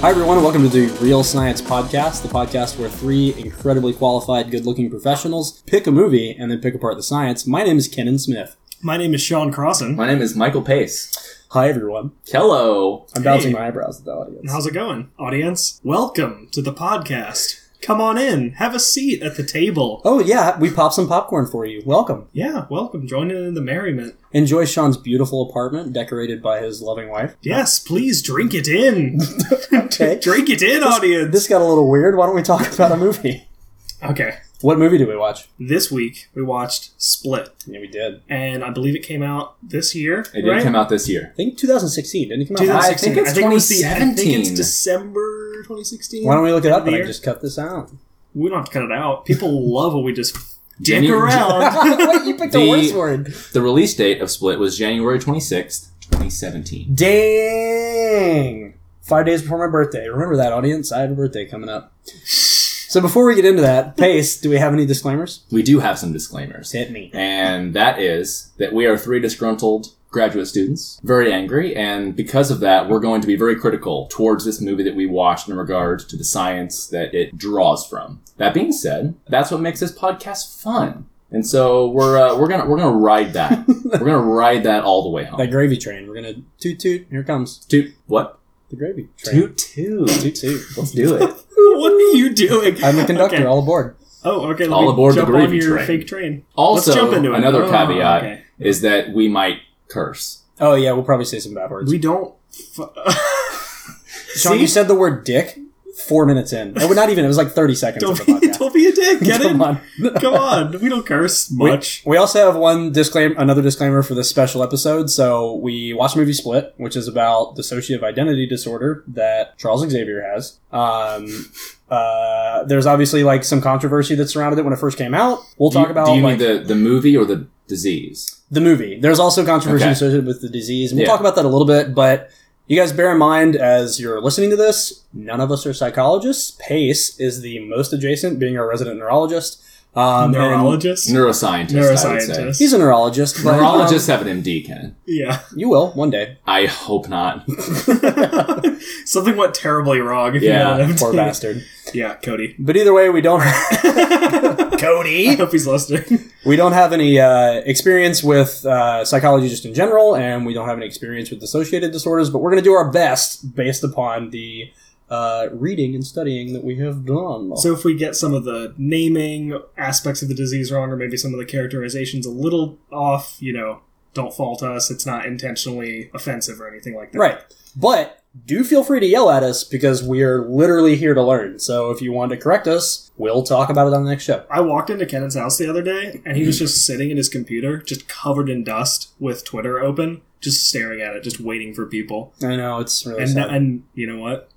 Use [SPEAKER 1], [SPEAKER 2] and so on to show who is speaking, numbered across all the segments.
[SPEAKER 1] Hi, everyone, and welcome to the Real Science Podcast, the podcast where three incredibly qualified, good looking professionals pick a movie and then pick apart the science. My name is Kenan Smith.
[SPEAKER 2] My name is Sean Crossan.
[SPEAKER 3] My name is Michael Pace.
[SPEAKER 1] Hi, everyone.
[SPEAKER 3] Hello.
[SPEAKER 1] I'm bouncing
[SPEAKER 2] Hey.
[SPEAKER 1] my eyebrows at the audience.
[SPEAKER 2] And how's it going, audience? Welcome to the podcast. Come on in, have a seat at the table.
[SPEAKER 1] oh, yeah, we popped some popcorn for you. Welcome.
[SPEAKER 2] Yeah, welcome. Join in the merriment.
[SPEAKER 1] Enjoy Sean's beautiful apartment decorated by his loving wife.
[SPEAKER 2] Yes, please drink it in.
[SPEAKER 1] Okay.
[SPEAKER 2] drink it in, audience.
[SPEAKER 1] This got a little weird. Why don't we talk about a movie?
[SPEAKER 2] Okay,
[SPEAKER 1] What movie did we watch?
[SPEAKER 2] this week we watched Split,
[SPEAKER 1] Yeah, we did.
[SPEAKER 2] and I believe it came out this year.
[SPEAKER 3] It did
[SPEAKER 2] right?
[SPEAKER 3] come out this year.
[SPEAKER 1] I think 2016. Didn't it come out? last-
[SPEAKER 2] 2016.
[SPEAKER 3] I think it's
[SPEAKER 2] it was- I think it's
[SPEAKER 3] 2017.
[SPEAKER 2] December 2016.
[SPEAKER 1] Why don't we look it up
[SPEAKER 2] The
[SPEAKER 1] and I
[SPEAKER 2] year?
[SPEAKER 1] just cut this out?
[SPEAKER 2] We don't have to cut it out. People love when we just dick
[SPEAKER 3] Jenny-
[SPEAKER 2] around.
[SPEAKER 1] Wait, you picked the
[SPEAKER 3] The-
[SPEAKER 1] worst word.
[SPEAKER 3] The release date of Split was January 26th, 2017.
[SPEAKER 1] Dang! Five days before my birthday. Remember that, audience. I have a birthday coming up. So before we get into that, Pace, do we have any disclaimers?
[SPEAKER 3] We do have some disclaimers.
[SPEAKER 1] Hit me.
[SPEAKER 3] And that is that we are three disgruntled graduate students, very angry, and because of that, we're going to be very critical towards this movie that we watched in regard to the science that it draws from. That being said, that's what makes this podcast fun. And so we're uh, we're gonna we're gonna ride that. we're gonna ride that all the way home.
[SPEAKER 1] That gravy train. We're gonna toot toot. Here it comes
[SPEAKER 3] Toot what?
[SPEAKER 1] the gravy train.
[SPEAKER 3] Toot toot.
[SPEAKER 1] Toot toot.
[SPEAKER 3] Let's do it.
[SPEAKER 2] what are you doing?
[SPEAKER 1] I'm the conductor.
[SPEAKER 2] Okay.
[SPEAKER 1] All aboard.
[SPEAKER 2] Oh, okay. Let
[SPEAKER 3] All
[SPEAKER 2] me
[SPEAKER 3] aboard the
[SPEAKER 2] jump on
[SPEAKER 3] gravy
[SPEAKER 2] your
[SPEAKER 3] train.
[SPEAKER 2] fake train.
[SPEAKER 3] Also,
[SPEAKER 2] Let's jump into it.
[SPEAKER 3] another
[SPEAKER 2] Oh,
[SPEAKER 3] caveat
[SPEAKER 2] okay.
[SPEAKER 3] is that we might curse.
[SPEAKER 1] Oh yeah, we'll probably say some bad words.
[SPEAKER 2] We don't. F-
[SPEAKER 1] Sean, you said the word dick four minutes in. It would not even. It was like thirty seconds. of
[SPEAKER 2] don't
[SPEAKER 1] the
[SPEAKER 2] be,
[SPEAKER 1] podcast.
[SPEAKER 2] don't be a dick. Get
[SPEAKER 1] Come
[SPEAKER 2] it?
[SPEAKER 1] on.
[SPEAKER 2] Come on. We don't curse
[SPEAKER 1] We-
[SPEAKER 2] much.
[SPEAKER 1] We, also have one disclaim, another disclaimer for this special episode. So we watched the movie Split, which is about dissociative identity disorder that Charles Xavier has. Um, uh, there's obviously like some controversy that surrounded it when it first came out. We'll
[SPEAKER 3] Do
[SPEAKER 1] talk
[SPEAKER 3] you,
[SPEAKER 1] about
[SPEAKER 3] do you
[SPEAKER 1] like,
[SPEAKER 3] mean the, the movie or the disease?
[SPEAKER 1] the movie. There's also controversy
[SPEAKER 3] Okay.
[SPEAKER 1] associated with the disease. and We'll
[SPEAKER 3] Yeah.
[SPEAKER 1] talk about that a little bit, but you guys bear in mind as you're listening to this, none of us are psychologists. Pace is the most adjacent, being our resident neurologist. Um, and
[SPEAKER 2] Neurologist.
[SPEAKER 3] Neuroscientist. I would say.
[SPEAKER 2] Neuroscientist.
[SPEAKER 1] He's a neurologist. But, um,
[SPEAKER 3] Neurologists have an MD, Ken.
[SPEAKER 2] yeah.
[SPEAKER 1] you will one day.
[SPEAKER 3] I hope not.
[SPEAKER 2] Something went terribly wrong. If
[SPEAKER 3] Yeah,
[SPEAKER 2] You know
[SPEAKER 1] Poor bastard.
[SPEAKER 2] Yeah, Cody.
[SPEAKER 1] But either way, we don't
[SPEAKER 2] I
[SPEAKER 1] Cody.
[SPEAKER 2] hope he's listening.
[SPEAKER 1] We don't have any uh, experience with uh, psychology just in general, and we don't have any experience with dissociated disorders. But we're going to do our best based upon the uh, reading and studying that we have done.
[SPEAKER 2] So if we get some of the naming aspects of the disease wrong, or maybe some of the characterizations a little off, you know, don't fault us. It's not intentionally offensive or anything like that.
[SPEAKER 1] right, but do feel free to yell at us because we are literally here to learn. So if you want to correct us, we'll talk about it on the next show.
[SPEAKER 2] I walked into Kennan's house the other day, and he was
[SPEAKER 1] Hmm.
[SPEAKER 2] just sitting in his computer, just covered in dust, with Twitter open, just staring at it, just waiting for people.
[SPEAKER 1] I know it's really
[SPEAKER 2] And
[SPEAKER 1] sad.
[SPEAKER 2] and you know what?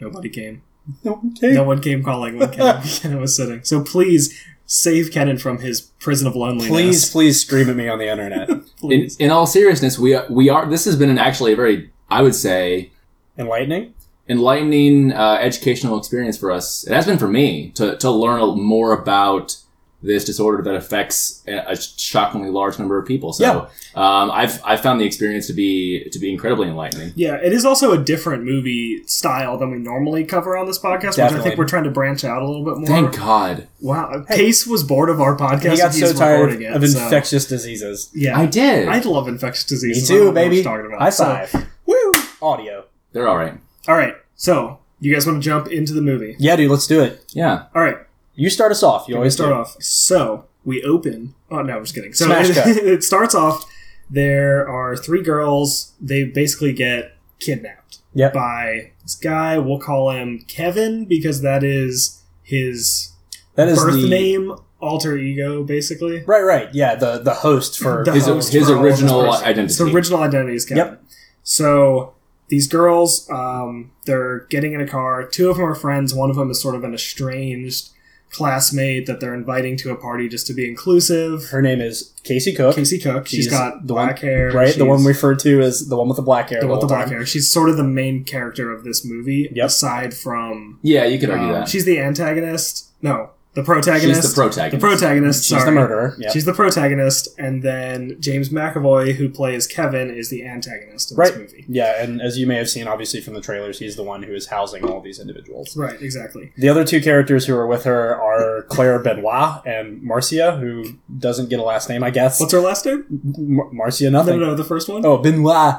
[SPEAKER 2] Nobody came.
[SPEAKER 1] okay.
[SPEAKER 2] No one came calling when Kennan, Kennan was sitting. So please save Kennan from his prison of loneliness.
[SPEAKER 1] Please, please scream at me on the internet
[SPEAKER 3] In,
[SPEAKER 2] please.
[SPEAKER 3] in all seriousness, we are, we are. This has been an actually a very, I would say,
[SPEAKER 1] enlightening.
[SPEAKER 3] enlightening uh, educational experience for us. It has been for me to to learn a- more about this disorder that affects a a shockingly large number of people. So
[SPEAKER 1] Yeah.
[SPEAKER 3] um, I've I've found the experience to be to be incredibly enlightening.
[SPEAKER 2] Yeah, it is also a different movie style than we normally cover on this podcast, which I
[SPEAKER 1] Definitely.
[SPEAKER 2] think we're trying to branch out a little bit more.
[SPEAKER 3] Thank God.
[SPEAKER 2] Wow, Pace was bored of our podcast.
[SPEAKER 1] He got
[SPEAKER 2] and he's
[SPEAKER 1] so tired
[SPEAKER 2] recording it,
[SPEAKER 1] of
[SPEAKER 2] so-
[SPEAKER 1] infectious diseases.
[SPEAKER 2] Yeah,
[SPEAKER 3] I did.
[SPEAKER 2] I love infectious
[SPEAKER 1] Me
[SPEAKER 2] disease.
[SPEAKER 1] too, baby.
[SPEAKER 2] Talking about.
[SPEAKER 1] High
[SPEAKER 2] So-
[SPEAKER 1] five.
[SPEAKER 2] woo!
[SPEAKER 1] Audio.
[SPEAKER 3] They're all right.
[SPEAKER 2] All right, so you guys want to jump into the movie?
[SPEAKER 1] Yeah, dude, let's do it.
[SPEAKER 3] Yeah.
[SPEAKER 2] All right,
[SPEAKER 1] You start us off. You
[SPEAKER 2] we
[SPEAKER 1] always
[SPEAKER 2] start
[SPEAKER 1] start off.
[SPEAKER 2] off. So we open. Oh no, I'm just kidding. So
[SPEAKER 1] Smash
[SPEAKER 2] it,
[SPEAKER 1] cut.
[SPEAKER 2] it starts off. There are three girls. They basically get kidnapped
[SPEAKER 1] Yep.
[SPEAKER 2] by this guy. We'll call him Kevin because that is his
[SPEAKER 1] That is
[SPEAKER 2] birth
[SPEAKER 1] the
[SPEAKER 2] name, alter ego, basically.
[SPEAKER 1] right, right. Yeah, the the host for
[SPEAKER 2] The
[SPEAKER 3] His,
[SPEAKER 2] host
[SPEAKER 3] his
[SPEAKER 2] for all of this
[SPEAKER 3] original
[SPEAKER 2] person. His
[SPEAKER 3] identity.
[SPEAKER 2] original identity is Kevin. So these girls, um, they're getting in a car. Two of them are friends. One of them is sort of an estranged classmate that they're inviting to a party just to be inclusive.
[SPEAKER 1] her name is Casey Cook.
[SPEAKER 2] Casey Cook.
[SPEAKER 1] She's
[SPEAKER 2] she's got
[SPEAKER 1] the
[SPEAKER 2] black hair.
[SPEAKER 1] right, the one
[SPEAKER 2] she's-
[SPEAKER 1] referred to as the one with the black hair.
[SPEAKER 2] the one with the
[SPEAKER 1] whole
[SPEAKER 2] black
[SPEAKER 1] time.
[SPEAKER 2] hair. She's sort of the main character of this movie.
[SPEAKER 1] Yep.
[SPEAKER 2] Aside from,
[SPEAKER 3] yeah, you could argue
[SPEAKER 2] um,
[SPEAKER 3] that.
[SPEAKER 2] she's the antagonist. No, the protagonist.
[SPEAKER 3] She's the protagonist.
[SPEAKER 2] the protagonist.
[SPEAKER 1] She's
[SPEAKER 2] sorry.
[SPEAKER 1] the murderer. Yep.
[SPEAKER 2] She's the protagonist, and then James McAvoy, who plays Kevin, is the antagonist of
[SPEAKER 1] Right.
[SPEAKER 2] this movie.
[SPEAKER 1] yeah, and as you may have seen, obviously from the trailers, he's the one who is housing all these individuals.
[SPEAKER 2] Right, exactly.
[SPEAKER 1] The other two characters who are with her are Claire Benoit and Marcia, who doesn't get a last name, I guess.
[SPEAKER 2] What's her last name?
[SPEAKER 1] Mar- Marcia,
[SPEAKER 2] No,
[SPEAKER 1] nothing.
[SPEAKER 2] no, no, the first one.
[SPEAKER 1] Oh, Uh, Benoit.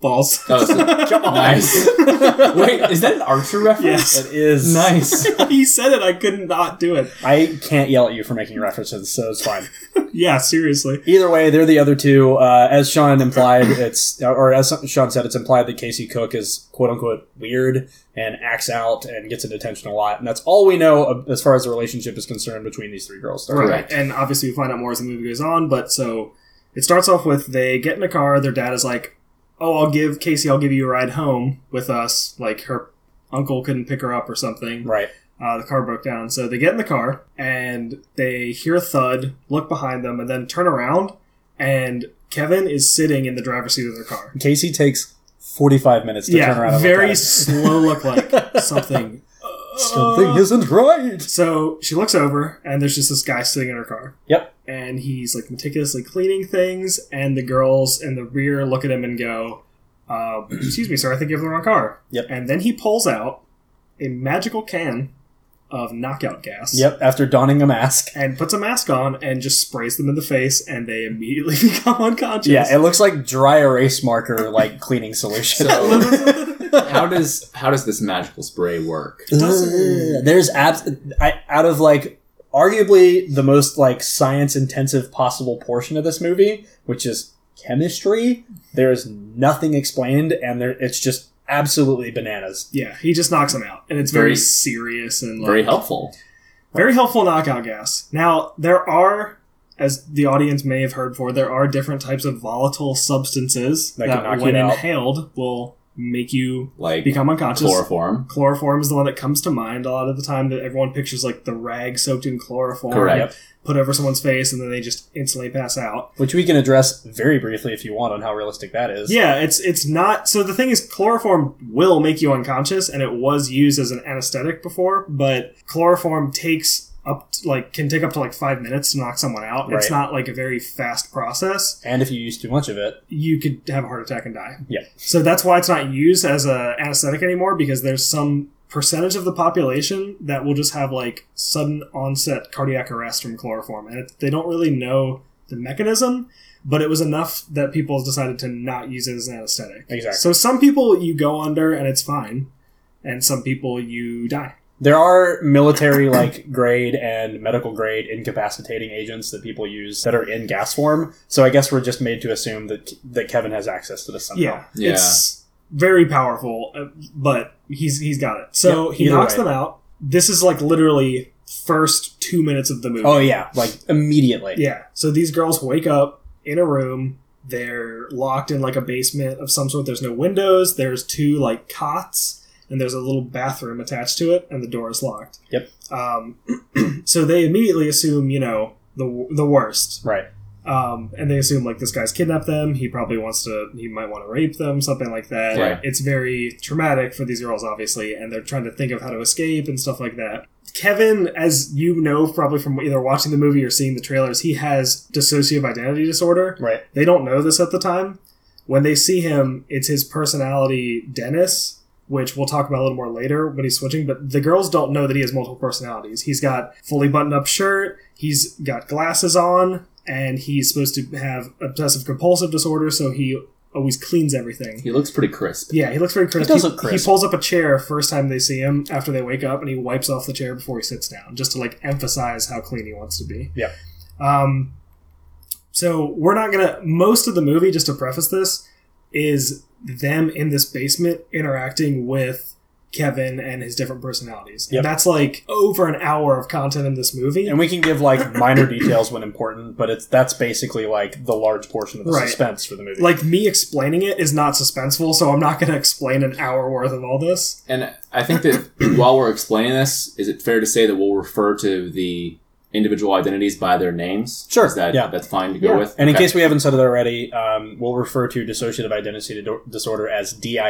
[SPEAKER 2] Balls.
[SPEAKER 3] Oh, so- Nice. Wait, is that an Archer reference?
[SPEAKER 2] Yes.
[SPEAKER 1] It is
[SPEAKER 3] Nice.
[SPEAKER 2] he said it. I couldn't not do it.
[SPEAKER 1] I can't yell at you for making references, so it's fine.
[SPEAKER 2] Yeah, seriously.
[SPEAKER 1] Either way, they're the other two. Uh, as Sean implied, it's or as Sean said, it's implied that Casey Cook is quote unquote weird and acts out and gets into detention a lot, and that's all we know of- as far as the relationship is concerned between these three girls.
[SPEAKER 2] Right.
[SPEAKER 3] Correct.
[SPEAKER 2] And obviously, we find out more as the movie goes on. But so it starts off with they get in a car. Their dad is like, "Oh, I'll give Casey. I'll give you a ride home with us." Like her uncle couldn't pick her up or something.
[SPEAKER 1] Right.
[SPEAKER 2] Uh, the car broke down. So they get in the car and they hear a thud, look behind them, and then turn around. And Kevin is sitting in the driver's seat of their car.
[SPEAKER 1] Casey takes forty-five minutes to turn around.
[SPEAKER 2] Yeah,
[SPEAKER 1] and look at
[SPEAKER 2] very
[SPEAKER 1] it.
[SPEAKER 2] slow look like something.
[SPEAKER 1] Something isn't right.
[SPEAKER 2] So she looks over, and there's just this guy sitting in her car.
[SPEAKER 1] Yep.
[SPEAKER 2] And he's like meticulously cleaning things, and the girls in the rear look at him and go, uh, "Excuse me, sir, I think you have the wrong car."
[SPEAKER 1] Yep.
[SPEAKER 2] And then he pulls out a magical can of knockout gas.
[SPEAKER 1] Yep. After donning a mask.
[SPEAKER 2] And puts a mask on and just sprays them in the face, and they immediately become unconscious.
[SPEAKER 1] Yeah, it looks like dry erase marker like cleaning solution.
[SPEAKER 3] So, how does how does this magical spray work?
[SPEAKER 2] doesn't-
[SPEAKER 1] Ugh, there's abs- I, out of like arguably the most like science intensive possible portion of this movie, which is chemistry. There is nothing explained, and there it's just absolutely bananas.
[SPEAKER 2] Yeah, he just knocks him out, and it's very,
[SPEAKER 3] Very-
[SPEAKER 2] serious and like,
[SPEAKER 3] Very helpful.
[SPEAKER 2] Very helpful knockout gas. Now, there are, as the audience may have heard before, there are different types of volatile substances
[SPEAKER 1] That
[SPEAKER 2] that,
[SPEAKER 1] can knock
[SPEAKER 2] when
[SPEAKER 1] you out.
[SPEAKER 2] inhaled, will make you
[SPEAKER 3] Like
[SPEAKER 2] become unconscious.
[SPEAKER 3] chloroform.
[SPEAKER 2] Chloroform is the one that comes to mind a lot of the time that everyone pictures like the rag soaked in chloroform
[SPEAKER 3] Correct.
[SPEAKER 2] put over someone's face and then they just instantly pass out.
[SPEAKER 1] Which we can address very briefly if you want on how realistic that is.
[SPEAKER 2] Yeah, it's it's not so the thing is chloroform will make you unconscious and it was used as an anesthetic before, but chloroform takes up to, like can take up to like 5 minutes to knock someone out. It's
[SPEAKER 1] Right.
[SPEAKER 2] not like a very fast process.
[SPEAKER 1] And if you use too much of it,
[SPEAKER 2] You could have a heart attack and die.
[SPEAKER 1] Yeah.
[SPEAKER 2] So that's why it's not used as a anesthetic anymore because there's some percentage of the population that will just have like sudden onset cardiac arrest from chloroform and it, they don't really know the mechanism but it was enough that people decided to not use it as an anesthetic
[SPEAKER 1] exactly.
[SPEAKER 2] so some people you go under and it's fine, and some people you die.
[SPEAKER 1] There are military like grade and medical grade incapacitating agents that people use that are in gas form. So I guess we're just made to assume that that Kevin has access to this somehow.
[SPEAKER 2] Yeah,
[SPEAKER 3] Yeah.
[SPEAKER 2] it's very powerful, uh, but he's he's got it. So
[SPEAKER 1] Yeah,
[SPEAKER 2] he
[SPEAKER 1] either
[SPEAKER 2] knocks
[SPEAKER 1] way.
[SPEAKER 2] them out. This is like literally first two minutes of the movie.
[SPEAKER 1] Oh yeah, like immediately.
[SPEAKER 2] yeah. So these girls wake up in a room. They're locked in like a basement of some sort. There's no windows. There's two like cots, and there's a little bathroom attached to it, and the door is locked.
[SPEAKER 1] Yep.
[SPEAKER 2] Um, so they immediately assume, you know, the the worst.
[SPEAKER 1] Right.
[SPEAKER 2] um, and they assume like this guy's kidnapped them. He probably wants to. He might want to rape them, something like that.
[SPEAKER 3] Right.
[SPEAKER 2] It's very traumatic for these girls, obviously, and they're trying to think of how to escape and stuff like that. Kevin, as you know, probably from either watching the movie or seeing the trailers, he has dissociative identity disorder.
[SPEAKER 1] Right.
[SPEAKER 2] They don't know this at the time. When they see him, it's his personality, Dennis, which we'll talk about a little more later when he's switching. But the girls don't know that he has multiple personalities. He's got fully buttoned up shirt, he's got glasses on, and he's supposed to have obsessive compulsive disorder, so he always cleans everything.
[SPEAKER 3] He looks pretty crisp.
[SPEAKER 2] Yeah, he looks very crisp.
[SPEAKER 1] does look crisp.
[SPEAKER 2] he pulls up a chair first time they see him after they wake up, and he wipes off the chair before he sits down, just to like emphasize how clean he wants to be.
[SPEAKER 1] Yep.
[SPEAKER 2] Um, so we're not gonna. Most of the movie, just to preface this, is them in this basement interacting with Kevin and his different personalities.
[SPEAKER 1] Yep.
[SPEAKER 2] And that's like over an hour of content in this movie.
[SPEAKER 1] And we can give like minor details when important, but it's that's basically like the large portion of the
[SPEAKER 2] Right.
[SPEAKER 1] suspense for the movie.
[SPEAKER 2] Like me explaining it is not suspenseful, so I'm not gonna explain an hour worth of all this.
[SPEAKER 3] And I think that while we're explaining this, is it fair to say that we'll refer to the individual identities by their names?
[SPEAKER 1] Sure,
[SPEAKER 3] Is that
[SPEAKER 1] yeah.
[SPEAKER 3] that's fine to go
[SPEAKER 2] Yeah.
[SPEAKER 3] with.
[SPEAKER 1] and in
[SPEAKER 3] Okay.
[SPEAKER 1] case we haven't said it already, um, we'll refer to dissociative identity Dido- disorder as DID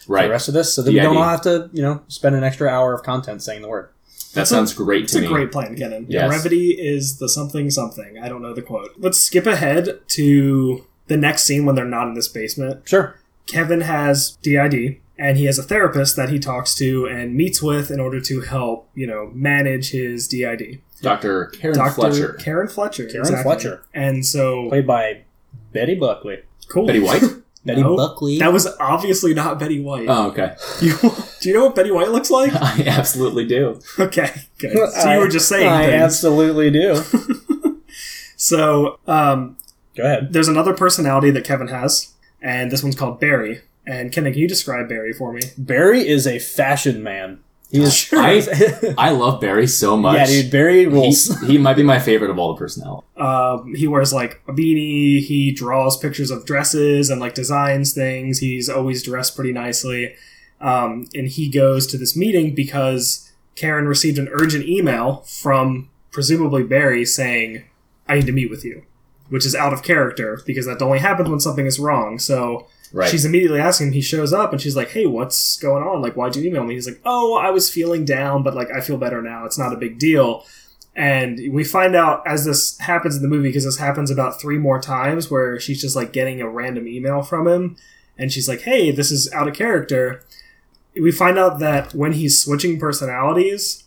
[SPEAKER 1] for the
[SPEAKER 3] right,
[SPEAKER 1] rest of this, so that we
[SPEAKER 3] DID.
[SPEAKER 1] don't all have to, you know, spend an extra hour of content saying the word.
[SPEAKER 3] That
[SPEAKER 2] That's a-
[SPEAKER 3] sounds great
[SPEAKER 2] It's
[SPEAKER 3] to
[SPEAKER 2] a
[SPEAKER 3] me.
[SPEAKER 2] great plan to get in.
[SPEAKER 3] Yes.
[SPEAKER 2] Brevity is the something something. I don't know the quote. Let's skip ahead to the next scene when they're not in this basement.
[SPEAKER 1] Sure.
[SPEAKER 2] Kevin has DID and he has a therapist that he talks to and meets with in order to help, you know, manage his DID.
[SPEAKER 3] Dr. Karen Fletcher.
[SPEAKER 2] Karen Fletcher.
[SPEAKER 1] Karen
[SPEAKER 2] exactly.
[SPEAKER 1] Fletcher.
[SPEAKER 2] And so
[SPEAKER 1] Played by Betty Buckley.
[SPEAKER 2] cool.
[SPEAKER 3] Betty White?
[SPEAKER 1] Betty
[SPEAKER 2] No,
[SPEAKER 1] Buckley.
[SPEAKER 2] That was obviously not Betty White.
[SPEAKER 3] Oh, okay.
[SPEAKER 2] You, do you know what Betty White looks like?
[SPEAKER 3] I absolutely do.
[SPEAKER 2] Okay, good. So you were just saying
[SPEAKER 1] I, I
[SPEAKER 2] things.
[SPEAKER 1] absolutely do.
[SPEAKER 2] So um,
[SPEAKER 1] Go ahead.
[SPEAKER 2] there's another personality that Kevin has, and this one's called Barry. And Kenny, can you describe Barry for me?
[SPEAKER 1] Barry is a fashion man. He is.
[SPEAKER 2] Sure.
[SPEAKER 1] yeah,
[SPEAKER 3] I love Barry so much.
[SPEAKER 1] dude. Barry rules.
[SPEAKER 3] He, he might be my favorite of all the personnel.
[SPEAKER 2] Um, he wears like a beanie. He draws pictures of dresses and like designs things. He's always dressed pretty nicely. Um, and he goes to this meeting because Karen received an urgent email from presumably Barry saying, "I need to meet with you," which is out of character because that only happens when something is wrong. So
[SPEAKER 3] Right.
[SPEAKER 2] She's immediately asking him. He shows up and she's like, "Hey, what's going on? Like, why'd you email me?" He's like, "Oh, I was feeling down, but like, I feel better now. It's not a big deal." And we find out as this happens in the movie because this happens about three more times where she's just like getting a random email from him, and she's like, "Hey, this is out of character." We find out that when he's switching personalities,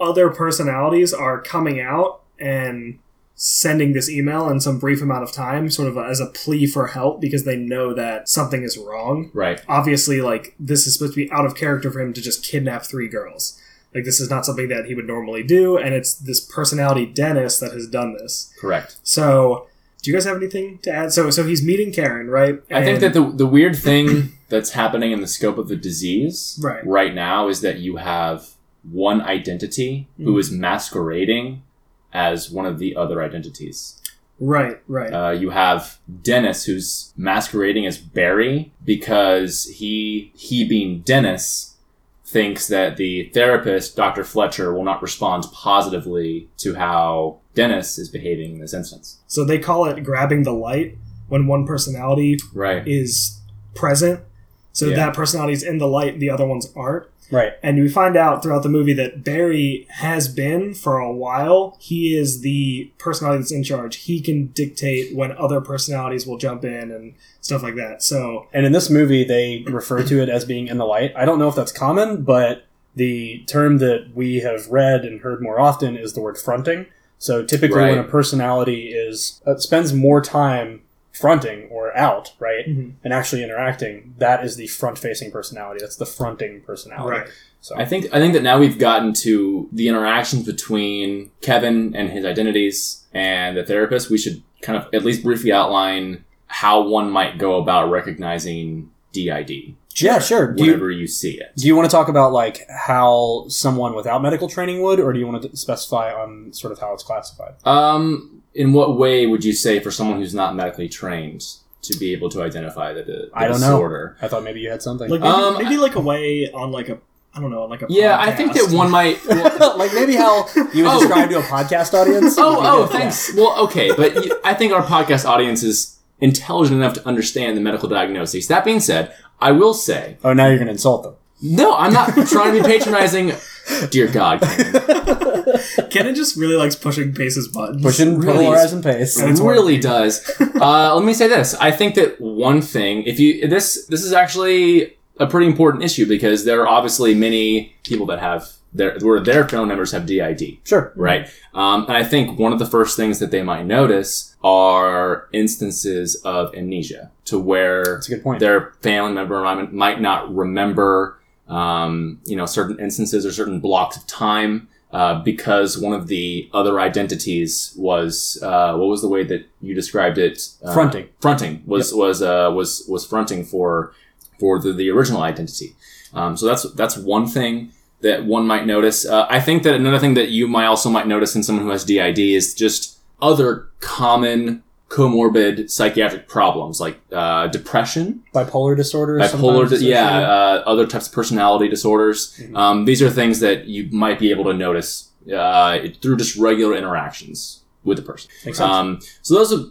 [SPEAKER 2] other personalities are coming out and sending this email in some brief amount of time, sort of as a plea for help because they know that something is wrong.
[SPEAKER 3] right.
[SPEAKER 2] Obviously, like, this is supposed to be out of character for him to just kidnap three girls. Like, this is not something that he would normally do, and it's this personality, Dennis, that has done this.
[SPEAKER 3] Correct.
[SPEAKER 2] So, do you guys have anything to add? So, so he's meeting Karen, right?
[SPEAKER 3] I think
[SPEAKER 2] And-
[SPEAKER 3] that the the weird thing that's happening in the scope of the disease
[SPEAKER 2] Right.
[SPEAKER 3] now is that you have one identity who is masquerading as one of the other identities.
[SPEAKER 2] Right, right.
[SPEAKER 3] Uh, you have Dennis who's masquerading as Barry because he he being Dennis thinks that the therapist Dr. Fletcher will not respond positively to how Dennis is behaving in this instance.
[SPEAKER 2] so, they call it grabbing the light when one personality
[SPEAKER 3] Right.
[SPEAKER 2] is present. So
[SPEAKER 3] Yeah.
[SPEAKER 2] that personality is in the light, the other ones aren't.
[SPEAKER 1] Right.
[SPEAKER 2] And we find out throughout the movie that Barry has been for a while. He is the personality that's in charge. He can dictate when other personalities will jump in and stuff like that. So
[SPEAKER 1] And in this movie, they refer to it as being in the light. I don't know if that's common, but the term that we have read and heard more often is the word fronting. So typically, when a
[SPEAKER 3] Right.
[SPEAKER 1] personality is uh, spends more time fronting or out, right,
[SPEAKER 2] Mhm.
[SPEAKER 1] and actually interacting, that is the front-facing personality. That's the fronting personality.
[SPEAKER 2] right,
[SPEAKER 1] So
[SPEAKER 3] I think I think that now we've gotten to the interactions between Kevin and his identities and the therapist. We should kind of at least briefly outline how one might go about recognizing DID
[SPEAKER 1] yeah, sure. Do you,
[SPEAKER 3] whenever you, see it.
[SPEAKER 1] do you want to talk about like how someone without medical training would, or do you want to specify on sort of how it's classified?
[SPEAKER 3] Um, in what way would you say for someone who's not medically trained to be able to identify the, the, the
[SPEAKER 1] I don't know.
[SPEAKER 3] disorder?
[SPEAKER 1] I thought maybe you had something.
[SPEAKER 2] like maybe,
[SPEAKER 3] Um,
[SPEAKER 2] maybe like a way on like a I don't know on like a
[SPEAKER 3] Yeah, I think that
[SPEAKER 2] podcast.
[SPEAKER 3] one might. well,
[SPEAKER 1] like maybe how you would
[SPEAKER 3] Oh.
[SPEAKER 1] describe to a podcast audience.
[SPEAKER 3] oh, oh,
[SPEAKER 1] Yeah.
[SPEAKER 3] thanks. Well, okay, but y- I think our podcast audience is intelligent enough to understand the medical diagnoses. That being said, I will say,
[SPEAKER 1] Oh, now you're gonna insult them.
[SPEAKER 3] no, I'm not trying to be patronizing. Dear God, Kevin.
[SPEAKER 2] Kenan just really likes pushing Pace's buttons.
[SPEAKER 1] Pushing
[SPEAKER 3] Really?
[SPEAKER 1] polarize and pace.
[SPEAKER 2] And it's
[SPEAKER 3] it
[SPEAKER 2] hard.
[SPEAKER 3] really does. Uh, let me say this. I think that one thing, if you this this is actually a pretty important issue because there are obviously many people that have their where their phone numbers have DID.
[SPEAKER 1] Sure.
[SPEAKER 3] Right. Um, and I think one of the first things that they might notice are instances of amnesia to where
[SPEAKER 1] That's a good point.
[SPEAKER 3] their family member might- might not remember, um, you know, certain instances or certain blocks of time uh, because one of the other identities was uh, what was the way that you described it? Uh,
[SPEAKER 1] Fronting.
[SPEAKER 3] Fronting was was uh, was was fronting for for the, the original identity. Um, so that's that's one thing that one might notice. Uh, I think that another thing that you might also might notice in someone who has DID is just other common comorbid psychiatric problems like uh, depression,
[SPEAKER 1] Bipolar disorder. is
[SPEAKER 3] bipolar,
[SPEAKER 1] sometimes
[SPEAKER 3] di- yeah,
[SPEAKER 1] associated.
[SPEAKER 3] uh, other types of personality disorders.
[SPEAKER 1] Mhm.
[SPEAKER 3] Um, these are things that you might be able to notice uh, through just regular interactions with the person.
[SPEAKER 1] Makes sense.
[SPEAKER 3] Um, so those would-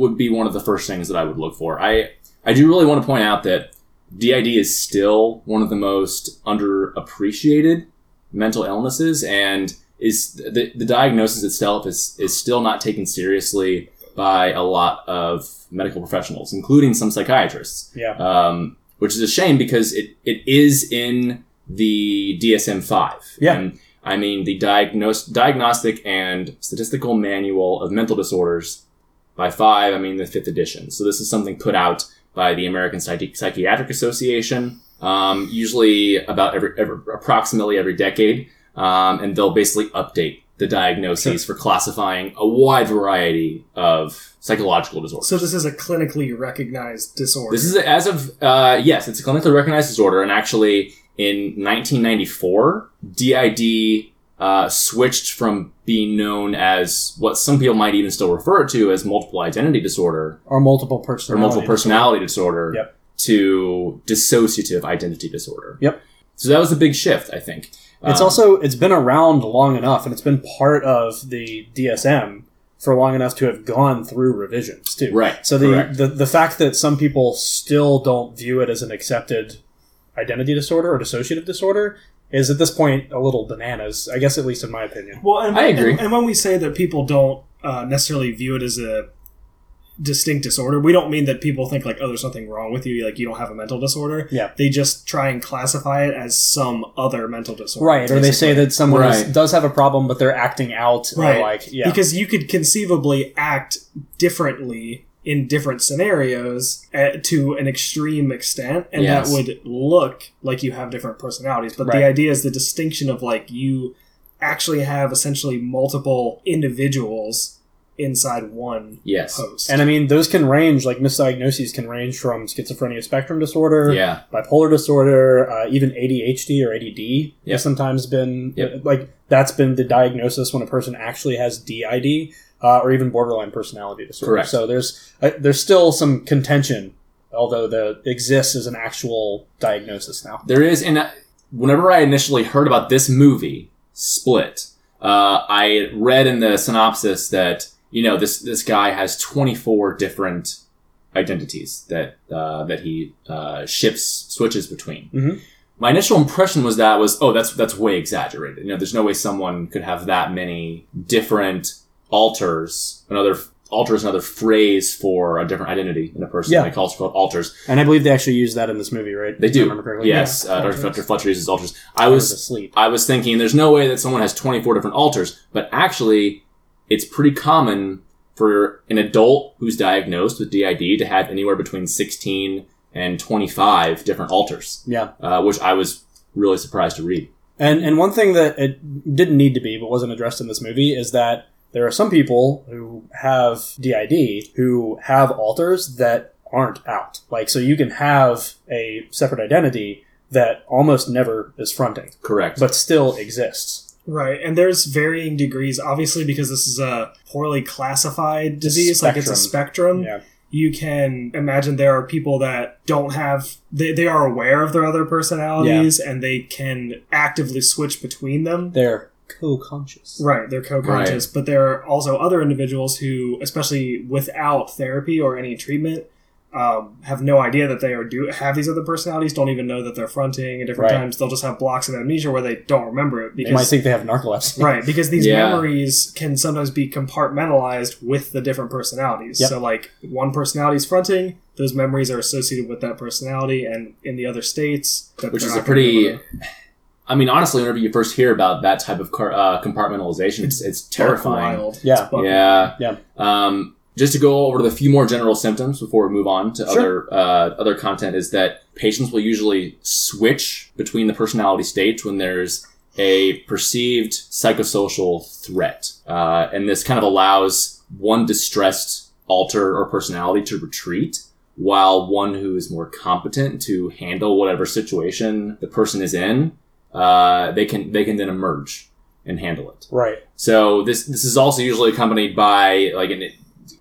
[SPEAKER 3] would be one of the first things that I would look for. I I do really want to point out that DID is still one of the most underappreciated mental illnesses and is the, the diagnosis itself is, is still not taken seriously by a lot of medical professionals, including some psychiatrists,
[SPEAKER 1] Yeah.
[SPEAKER 3] um, which is a shame because it, it is in the DSM 5.
[SPEAKER 1] Yeah.
[SPEAKER 3] And, I mean, the diagnose, Diagnostic and Statistical Manual of Mental Disorders by 5, I mean the fifth edition. So this is something put out by the American Psychi- Psychiatric Association, um, usually about every, every approximately every decade, um, and they'll basically update the diagnoses for classifying a wide variety of psychological disorders.
[SPEAKER 2] So this is a clinically recognized disorder.
[SPEAKER 3] This is a, as of uh, yes, it's a clinically recognized disorder, and actually in 1994, DID uh, switched from being known as what some people might even still refer to as multiple identity disorder
[SPEAKER 1] Or multiple
[SPEAKER 3] or
[SPEAKER 1] personality.
[SPEAKER 3] multiple personality disorder
[SPEAKER 1] Yep.
[SPEAKER 3] to dissociative identity disorder.
[SPEAKER 1] Yep.
[SPEAKER 3] So that was a big shift, I think.
[SPEAKER 1] It's
[SPEAKER 3] Um,
[SPEAKER 1] also it's been around long enough, and it's been part of the DSM for long enough to have gone through revisions too.
[SPEAKER 3] right.
[SPEAKER 1] So the,
[SPEAKER 3] correct.
[SPEAKER 1] the the fact that some people still don't view it as an accepted identity disorder or dissociative disorder is at this point a little bananas. I guess at least in my opinion.
[SPEAKER 2] Well, and,
[SPEAKER 3] I agree.
[SPEAKER 2] And, and when we say that people don't uh, necessarily view it as a distinct disorder, we don't mean that people think like, oh, there's something wrong with you, like you don't have a mental disorder.
[SPEAKER 1] Yeah.
[SPEAKER 2] They just try and classify it as some other mental disorder.
[SPEAKER 1] Right, or they
[SPEAKER 2] basically.
[SPEAKER 1] say that someone is-
[SPEAKER 3] Right.
[SPEAKER 1] does have a problem, but they're acting out,
[SPEAKER 2] Right.
[SPEAKER 1] or like yeah,
[SPEAKER 2] because you could conceivably act differently in different scenarios uh, to an extreme extent and
[SPEAKER 3] Yes.
[SPEAKER 2] that would look like you have different personalities but
[SPEAKER 1] Right.
[SPEAKER 2] the idea is the distinction of like you actually have essentially multiple individuals inside one
[SPEAKER 3] yes.
[SPEAKER 2] host
[SPEAKER 1] and I mean those can range. Like misdiagnoses can range from schizophrenia spectrum disorder,
[SPEAKER 3] Yeah.
[SPEAKER 1] bipolar disorder, uh, even ADHD or ADD
[SPEAKER 3] Yep.
[SPEAKER 1] has sometimes been uh,
[SPEAKER 3] Yep.
[SPEAKER 1] like that's been the diagnosis when a person actually has DID uh, or even borderline personality disorder.
[SPEAKER 3] Correct.
[SPEAKER 1] So there's uh, there's still some contention, although the exists as an actual diagnosis now.
[SPEAKER 3] There is, and uh, whenever I initially heard about this movie, Split, uh, I read in the synopsis that you know this this guy has twenty four different identities that uh, that he uh, shifts switches between.
[SPEAKER 1] Mhm.
[SPEAKER 3] My initial impression was that was oh that's that's way exaggerated. You know, there's no way someone could have that many different alters. Another alters another phrase for a different identity in a person.
[SPEAKER 1] Yeah.
[SPEAKER 3] They call it alters.
[SPEAKER 1] And I believe they actually use that in this movie, right?
[SPEAKER 3] They
[SPEAKER 1] If I
[SPEAKER 3] do.
[SPEAKER 1] remember correctly.
[SPEAKER 3] Yes,
[SPEAKER 2] Yeah.
[SPEAKER 3] uh, Dr.
[SPEAKER 2] Alters.
[SPEAKER 3] Fletcher, Fletcher uses alters. I
[SPEAKER 1] I was
[SPEAKER 3] was
[SPEAKER 1] asleep.
[SPEAKER 3] I was thinking there's no way that someone has 24 different alters, but actually, it's pretty common for an adult who's diagnosed with DID to have anywhere between 16 and 25 different alters,
[SPEAKER 1] Yeah.
[SPEAKER 3] uh, which I was really surprised to read.
[SPEAKER 1] And and one thing that it didn't need to be but wasn't addressed in this movie is that there are some people who have DID who have alters that aren't out. Like so you can have a separate identity that almost never is fronting
[SPEAKER 3] Correct.
[SPEAKER 1] but still exists.
[SPEAKER 2] right and there's varying degrees obviously because this is a poorly classified disease like it's a spectrum
[SPEAKER 1] Yeah.
[SPEAKER 2] you can imagine there are people that don't have they, they are aware of their other personalities and they can actively switch between them
[SPEAKER 1] They're co-conscious.
[SPEAKER 2] right they're co-conscious but there are also other individuals who especially without therapy or any treatment um, have no idea that they are do have these other personalities don't even know that they're fronting and different
[SPEAKER 1] Right.
[SPEAKER 2] times they'll just have blocks of amnesia where they don't remember it
[SPEAKER 1] They might
[SPEAKER 2] because
[SPEAKER 1] think they have narcolepsy.
[SPEAKER 2] right because these
[SPEAKER 3] Yeah.
[SPEAKER 2] memories can sometimes be compartmentalized with the different personalities
[SPEAKER 1] Yep.
[SPEAKER 2] so like one personality is fronting those memories are associated with that personality and in the other states that
[SPEAKER 3] which
[SPEAKER 2] they're
[SPEAKER 3] is
[SPEAKER 2] not
[SPEAKER 3] a
[SPEAKER 2] gonna
[SPEAKER 3] pretty.
[SPEAKER 2] remember.
[SPEAKER 3] I mean, honestly, whenever you first hear about that type of car, uh, compartmentalization, it's, it's terrifying.
[SPEAKER 2] wild.
[SPEAKER 1] Yeah.
[SPEAKER 2] It's fucking-
[SPEAKER 3] Yeah.
[SPEAKER 1] Yeah.
[SPEAKER 3] Um, just to go over the few more general symptoms before we move on to
[SPEAKER 1] Sure.
[SPEAKER 3] other uh, other content is that patients will usually switch between the personality states when there's a perceived psychosocial threat, uh, and this kind of allows one distressed alter or personality to retreat while one who is more competent to handle whatever situation the person is in uh, they can they can then emerge and handle it
[SPEAKER 1] Right.
[SPEAKER 3] so this this is also usually accompanied by like an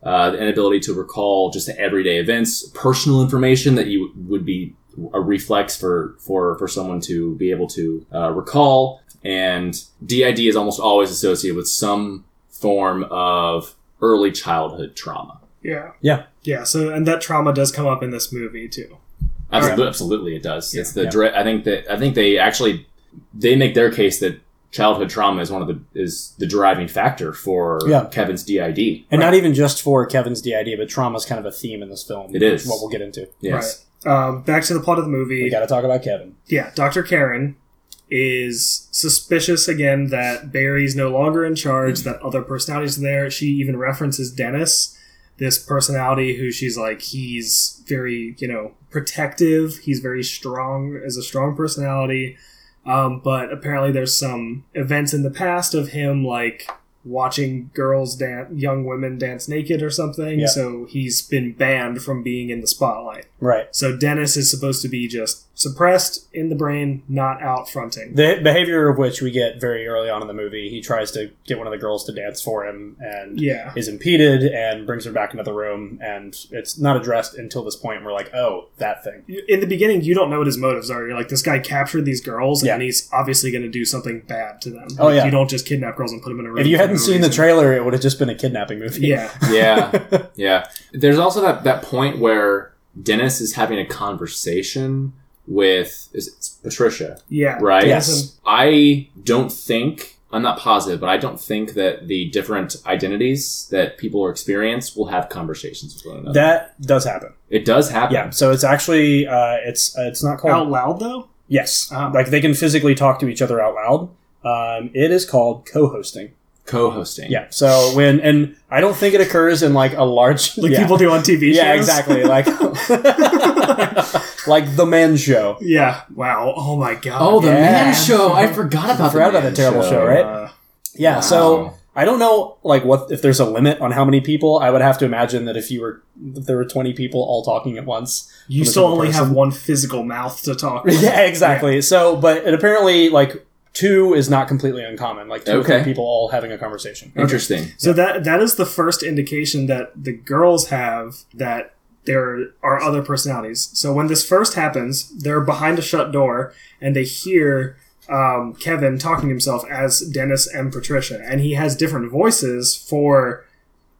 [SPEAKER 3] uh, the inability to recall just the everyday events, personal information that you would be a reflex for for for someone to be able to uh, recall. And DID is almost always associated with some form of early childhood trauma.
[SPEAKER 2] yeah
[SPEAKER 1] Yeah.
[SPEAKER 2] yeah so and that trauma does come up in this movie too
[SPEAKER 3] Absolutely,
[SPEAKER 2] Alright.
[SPEAKER 3] absolutely it does. It's the
[SPEAKER 1] Yeah.
[SPEAKER 3] direct. I think that I think they actually they make their case that childhood trauma is one of the is the driving factor for
[SPEAKER 1] Yeah.
[SPEAKER 3] Kevin's DID.
[SPEAKER 1] And not even just for Kevin's DID, but trauma is kind of a theme in this film.
[SPEAKER 3] It is.
[SPEAKER 1] What we'll get into.
[SPEAKER 3] Yes.
[SPEAKER 2] Right. Um, back to the plot of the movie.
[SPEAKER 1] We got to talk about Kevin.
[SPEAKER 2] yeah, Dr. Karen is suspicious again that Barry's no longer in charge, that other personalities are there. She even references Dennis, this personality who she's like, he's very, you know, protective. He's very strong, is a strong personality. Um, but apparently there's some events in the past of him, like, watching girls dance, young women dance naked or something.
[SPEAKER 1] Yeah.
[SPEAKER 2] So he's been banned from being in the spotlight.
[SPEAKER 1] Right.
[SPEAKER 2] So Dennis is supposed to be just suppressed in the brain, not out fronting.
[SPEAKER 1] The behavior of which we get very early on in the movie. He tries to get one of the girls to dance for him and
[SPEAKER 2] Yeah,
[SPEAKER 1] is impeded and brings her back into the room. And it's not addressed until this point. We're like, oh, that thing.
[SPEAKER 2] in the beginning, you don't know what his motives are. You're like, this guy captured these girls,
[SPEAKER 1] Yeah.
[SPEAKER 2] and he's obviously going to do something bad to them.
[SPEAKER 1] Oh,
[SPEAKER 2] Like,
[SPEAKER 1] yeah.
[SPEAKER 2] you don't just kidnap girls and put them in a room.
[SPEAKER 1] If you
[SPEAKER 2] for
[SPEAKER 1] hadn't
[SPEAKER 2] no
[SPEAKER 1] seen the
[SPEAKER 2] reason.
[SPEAKER 1] trailer, it would have just been a kidnapping movie.
[SPEAKER 2] yeah,
[SPEAKER 3] Yeah. yeah. There's also that that point where Dennis is having a conversation with is it's Patricia,
[SPEAKER 2] yeah,
[SPEAKER 3] right?
[SPEAKER 1] Yes.
[SPEAKER 3] I don't think I'm not positive, but I don't think that the different identities that people experience will have conversations with one another.
[SPEAKER 1] That does happen.
[SPEAKER 3] it does happen.
[SPEAKER 1] Yeah. So it's actually uh, it's uh, it's not called
[SPEAKER 2] Out loud though.
[SPEAKER 1] yes.
[SPEAKER 2] Oh.
[SPEAKER 1] Like they can physically talk to each other out loud. Um, it is called co-hosting.
[SPEAKER 3] Co-hosting.
[SPEAKER 1] Yeah. So when and I don't think it occurs in like a large
[SPEAKER 2] Like
[SPEAKER 1] yeah.
[SPEAKER 2] people do on TV shows.
[SPEAKER 1] Yeah, exactly. Like like the Man Show.
[SPEAKER 2] yeah. Wow. Oh my god.
[SPEAKER 3] Oh, the
[SPEAKER 1] Yeah.
[SPEAKER 3] man show! I forgot about
[SPEAKER 1] Forgot
[SPEAKER 3] the
[SPEAKER 1] about
[SPEAKER 3] man
[SPEAKER 1] that terrible show, right?
[SPEAKER 2] Uh,
[SPEAKER 1] Yeah.
[SPEAKER 3] Wow.
[SPEAKER 1] So I don't know like what if there's a limit on how many people. I would have to imagine that if you were if there were 20 people all talking at once.
[SPEAKER 2] you
[SPEAKER 1] From a
[SPEAKER 2] still
[SPEAKER 1] different
[SPEAKER 2] only have
[SPEAKER 1] person.
[SPEAKER 2] one physical mouth to talk. with.
[SPEAKER 1] yeah, exactly. So but it apparently like two is not completely uncommon. Like two or
[SPEAKER 3] Okay.
[SPEAKER 1] three people all having a conversation.
[SPEAKER 3] Interesting.
[SPEAKER 2] So that that is the first indication that the girls have that there are other personalities. So when this first happens, they're behind a shut door and they hear um, Kevin talking to himself as Dennis and Patricia, and he has different voices for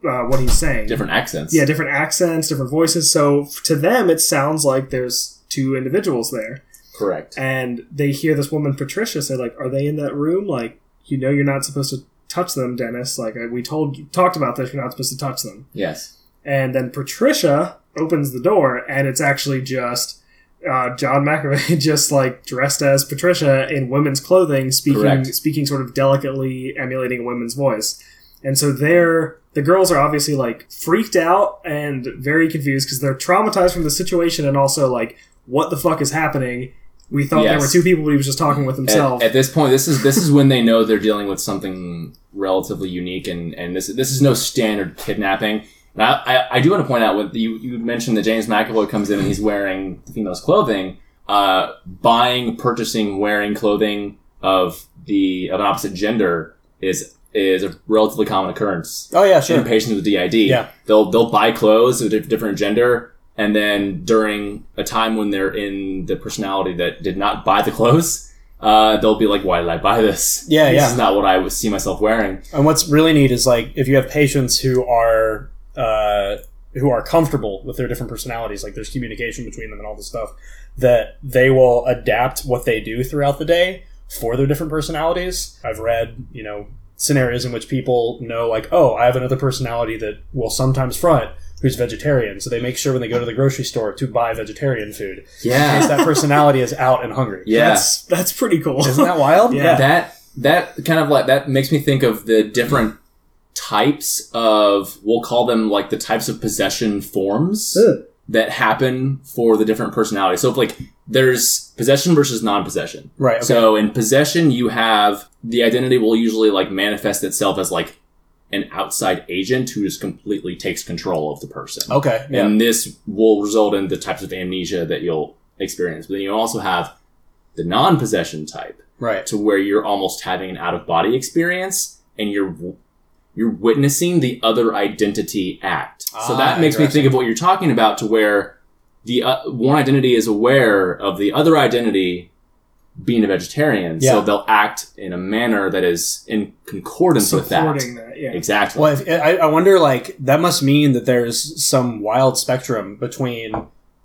[SPEAKER 2] uh, what he's saying.
[SPEAKER 3] Different accents.
[SPEAKER 2] yeah, different accents, different voices. So to them, it sounds like there's two individuals there
[SPEAKER 3] Correct.
[SPEAKER 2] and they hear this woman Patricia say like are they in that room like you know you're not supposed to touch them Dennis like I- we told talked about this you're not supposed to touch them
[SPEAKER 3] Yes.
[SPEAKER 2] and then Patricia opens the door and it's actually just uh, John McAvey just like dressed as Patricia in women's clothing speaking
[SPEAKER 3] Correct.
[SPEAKER 2] speaking sort of delicately emulating a woman's voice and so they're the girls are obviously like freaked out and very confused because they're traumatized from the situation and also like what the fuck is happening we thought there
[SPEAKER 3] Yes.
[SPEAKER 2] were two people but he was just talking with
[SPEAKER 3] At,
[SPEAKER 2] himself
[SPEAKER 3] at this point, this is this is when they know they're dealing with something relatively unique, and and this this is no standard kidnapping. And I, I, I do want to point out what you you mentioned that James McAvoy comes in and he's wearing the female's clothing, uh, buying, purchasing, wearing clothing of the of an opposite gender is is a relatively common occurrence.
[SPEAKER 1] Oh yeah, sure.
[SPEAKER 3] in patients with DID.
[SPEAKER 1] Yeah.
[SPEAKER 3] They'll they'll buy clothes of a different gender, and then during a time when they're in the personality that did not buy the clothes, uh, they'll be like, "Why did I buy this?
[SPEAKER 1] Yeah,
[SPEAKER 3] this
[SPEAKER 1] yeah.
[SPEAKER 3] is not what I would see myself wearing."
[SPEAKER 1] And what's really neat is like if you have patients who are uh, who are comfortable with their different personalities, like there's communication between them and all this stuff, that they will adapt what they do throughout the day for their different personalities. I've read, you know, scenarios in which people know like, oh, I have another personality that will sometimes front who's vegetarian, so they make sure when they go to the grocery store to buy vegetarian food. In case
[SPEAKER 3] Yeah,
[SPEAKER 1] that personality is out and hungry.
[SPEAKER 3] yeah.
[SPEAKER 2] that's that's pretty cool
[SPEAKER 1] Isn't that wild?
[SPEAKER 2] Yeah.
[SPEAKER 3] that that kind of like that makes me think of the different types of we'll call them like the types of possession forms.
[SPEAKER 2] Ugh.
[SPEAKER 3] That happen for the different personalities. So, if like there's possession versus non-possession,
[SPEAKER 1] Right. Okay.
[SPEAKER 3] So in possession, you have the identity will usually like manifest itself as like an outside agent who just completely takes control of the person.
[SPEAKER 1] okay. Yeah.
[SPEAKER 3] And this will result in the types of amnesia that you'll experience. But then you also have the non possession type
[SPEAKER 1] Right.
[SPEAKER 3] to where you're almost having an out of body experience and you're you're witnessing the other identity act. so
[SPEAKER 1] Ah,
[SPEAKER 3] that makes me think of what you're talking about to where the uh, one identity is aware of the other identity being a vegetarian, so
[SPEAKER 1] Yeah.
[SPEAKER 3] they'll act in a manner that is in concordance with that.
[SPEAKER 2] supporting that yeah
[SPEAKER 3] Exactly.
[SPEAKER 1] Well, if, I, I wonder, like, that must mean that there's some wild spectrum between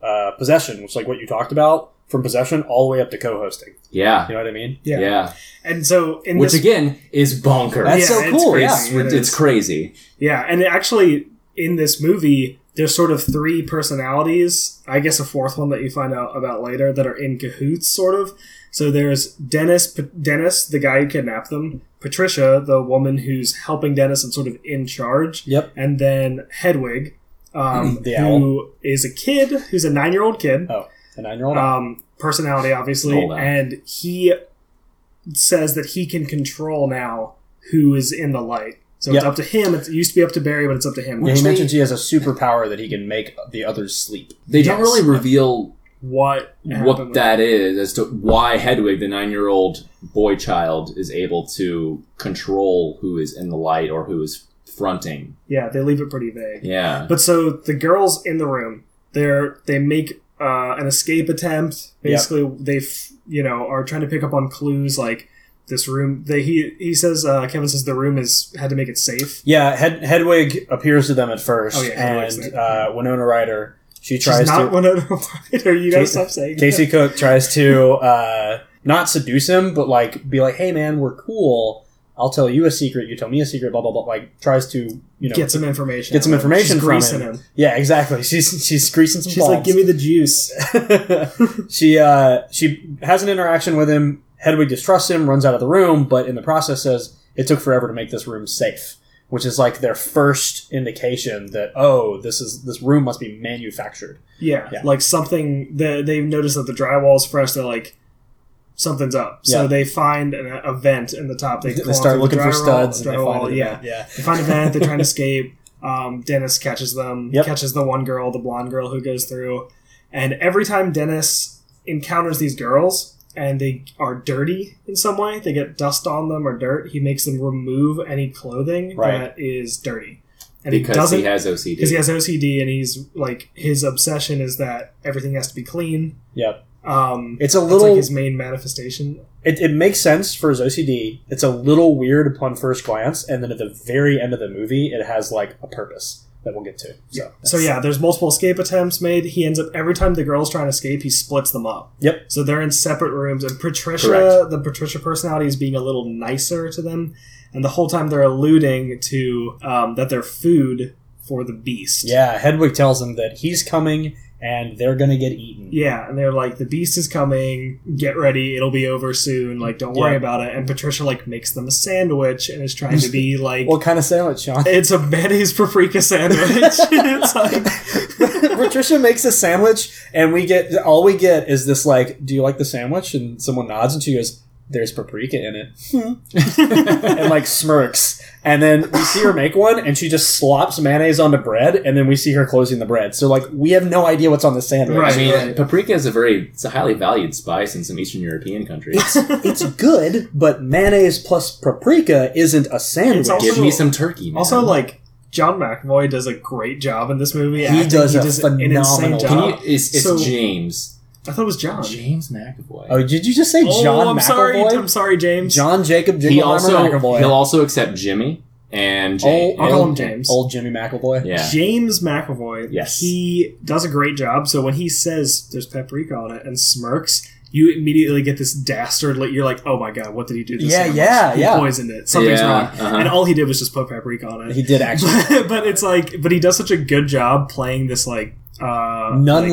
[SPEAKER 1] uh, possession, which, like, what you talked about, from possession all the way up to co-hosting.
[SPEAKER 3] Yeah.
[SPEAKER 1] You know what I mean?
[SPEAKER 2] Yeah.
[SPEAKER 3] Yeah.
[SPEAKER 2] And so in
[SPEAKER 3] Which
[SPEAKER 2] this,
[SPEAKER 3] again is bonkers.
[SPEAKER 1] That's
[SPEAKER 2] Yeah,
[SPEAKER 1] so
[SPEAKER 2] it's
[SPEAKER 1] cool.
[SPEAKER 2] crazy.
[SPEAKER 1] Yeah.
[SPEAKER 3] it's,
[SPEAKER 2] it
[SPEAKER 3] it's
[SPEAKER 2] is.
[SPEAKER 3] crazy.
[SPEAKER 2] yeah, and actually in this movie, there's sort of three personalities. I guess a fourth one that you find out about later that are in cahoots, sort of. So there's Dennis, P- Dennis, the guy who kidnapped them. Patricia, the woman who's helping Dennis and sort of in charge.
[SPEAKER 1] Yep.
[SPEAKER 2] and then Hedwig, um,
[SPEAKER 1] The
[SPEAKER 2] who is a kid, who's a nine year old kid,
[SPEAKER 1] A nine-year-old.
[SPEAKER 2] um, personality obviously,
[SPEAKER 3] Hold on.
[SPEAKER 2] and he says that he can control now who is in the light. So
[SPEAKER 1] Yep.
[SPEAKER 2] it's up to him. It's, it used to be up to Barry, but it's up to him.
[SPEAKER 1] yeah, he
[SPEAKER 3] actually-
[SPEAKER 1] mentions he has a superpower that he can make the others sleep.
[SPEAKER 3] They don't
[SPEAKER 2] Yes.
[SPEAKER 3] really reveal
[SPEAKER 2] What happened
[SPEAKER 3] what
[SPEAKER 2] with-
[SPEAKER 3] that is as to why Hedwig, the nine-year-old boy child, is able to control who is in the light or who is fronting.
[SPEAKER 2] Yeah, they leave it pretty vague.
[SPEAKER 3] Yeah.
[SPEAKER 2] But so the girls in the room, they're they make uh, an escape attempt.
[SPEAKER 1] Yeah.
[SPEAKER 2] Basically, they f- you know are trying to pick up on clues like this room. They he he says uh, Kevin says the room is had to make it safe.
[SPEAKER 1] Yeah, Hed- Hedwig appears to them at first,
[SPEAKER 2] Oh, yeah, Hedwig's
[SPEAKER 1] and
[SPEAKER 2] there.
[SPEAKER 1] uh, Winona Ryder she
[SPEAKER 2] She's
[SPEAKER 1] tries
[SPEAKER 2] not
[SPEAKER 1] to.
[SPEAKER 2] one of the Ryder.
[SPEAKER 1] Casey-
[SPEAKER 2] You guys stop saying that.
[SPEAKER 1] Casey Cook tries to uh, not seduce him, but like be like, "Hey, man, we're cool. I'll tell you a secret. You tell me a secret. Blah blah blah." Like tries to you know.
[SPEAKER 2] Get some information.
[SPEAKER 1] Get some information
[SPEAKER 2] She's
[SPEAKER 1] from
[SPEAKER 2] greasing
[SPEAKER 1] him. yeah, exactly. She's she's greasing some
[SPEAKER 2] She's like, give me the juice.
[SPEAKER 1] she uh, she has an interaction with him. Hedwig distrusts him, runs out of the room, but in the process says it took forever to make this room safe, which is like their first indication that oh, this is this room must be manufactured.
[SPEAKER 2] Yeah,
[SPEAKER 1] Yeah.
[SPEAKER 2] like something that they've noticed that the drywall's fresh. They're like, something's up. So
[SPEAKER 1] Yeah.
[SPEAKER 2] they find an, a vent in the top. They,
[SPEAKER 1] They,
[SPEAKER 2] claw
[SPEAKER 1] start
[SPEAKER 2] through
[SPEAKER 1] looking
[SPEAKER 2] the
[SPEAKER 1] for
[SPEAKER 2] drywall-
[SPEAKER 1] studs. And they
[SPEAKER 2] drywall,
[SPEAKER 1] find it.
[SPEAKER 2] yeah,
[SPEAKER 1] yeah.
[SPEAKER 2] They find a vent. They're trying to escape. Um, Dennis catches them.
[SPEAKER 1] Yep.
[SPEAKER 2] Catches the one girl, the blonde girl who goes through. And every time Dennis encounters these girls and they are dirty in some way, they get dust on them or dirt. He makes them remove any clothing
[SPEAKER 1] Right.
[SPEAKER 2] that is dirty, and he
[SPEAKER 3] Because
[SPEAKER 2] doesn't
[SPEAKER 3] he has OCD.
[SPEAKER 2] because he has OCD and he's like his obsession is that everything has to be clean.
[SPEAKER 1] Yep.
[SPEAKER 2] Um,
[SPEAKER 1] It's a
[SPEAKER 2] that's
[SPEAKER 1] little.
[SPEAKER 2] like his main manifestation.
[SPEAKER 1] it, it makes sense for his OCD. It's a little weird upon first glance, and then at the very end of the movie, it has like a purpose that we'll get to. So,
[SPEAKER 2] So yeah, there's multiple escape attempts made. He ends up every time the girls try and escape, he splits them up.
[SPEAKER 1] Yep.
[SPEAKER 2] So they're in separate rooms, and Patricia,
[SPEAKER 3] Correct.
[SPEAKER 2] the Patricia personality, is being a little nicer to them, and the whole time they're alluding to um, that they're food for the beast.
[SPEAKER 1] yeah. Hedwig tells him that he's coming, and they're gonna get eaten.
[SPEAKER 2] Yeah, and they're like, "The beast is coming. Get ready. It'll be over soon. Like, don't worry
[SPEAKER 1] Yeah.
[SPEAKER 2] about it." And Patricia like makes them a sandwich and is trying to be like,
[SPEAKER 1] What kind of sandwich, Sean?
[SPEAKER 2] "It's a mayonnaise paprika sandwich." it's like,
[SPEAKER 1] Patricia makes a sandwich, and we get all we get is this like, "Do you like the sandwich?" And someone nods, and she goes, "There's paprika in it,"
[SPEAKER 2] Hmm.
[SPEAKER 1] and like smirks. And then we see her make one, and she just slops mayonnaise onto bread, and then we see her closing the bread. So like, we have no idea what's on the sandwich.
[SPEAKER 2] Right.
[SPEAKER 3] I mean, paprika is a very it's a highly valued spice in some Eastern European countries.
[SPEAKER 1] It's good, but mayonnaise plus paprika isn't a sandwich.
[SPEAKER 2] It's also-
[SPEAKER 3] Give me some turkey. Man.
[SPEAKER 2] also like. John McAvoy does a great job in this movie.
[SPEAKER 1] He
[SPEAKER 2] acting.
[SPEAKER 1] does a
[SPEAKER 2] an insane
[SPEAKER 1] phenomenal
[SPEAKER 2] job.
[SPEAKER 3] Can you, it's, it's
[SPEAKER 2] uh, So-
[SPEAKER 3] James
[SPEAKER 2] I thought it was John.
[SPEAKER 3] James McAvoy.
[SPEAKER 1] oh, did you just say
[SPEAKER 2] Oh,
[SPEAKER 1] John
[SPEAKER 2] I'm
[SPEAKER 1] McAvoy?
[SPEAKER 2] sorry. I'm sorry, James.
[SPEAKER 1] John Jacob
[SPEAKER 3] he
[SPEAKER 1] Jingleheimer
[SPEAKER 3] also
[SPEAKER 1] McAvoy.
[SPEAKER 3] he'll also accept Jimmy
[SPEAKER 1] Old-
[SPEAKER 3] and James.
[SPEAKER 2] Oh, I'll call him
[SPEAKER 1] old-
[SPEAKER 2] James.
[SPEAKER 1] Old Jimmy McAvoy.
[SPEAKER 3] yeah,
[SPEAKER 2] James McAvoy.
[SPEAKER 3] Yes.
[SPEAKER 2] He does a great job. So when he says there's paprika on it and smirks, you immediately get this dastardly. You're like, oh my god, what did he do? to This
[SPEAKER 1] Yeah,
[SPEAKER 2] sandwich?
[SPEAKER 1] yeah,
[SPEAKER 2] he
[SPEAKER 1] yeah.
[SPEAKER 2] Poisoned it. Something's
[SPEAKER 3] Yeah,
[SPEAKER 2] wrong.
[SPEAKER 3] uh-huh.
[SPEAKER 2] And all he did was just put paprika on it.
[SPEAKER 1] He did actually.
[SPEAKER 2] but it's like, but he does such a good job playing this like uh,
[SPEAKER 1] None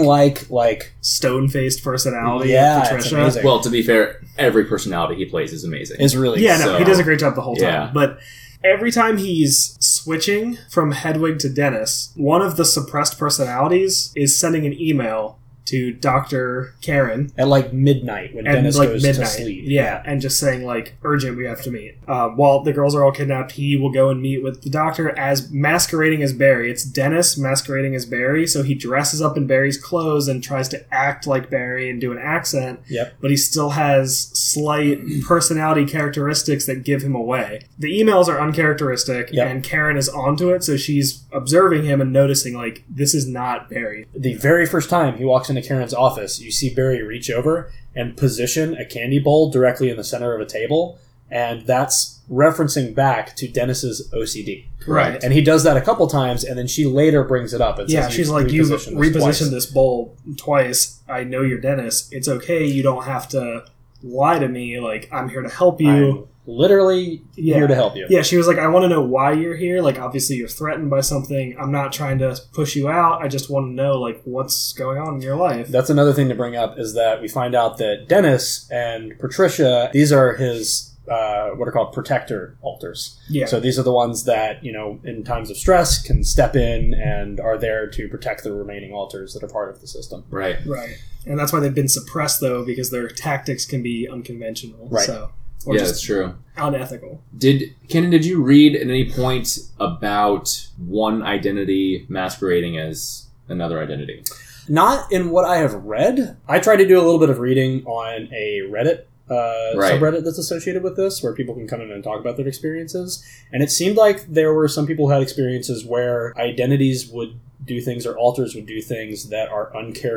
[SPEAKER 1] like
[SPEAKER 2] like,
[SPEAKER 1] like
[SPEAKER 2] stone faced personality.
[SPEAKER 1] Yeah,
[SPEAKER 2] of
[SPEAKER 1] it's
[SPEAKER 2] Patricia.
[SPEAKER 1] amazing.
[SPEAKER 3] Well, to be fair, every personality he plays is amazing.
[SPEAKER 1] is really
[SPEAKER 2] Yeah, no, he
[SPEAKER 3] So-
[SPEAKER 2] does a great job the whole time.
[SPEAKER 3] Yeah.
[SPEAKER 2] But every time he's switching from Hedwig to Dennis, one of the suppressed personalities is sending an email to Dr. Karen
[SPEAKER 1] at like midnight when
[SPEAKER 2] and
[SPEAKER 1] Dennis
[SPEAKER 2] like
[SPEAKER 1] goes
[SPEAKER 2] midnight.
[SPEAKER 1] to sleep.
[SPEAKER 2] Yeah, and just saying like urgent, we have to meet. Uh, while the girls are all kidnapped, he will go and meet with the doctor as masquerading as Barry. It's Dennis masquerading as Barry, so he dresses up in Barry's clothes and tries to act like Barry and do an accent.
[SPEAKER 1] Yep.
[SPEAKER 2] But he still has slight personality characteristics that give him away. The emails are uncharacteristic,
[SPEAKER 1] Yep.
[SPEAKER 2] and Karen is onto it, so she's observing him and noticing like this is not Barry.
[SPEAKER 1] The very first time he walks into Karen's office, you see Barry reach over and position a candy bowl directly in the center of a table and that's referencing back to Dennis's OCD.
[SPEAKER 3] Right.
[SPEAKER 1] And he does that a couple times, and then she later brings it up. And
[SPEAKER 2] yeah,
[SPEAKER 1] says,
[SPEAKER 2] she's
[SPEAKER 1] "You've
[SPEAKER 2] like, you
[SPEAKER 1] repositioned this
[SPEAKER 2] repositioned
[SPEAKER 1] twice."
[SPEAKER 2] this bowl twice. I know you're Dennis. It's okay. You don't have to lie to me. Like, I'm here to help you.
[SPEAKER 1] I'm literally
[SPEAKER 2] yeah.
[SPEAKER 1] here to help you.
[SPEAKER 2] Yeah, she was like, I want to know why you're here. Like, obviously, you're threatened by something. I'm not trying to push you out. I just want to know, like, what's going on in your life.
[SPEAKER 1] That's another thing to bring up is that we find out that Dennis and Patricia, these are his uh, what are called protector altars.
[SPEAKER 2] Yeah.
[SPEAKER 1] So these are the ones that, you know, in times of stress can step in and are there to protect the remaining altars that are part of the system.
[SPEAKER 3] Right.
[SPEAKER 2] right. And that's why they've been suppressed, though, because their tactics can be unconventional.
[SPEAKER 1] Right.
[SPEAKER 2] So, or
[SPEAKER 3] Yeah, that's
[SPEAKER 2] just
[SPEAKER 3] true.
[SPEAKER 2] unethical.
[SPEAKER 3] Did Kenan? Did you read at any point about one identity masquerading as another identity?
[SPEAKER 1] Not in what I have read. I tried to do a little bit of reading on a Reddit uh,
[SPEAKER 3] Right.
[SPEAKER 1] subreddit that's associated with this, where people can come in and talk about their experiences. And it seemed like there were some people who had experiences where identities would do things or altars would do things that are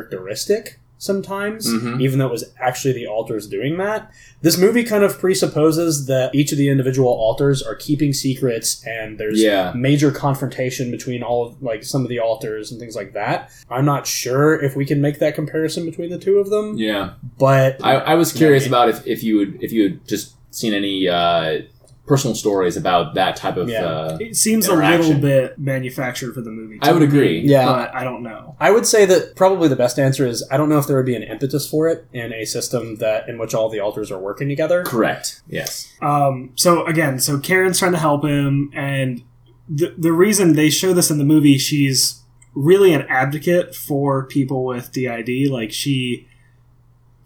[SPEAKER 1] uncharacteristic sometimes,
[SPEAKER 3] Mhm.
[SPEAKER 1] even though it was actually the altars doing that. This movie kind of presupposes that each of the individual altars are keeping secrets and there's
[SPEAKER 3] Yeah.
[SPEAKER 1] major confrontation between all of like some of the altars and things like that. I'm not sure if we can make that comparison between the two of them,
[SPEAKER 3] Yeah.
[SPEAKER 1] but
[SPEAKER 3] I, I was curious
[SPEAKER 1] Yeah.
[SPEAKER 3] about if, if you would if you had just seen any uh, personal stories about that type of.
[SPEAKER 1] Yeah.
[SPEAKER 3] Uh,
[SPEAKER 2] It seems a little
[SPEAKER 3] Interaction.
[SPEAKER 2] bit manufactured for the movie.
[SPEAKER 3] I would
[SPEAKER 2] too.
[SPEAKER 3] agree.
[SPEAKER 1] yeah,
[SPEAKER 2] But I don't know.
[SPEAKER 1] I would say that probably the best answer is I don't know if there would be an impetus for it in a system that in which all the altars are working together.
[SPEAKER 3] Correct. Yes.
[SPEAKER 2] Um, so again, so Karen's trying to help him, and the the reason they show this in the movie, she's really an advocate for people with DID. Like she,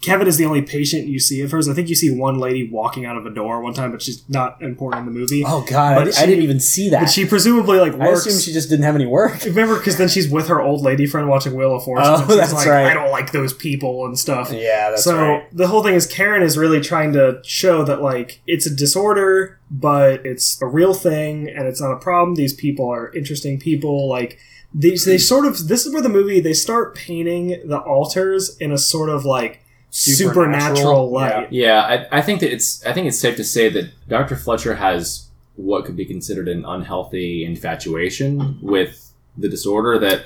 [SPEAKER 2] Kevin is the only patient you see of hers. I think you see one lady walking out of a door one time, but she's not important in the movie.
[SPEAKER 1] Oh god, I,
[SPEAKER 2] But
[SPEAKER 1] I
[SPEAKER 2] she-
[SPEAKER 1] didn't even see that.
[SPEAKER 2] But she presumably like
[SPEAKER 1] I
[SPEAKER 2] works.
[SPEAKER 1] assume she just didn't have any work.
[SPEAKER 2] Remember, because then she's with her old lady friend watching Wheel of Fortune.
[SPEAKER 1] Oh,
[SPEAKER 2] and she's
[SPEAKER 1] that's
[SPEAKER 2] like,
[SPEAKER 1] right.
[SPEAKER 2] I don't like those people and stuff
[SPEAKER 1] Yeah, that's
[SPEAKER 2] so
[SPEAKER 1] right.
[SPEAKER 2] the whole thing is Karen is really trying to show that like it's a disorder, but it's a real thing and it's not a problem. These people are interesting people. Like these,
[SPEAKER 1] Hmm.
[SPEAKER 2] they sort of this is where the movie they start painting the altars in a sort of like supernatural,
[SPEAKER 1] Supernatural,
[SPEAKER 2] light.
[SPEAKER 3] Yeah. I, I think that it's I think it's safe to say that Dr. Fletcher has what could be considered an unhealthy infatuation with the disorder that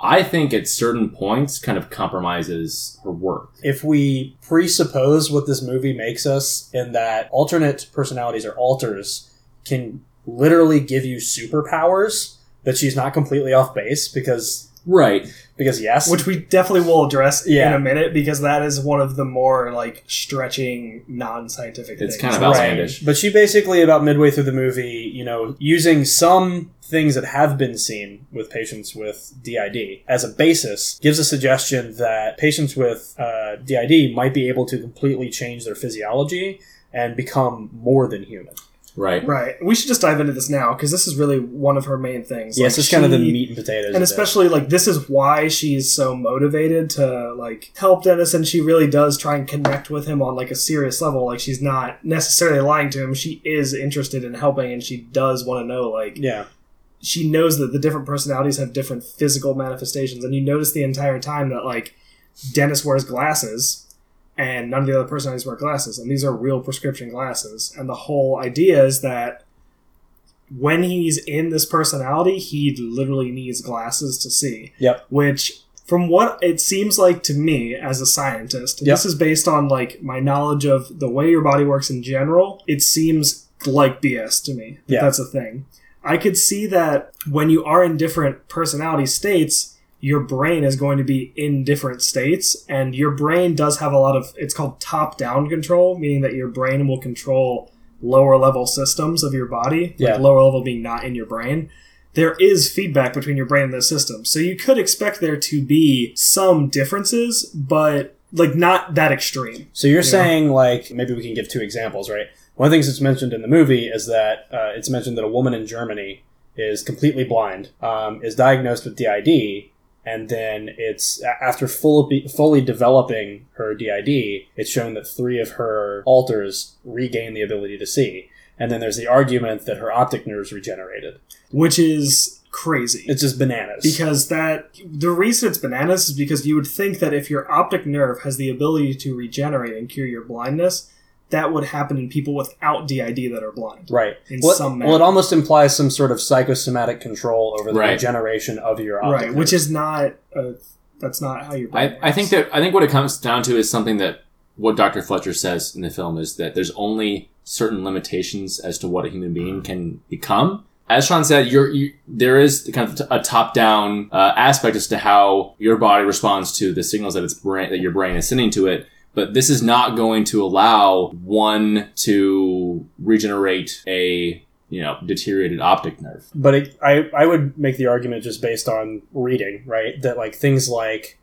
[SPEAKER 3] I think at certain points kind of compromises her work.
[SPEAKER 1] If we presuppose what this movie makes us in that alternate personalities or alters can literally give you superpowers that she's not completely off base because
[SPEAKER 3] Right.
[SPEAKER 1] because yes.
[SPEAKER 2] Which we definitely will address
[SPEAKER 1] Yeah.
[SPEAKER 2] in a minute because that is one of the more like stretching non scientific things.
[SPEAKER 3] It's kind of
[SPEAKER 1] Right.
[SPEAKER 3] outlandish.
[SPEAKER 1] But she basically, about midway through the movie, you know, using some things that have been seen with patients with DID as a basis, gives a suggestion that patients with uh, DID might be able to completely change their physiology and become more than human.
[SPEAKER 3] Right.
[SPEAKER 2] Right. We should just dive into this now because this is really one of her main things.
[SPEAKER 1] yes,
[SPEAKER 2] Like,
[SPEAKER 1] it's kind of the
[SPEAKER 2] she-
[SPEAKER 1] meat and potatoes. of
[SPEAKER 2] and
[SPEAKER 1] it.
[SPEAKER 2] especially like this is why she's so motivated to like help Dennis and she really does try and connect with him on like a serious level like she's not necessarily lying to him she is interested in helping and she does want to know like
[SPEAKER 1] yeah,
[SPEAKER 2] she knows that the different personalities have different physical manifestations and you notice the entire time that like Dennis wears glasses and none of the other personalities wear glasses and these are real prescription glasses and the whole idea is that when he's in this personality he literally needs glasses to see
[SPEAKER 1] Yep.
[SPEAKER 2] which from what it seems like to me as a scientist
[SPEAKER 1] Yep.
[SPEAKER 2] this is based on like my knowledge of the way your body works in general it seems like bs to me that
[SPEAKER 1] Yeah.
[SPEAKER 2] that's a thing I could see that when you are in different personality states, your brain is going to be in different states, and your brain does have a lot of it's called top down control, meaning that your brain will control lower level systems of your body,
[SPEAKER 1] Yeah.
[SPEAKER 2] like lower level being not in your brain. There is feedback between your brain and those systems. So you could expect there to be some differences, but like not that extreme.
[SPEAKER 1] So you're saying like maybe we can give two examples, right? One of the things that's mentioned in the movie is that uh, it's mentioned that a woman in Germany is completely blind, um, is diagnosed with DID, and then it's a- after fully fully developing her DID, it's shown that three of her alters regain the ability to see. And then there's the argument that her optic nerves regenerated.
[SPEAKER 2] Which is crazy.
[SPEAKER 1] It's just bananas.
[SPEAKER 2] Because that the reason it's bananas is because you would think that if your optic nerve has the ability to regenerate and cure your blindness, that would happen in people without DID that are blind.
[SPEAKER 1] Right.
[SPEAKER 2] In
[SPEAKER 1] Well,
[SPEAKER 2] some
[SPEAKER 1] well, it
[SPEAKER 2] manner.
[SPEAKER 1] almost implies some sort of psychosomatic control over the
[SPEAKER 3] Right.
[SPEAKER 1] regeneration of your optic
[SPEAKER 2] Right, which is not a, that's not how your brain
[SPEAKER 3] I, I think
[SPEAKER 2] works.
[SPEAKER 3] that I think what it comes down to is something that what Dr. Fletcher says in the film is that there's only certain limitations as to what a human being can become. As Sean said, you're, you, there is kind of a top-down uh, aspect as to how your body responds to the signals that its brain that your brain is sending to it. But this is not going to allow one to regenerate a you know deteriorated optic nerve.
[SPEAKER 1] but it, I, I would make the argument just based on reading, right? That like things like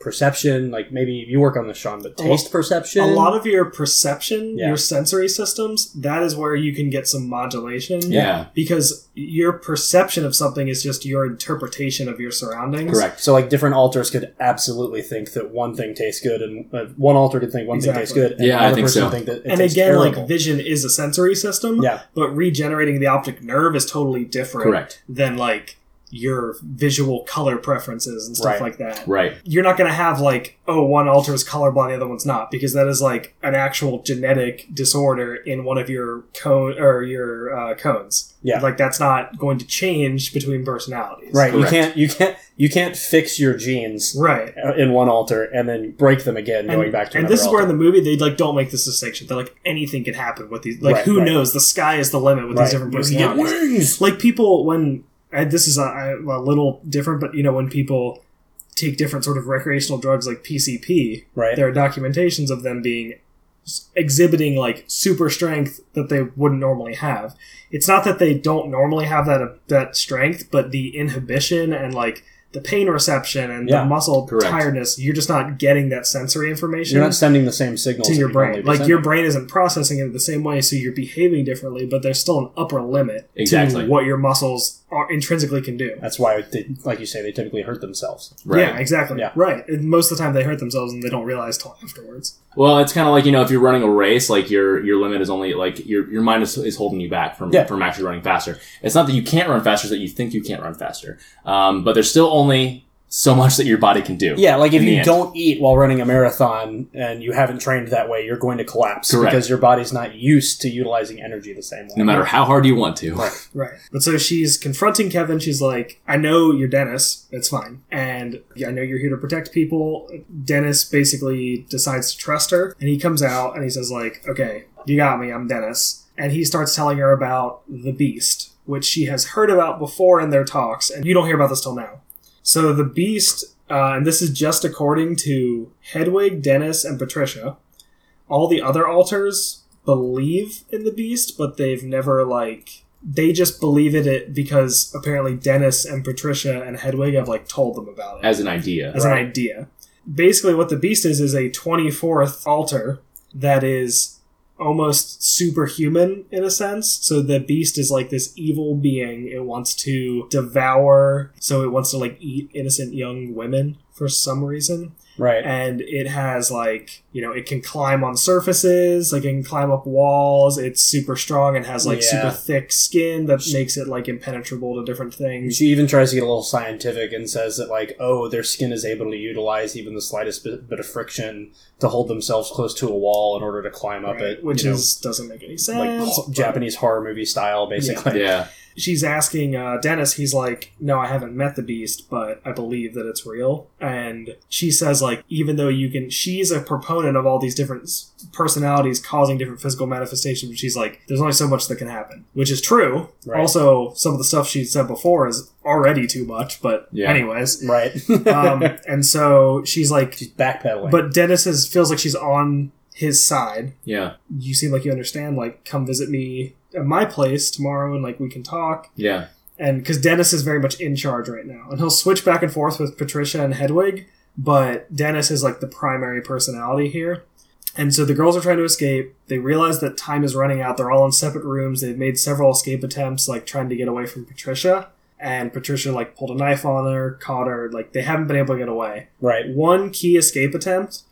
[SPEAKER 1] perception, like maybe you work on this, Sean, but
[SPEAKER 2] A lo-
[SPEAKER 1] taste perception.
[SPEAKER 2] a lot of your perception,
[SPEAKER 1] Yeah.
[SPEAKER 2] your sensory systems, that is where you can get some modulation.
[SPEAKER 3] Yeah,
[SPEAKER 2] Because your perception of something is just your interpretation of your surroundings.
[SPEAKER 3] correct.
[SPEAKER 1] so like different alters could absolutely think that one thing tastes good, and uh, one alter could think one thing tastes
[SPEAKER 2] Exactly.
[SPEAKER 1] good, and
[SPEAKER 3] Yeah, I
[SPEAKER 1] another
[SPEAKER 3] think
[SPEAKER 1] person
[SPEAKER 3] so.
[SPEAKER 1] think that it
[SPEAKER 2] and
[SPEAKER 1] tastes
[SPEAKER 2] again,
[SPEAKER 1] terrible.
[SPEAKER 2] like vision is a sensory system,
[SPEAKER 1] yeah,
[SPEAKER 2] but regenerating the optic nerve is totally different
[SPEAKER 3] Correct.
[SPEAKER 2] than like your visual color preferences and stuff
[SPEAKER 1] Right.
[SPEAKER 2] like that.
[SPEAKER 3] Right.
[SPEAKER 2] You're not going to have like, oh, one alter is colorblind, the other one's not, because that is like an actual genetic disorder in one of your cone or your uh, cones.
[SPEAKER 1] Yeah.
[SPEAKER 2] like that's not going to change between personalities.
[SPEAKER 1] right.
[SPEAKER 3] Correct.
[SPEAKER 1] You can't you can't you can't fix your genes
[SPEAKER 2] right.
[SPEAKER 1] uh, in one alter and then break them again
[SPEAKER 2] And,
[SPEAKER 1] going back to
[SPEAKER 2] and
[SPEAKER 1] another
[SPEAKER 2] this is where in
[SPEAKER 1] alter.
[SPEAKER 2] the movie they like don't make this distinction. They're like anything can happen with these. Like
[SPEAKER 1] Right,
[SPEAKER 2] who
[SPEAKER 1] right.
[SPEAKER 2] knows? The sky is the limit with
[SPEAKER 1] Right.
[SPEAKER 2] these different
[SPEAKER 1] You can get
[SPEAKER 2] personalities.
[SPEAKER 1] wings!
[SPEAKER 2] like people when and this is a, a little different but you know when people take different sort of recreational drugs like pcp
[SPEAKER 1] right.
[SPEAKER 2] there are documentations of them being exhibiting like super strength that they wouldn't normally have it's not that they don't normally have that that strength but the inhibition and like the pain reception and
[SPEAKER 1] Yeah,
[SPEAKER 2] the muscle
[SPEAKER 3] correct.
[SPEAKER 2] tiredness you're just not getting that sensory information
[SPEAKER 1] You're not sending the same signals
[SPEAKER 2] to
[SPEAKER 1] that
[SPEAKER 2] your
[SPEAKER 1] you normally
[SPEAKER 2] brain
[SPEAKER 1] be
[SPEAKER 2] like
[SPEAKER 1] sending.
[SPEAKER 2] your brain isn't processing it the same way so you're behaving differently but there's still an upper limit
[SPEAKER 3] Exactly.
[SPEAKER 2] to what your muscles are intrinsically can do
[SPEAKER 1] That's why, they, like you say, they typically hurt themselves.
[SPEAKER 3] Right.
[SPEAKER 2] yeah exactly
[SPEAKER 1] Yeah.
[SPEAKER 2] right and most of the time they hurt themselves and they don't realize till afterwards
[SPEAKER 3] Well, it's kind of like you know if you're running a race, like your your limit is only like your your mind is, is holding you back from
[SPEAKER 1] Yeah.
[SPEAKER 3] from actually running faster. It's not that you can't run faster; it's that you think you can't run faster. Um, but there's still only so much that your body can do.
[SPEAKER 1] Yeah, like if
[SPEAKER 3] In the
[SPEAKER 1] you
[SPEAKER 3] end.
[SPEAKER 1] don't eat while running a marathon and you haven't trained that way, you're going to collapse
[SPEAKER 3] Correct.
[SPEAKER 1] because your body's not used to utilizing energy the same way.
[SPEAKER 3] No matter how hard you want to.
[SPEAKER 2] right but so she's confronting kevin she's like i know you're dennis it's fine and yeah, i know you're here to protect people dennis basically decides to trust her and he comes out and he says like okay you got me i'm dennis and he starts telling her about the beast which she has heard about before in their talks and you don't hear about this till now So the Beast, uh, and this is just according to Hedwig, Dennis, and Patricia. All the other alters believe in the Beast, but they've never like they just believe in it because apparently Dennis and Patricia and Hedwig have like told them about it
[SPEAKER 3] As an idea,
[SPEAKER 2] as
[SPEAKER 1] Right.
[SPEAKER 2] an idea. Basically, what the beast is is a 24th altar that is almost superhuman in a sense. So the beast is like this evil being. It wants to devour, so it wants to like eat innocent young women for some reason.
[SPEAKER 1] Right.
[SPEAKER 2] And it has like, you know, it can climb on surfaces, like it can climb up walls. It's super strong and has like
[SPEAKER 1] Yeah.
[SPEAKER 2] super thick skin that makes it like impenetrable to different things.
[SPEAKER 1] She even tries to get a little scientific and says that, like, oh, their skin is able to utilize even the slightest bit, bit of friction to hold themselves close to a wall in order to climb up
[SPEAKER 2] right?
[SPEAKER 1] it.
[SPEAKER 2] Which
[SPEAKER 1] you know,
[SPEAKER 2] is doesn't make any
[SPEAKER 1] like
[SPEAKER 2] sense.
[SPEAKER 1] ho-
[SPEAKER 2] but-
[SPEAKER 1] Japanese horror movie style, basically.
[SPEAKER 3] yeah,
[SPEAKER 2] she's asking uh, Dennis, he's like, No, I haven't met the beast, but I believe that it's real. And she says, like, even though you can, she's a proponent of all these different s- personalities causing different physical manifestations, but she's like, There's only so much that can happen, which is true.
[SPEAKER 1] Right.
[SPEAKER 2] Also, some of the stuff she said before is already too much, but
[SPEAKER 3] Yeah.
[SPEAKER 2] anyways.
[SPEAKER 1] Right.
[SPEAKER 2] Um, and so she's like,
[SPEAKER 1] She's backpedaling.
[SPEAKER 2] But Dennis is, feels like she's on his side
[SPEAKER 3] yeah,
[SPEAKER 2] you seem like you understand like come visit me at my place tomorrow and like we can talk
[SPEAKER 3] yeah.
[SPEAKER 2] and because dennis is very much in charge right now and he'll switch back and forth with patricia and hedwig but dennis is like the primary personality here and so the girls are trying to escape they realize that time is running out they're all in separate rooms they've made several escape attempts like trying to get away from patricia and patricia like pulled a knife on her caught her like they haven't been able to get away
[SPEAKER 1] right.
[SPEAKER 2] one key escape attempt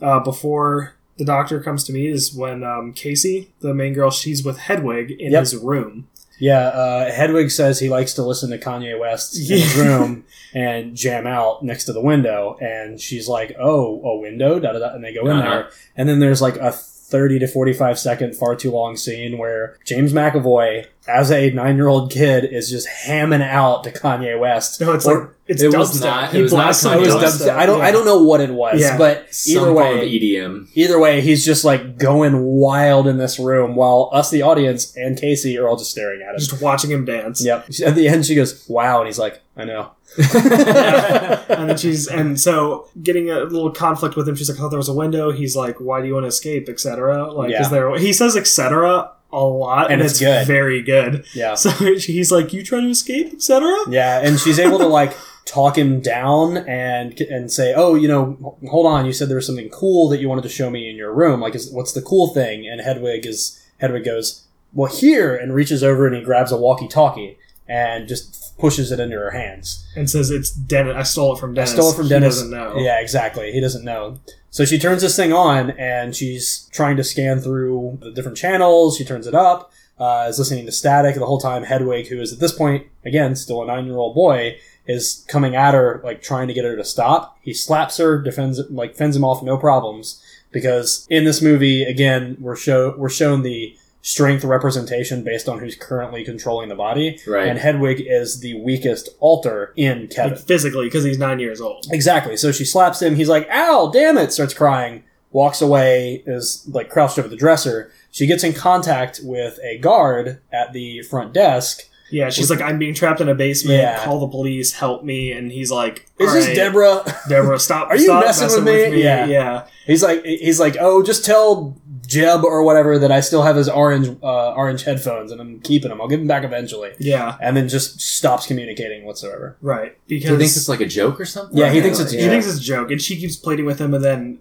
[SPEAKER 2] uh, before the doctor comes to me is when um, Casey, the main girl, she's with Hedwig in
[SPEAKER 1] Yep.
[SPEAKER 2] his room.
[SPEAKER 1] Yeah, uh, Hedwig says he likes to listen to Kanye West in his
[SPEAKER 2] Yeah.
[SPEAKER 1] room and jam out next to the window. And she's like, "Oh, a window," da da da, and they go in
[SPEAKER 3] Uh-huh.
[SPEAKER 1] there, and then there's like a 30 to 45 second far too long scene where James McAvoy, as a nine year old kid, is just hamming out to Kanye West.
[SPEAKER 2] No, it's
[SPEAKER 1] Or-
[SPEAKER 2] like it's
[SPEAKER 3] it was
[SPEAKER 2] dubstep.
[SPEAKER 3] not-
[SPEAKER 2] He
[SPEAKER 3] it was not
[SPEAKER 2] blasts
[SPEAKER 1] I
[SPEAKER 2] out
[SPEAKER 3] Kanye
[SPEAKER 1] was
[SPEAKER 3] West.
[SPEAKER 2] dubstep.
[SPEAKER 1] dubstep. I don't.
[SPEAKER 2] Yeah.
[SPEAKER 1] I don't know what it was,
[SPEAKER 2] Yeah.
[SPEAKER 1] but either
[SPEAKER 3] Some form of E
[SPEAKER 1] way,
[SPEAKER 3] EDM.
[SPEAKER 1] either way, he's just like going wild in this room while us, the audience, and Casey are all just staring at him.
[SPEAKER 2] Just watching him dance.
[SPEAKER 1] Yep. At the end, she goes, "Wow," and he's like, "I know."
[SPEAKER 2] and then she's and so getting a little conflict with him. She's like, "I thought there was a window." He's like, "Why do you want to escape?" Etc. Like,
[SPEAKER 1] Yeah.
[SPEAKER 2] is there? He says etc. a lot,
[SPEAKER 1] And
[SPEAKER 2] and,
[SPEAKER 1] it's
[SPEAKER 2] it's,
[SPEAKER 1] good.
[SPEAKER 2] very good.
[SPEAKER 1] yeah,
[SPEAKER 2] So he's like, "You trying to escape?" Etc.
[SPEAKER 1] yeah, and she's able to like talk him down and and say, "Oh, you know, hold on. You said there was something cool that you wanted to show me in your room. Like, is, what's the cool thing?" And Hedwig is Hedwig goes, "Well, here," and reaches over and he grabs a walkie-talkie and just pushes it into her hands.
[SPEAKER 2] And says, "It's Dennis. I stole it from
[SPEAKER 1] I
[SPEAKER 2] Dennis.
[SPEAKER 1] stole it from
[SPEAKER 2] He
[SPEAKER 1] Dennis.
[SPEAKER 2] doesn't know.
[SPEAKER 1] Yeah, exactly. He doesn't know. So she turns this thing on, and she's trying to scan through the different channels. She turns it up. Uh, is listening to static the whole time. Hedwig, who is at this point again still a nine-year-old boy, is coming at her like trying to get her to stop. He slaps her, defends like fends him off, no problems. Because in this movie, again, we're show we're shown the strength representation based on who's currently controlling the body,
[SPEAKER 3] Right.
[SPEAKER 1] and Hedwig is the weakest alter in Kevin.
[SPEAKER 2] Like, physically, because he's nine years old.
[SPEAKER 1] Exactly. So she slaps him. He's like, ow, damn it, starts crying, walks away, is like crouched over the dresser. She gets in contact with a guard at the front desk.
[SPEAKER 2] Yeah, she's like, "I'm being trapped in a basement.
[SPEAKER 1] Yeah.
[SPEAKER 2] Call the police. Help me." And he's like,
[SPEAKER 1] Is
[SPEAKER 2] "All
[SPEAKER 1] this
[SPEAKER 2] right,
[SPEAKER 1] Deborah?
[SPEAKER 2] Deborah, stop.
[SPEAKER 1] Are you
[SPEAKER 2] stop
[SPEAKER 1] messing with me? Yeah.
[SPEAKER 2] Yeah, yeah.
[SPEAKER 1] He's like, he's like, oh, just tell Jeb or whatever that I still have his orange, uh, orange headphones and I'm keeping them. I'll give them back eventually.
[SPEAKER 2] yeah.
[SPEAKER 1] And then just stops communicating whatsoever.
[SPEAKER 2] Right. Because
[SPEAKER 3] he thinks it's like a joke or something.
[SPEAKER 1] Yeah, he thinks it's a
[SPEAKER 2] She
[SPEAKER 1] Yeah.
[SPEAKER 2] thinks it's a joke, and she keeps pleading with him, and then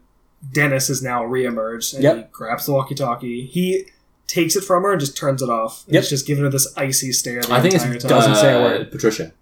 [SPEAKER 2] Dennis is now reemerged, and
[SPEAKER 1] Yep.
[SPEAKER 2] he grabs the walkie-talkie. He takes it from her and just turns it off. And
[SPEAKER 1] Yep.
[SPEAKER 2] It's just giving her this icy stare. The
[SPEAKER 3] I think
[SPEAKER 2] entire
[SPEAKER 3] it's uh,
[SPEAKER 2] time.
[SPEAKER 1] doesn't say a word.
[SPEAKER 3] Patricia,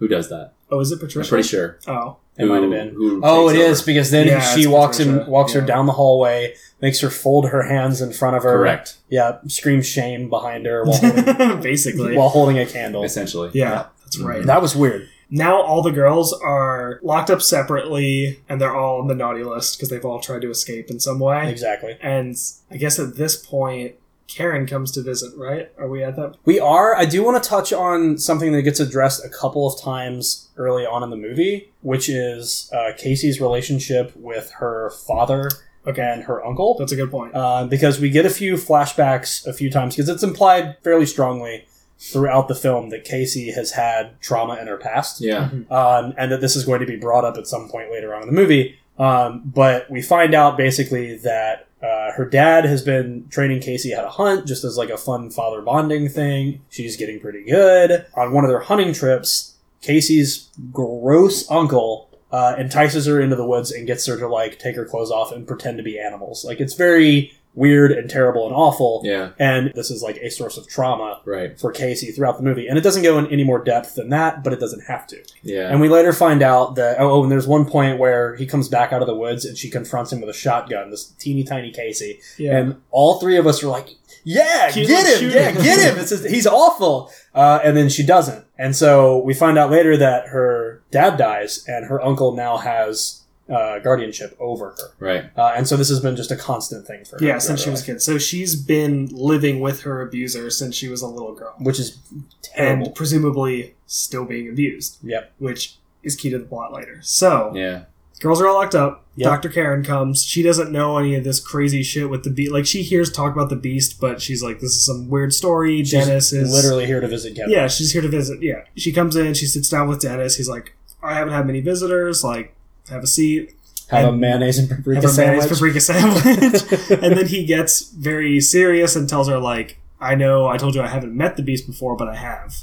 [SPEAKER 3] who does that?
[SPEAKER 2] Oh, is it
[SPEAKER 3] I'm
[SPEAKER 2] Patricia?
[SPEAKER 3] pretty sure.
[SPEAKER 2] oh,
[SPEAKER 1] It
[SPEAKER 3] Who-
[SPEAKER 1] might have been.
[SPEAKER 3] who
[SPEAKER 1] Oh, it
[SPEAKER 3] takes
[SPEAKER 1] is
[SPEAKER 3] over.
[SPEAKER 1] because then
[SPEAKER 2] Yeah,
[SPEAKER 1] she
[SPEAKER 2] it's
[SPEAKER 1] walks him,
[SPEAKER 2] Patricia.
[SPEAKER 1] walks her
[SPEAKER 2] Yeah.
[SPEAKER 1] down the hallway, makes her fold her hands in front of her.
[SPEAKER 3] Correct.
[SPEAKER 1] Yeah, scream shame behind her while holding,
[SPEAKER 2] basically.
[SPEAKER 1] while holding a candle.
[SPEAKER 3] Essentially.
[SPEAKER 2] yeah, that's right.
[SPEAKER 1] That was weird.
[SPEAKER 2] Now all the girls are locked up separately, and they're all on the naughty list because they've all tried to escape in some way.
[SPEAKER 1] Exactly.
[SPEAKER 2] And I guess at this point, Karen comes to visit. Right? Are we at that?
[SPEAKER 1] We are. I do want to touch on something that gets addressed a couple of times early on in the movie, which is uh, Casey's relationship with her father
[SPEAKER 2] Okay,
[SPEAKER 1] and her uncle.
[SPEAKER 2] that's a good point.
[SPEAKER 1] uh, because we get a few flashbacks a few times because it's implied fairly strongly throughout the film that Casey has had trauma in her past
[SPEAKER 3] Yeah.
[SPEAKER 1] um, and that this is going to be brought up at some point later on in the movie. Um, but we find out basically that uh, her dad has been training Casey how to hunt just as like a fun father bonding thing. She's getting pretty good. On one of their hunting trips, Casey's gross uncle uh, entices her into the woods and gets her to like take her clothes off and pretend to be animals. Like it's very weird and terrible and awful.
[SPEAKER 3] Yeah.
[SPEAKER 1] And this is like a source of trauma
[SPEAKER 3] Right.
[SPEAKER 1] for Casey throughout the movie. And it doesn't go in any more depth than that, but it doesn't have to.
[SPEAKER 3] Yeah.
[SPEAKER 1] And we later find out that oh, oh, and there's one point where he comes back out of the woods and she confronts him with a shotgun, this teeny tiny Casey,
[SPEAKER 2] Yeah.
[SPEAKER 1] and all three of us are like, "Yeah,
[SPEAKER 2] Shoot
[SPEAKER 1] get
[SPEAKER 2] him,
[SPEAKER 1] him!
[SPEAKER 2] shoot
[SPEAKER 1] Yeah,
[SPEAKER 2] him."
[SPEAKER 1] get him! It's just, he's awful." Uh, and then she doesn't, and so we find out later that her dad dies, and her uncle now has uh, guardianship over her,
[SPEAKER 3] right.
[SPEAKER 1] uh, and so this has been just a constant thing for her.
[SPEAKER 2] Yeah,
[SPEAKER 1] throughout
[SPEAKER 2] since she
[SPEAKER 1] her
[SPEAKER 2] was a
[SPEAKER 1] life,
[SPEAKER 2] kid. So she's been living with her abuser since she was a little girl.
[SPEAKER 1] which is
[SPEAKER 2] And
[SPEAKER 1] terrible.
[SPEAKER 2] presumably still being abused.
[SPEAKER 1] Yep.
[SPEAKER 2] Which is key to the plot later. So,
[SPEAKER 3] Yeah.
[SPEAKER 2] girls are all locked up.
[SPEAKER 1] Yep.
[SPEAKER 2] Dr. Karen comes. She doesn't know any of this crazy shit with the beast. Like, she hears talk about the beast, but she's like, this is some weird story.
[SPEAKER 1] She's
[SPEAKER 2] Dennis is.
[SPEAKER 1] literally here to visit Kevin.
[SPEAKER 2] Yeah, she's here to visit. Yeah. She comes in. She sits down with Dennis. He's like, I haven't had many visitors. Like, have a seat.
[SPEAKER 1] have a
[SPEAKER 2] and-
[SPEAKER 1] mayonnaise and paprika
[SPEAKER 2] Have a
[SPEAKER 1] sandwich.
[SPEAKER 2] mayonnaise paprika sandwich. and then he gets very serious and tells her like i know i told you i haven't met the beast before but i have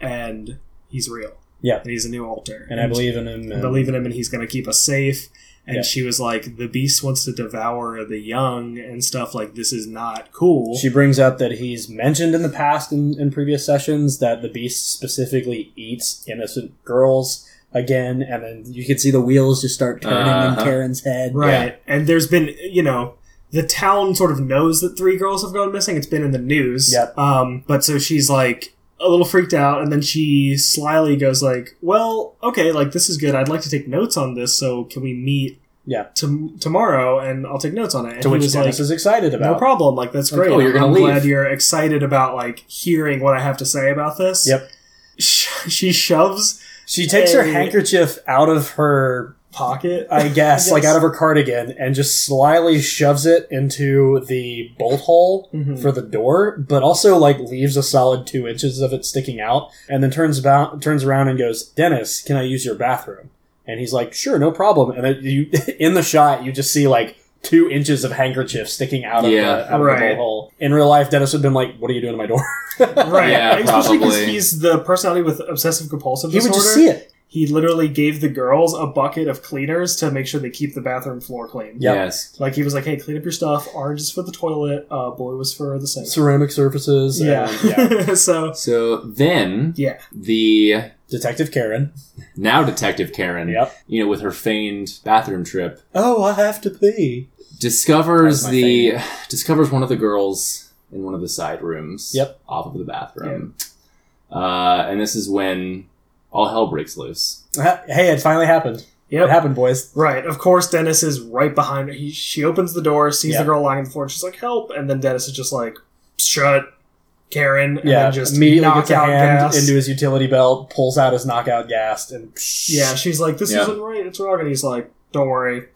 [SPEAKER 2] and he's real
[SPEAKER 1] Yeah.
[SPEAKER 2] and he's a new alter
[SPEAKER 1] and I believe in him.
[SPEAKER 2] I
[SPEAKER 1] and-
[SPEAKER 2] believe in him and he's going to keep us safe and
[SPEAKER 1] Yeah.
[SPEAKER 2] she was like the beast wants to devour the young and stuff like this is not cool
[SPEAKER 1] She brings up that he's mentioned in the past in, in previous sessions that the beast specifically eats innocent girls again, and then you can see the wheels just start turning
[SPEAKER 3] Uh-huh.
[SPEAKER 1] in Karen's head.
[SPEAKER 2] right and there's been you know the town sort of knows that three girls have gone missing it's been in the news
[SPEAKER 1] Yep.
[SPEAKER 2] um but so she's like a little freaked out and then she slyly goes like well okay like this is good i'd like to take notes on this so can we meet
[SPEAKER 1] Yeah.
[SPEAKER 2] to, tomorrow and I'll take notes on it." And
[SPEAKER 1] To
[SPEAKER 2] he
[SPEAKER 1] which
[SPEAKER 2] was
[SPEAKER 1] Dennis
[SPEAKER 2] like,
[SPEAKER 1] is excited about.
[SPEAKER 2] No problem. Like that's
[SPEAKER 1] Like,
[SPEAKER 2] great.
[SPEAKER 3] oh, you're gonna
[SPEAKER 2] I'm
[SPEAKER 3] leave.
[SPEAKER 2] glad you're excited about like hearing what I have to say about this.
[SPEAKER 1] Yep.
[SPEAKER 2] Sh- She shoves
[SPEAKER 1] She takes her
[SPEAKER 2] Hey.
[SPEAKER 1] handkerchief out of her,
[SPEAKER 2] pocket.
[SPEAKER 1] I guess, like
[SPEAKER 2] guess.
[SPEAKER 1] out of her cardigan, and just slyly shoves it into the bolt hole
[SPEAKER 2] Mhm.
[SPEAKER 1] for the door, but also like leaves a solid two inches of it sticking out, and then turns about turns around and goes, "Dennis, can I use your bathroom?" And he's like, "Sure, no problem." And then you, in the shot, you just see like two inches of handkerchief sticking out of,
[SPEAKER 3] Yeah.
[SPEAKER 1] the, out of the
[SPEAKER 2] Right.
[SPEAKER 1] bolt hole. In real life, Dennis would have been like, "What are you doing to my door?"
[SPEAKER 2] right.
[SPEAKER 3] Yeah,
[SPEAKER 2] Especially because
[SPEAKER 3] probably.
[SPEAKER 2] he's the personality with obsessive compulsive
[SPEAKER 1] he would
[SPEAKER 2] disorder.
[SPEAKER 1] just see it.
[SPEAKER 2] He literally gave the girls a bucket of cleaners to make sure they keep the bathroom floor clean.
[SPEAKER 1] Yep.
[SPEAKER 3] Yes.
[SPEAKER 2] Like he was like, "Hey, clean up your stuff. Orange is for the toilet. Uh, blue is for the sink."
[SPEAKER 1] Ceramic surfaces.
[SPEAKER 2] yeah.
[SPEAKER 1] and, yeah.
[SPEAKER 2] so
[SPEAKER 3] So then,
[SPEAKER 2] Yeah.
[SPEAKER 3] the
[SPEAKER 1] Detective Karen.
[SPEAKER 3] now Detective Karen,
[SPEAKER 1] Yep.
[SPEAKER 3] you know, with her feigned bathroom trip,
[SPEAKER 1] Oh, I have to pee.
[SPEAKER 3] discovers
[SPEAKER 1] That's my
[SPEAKER 3] the discovers one of the girls in one of the side rooms.
[SPEAKER 1] Yep.
[SPEAKER 3] Off of the bathroom, uh, and this is when all hell breaks loose.
[SPEAKER 1] Ha- Hey, it finally happened. It
[SPEAKER 2] yep.
[SPEAKER 1] happened, boys.
[SPEAKER 2] Right. Of course, Dennis is right behind her. He, she opens the door, sees
[SPEAKER 1] Yeah.
[SPEAKER 2] the girl lying on the floor, and she's like, help. And then Dennis is just like, shut, Karen. And
[SPEAKER 1] yeah,
[SPEAKER 2] then just
[SPEAKER 1] immediately
[SPEAKER 2] knock
[SPEAKER 1] gets a
[SPEAKER 2] out
[SPEAKER 1] hand
[SPEAKER 2] gas.
[SPEAKER 1] into his utility belt, pulls out his knockout gas, and
[SPEAKER 2] yeah, she's like, this
[SPEAKER 3] Yeah.
[SPEAKER 2] isn't right. It's wrong. And he's like, don't worry.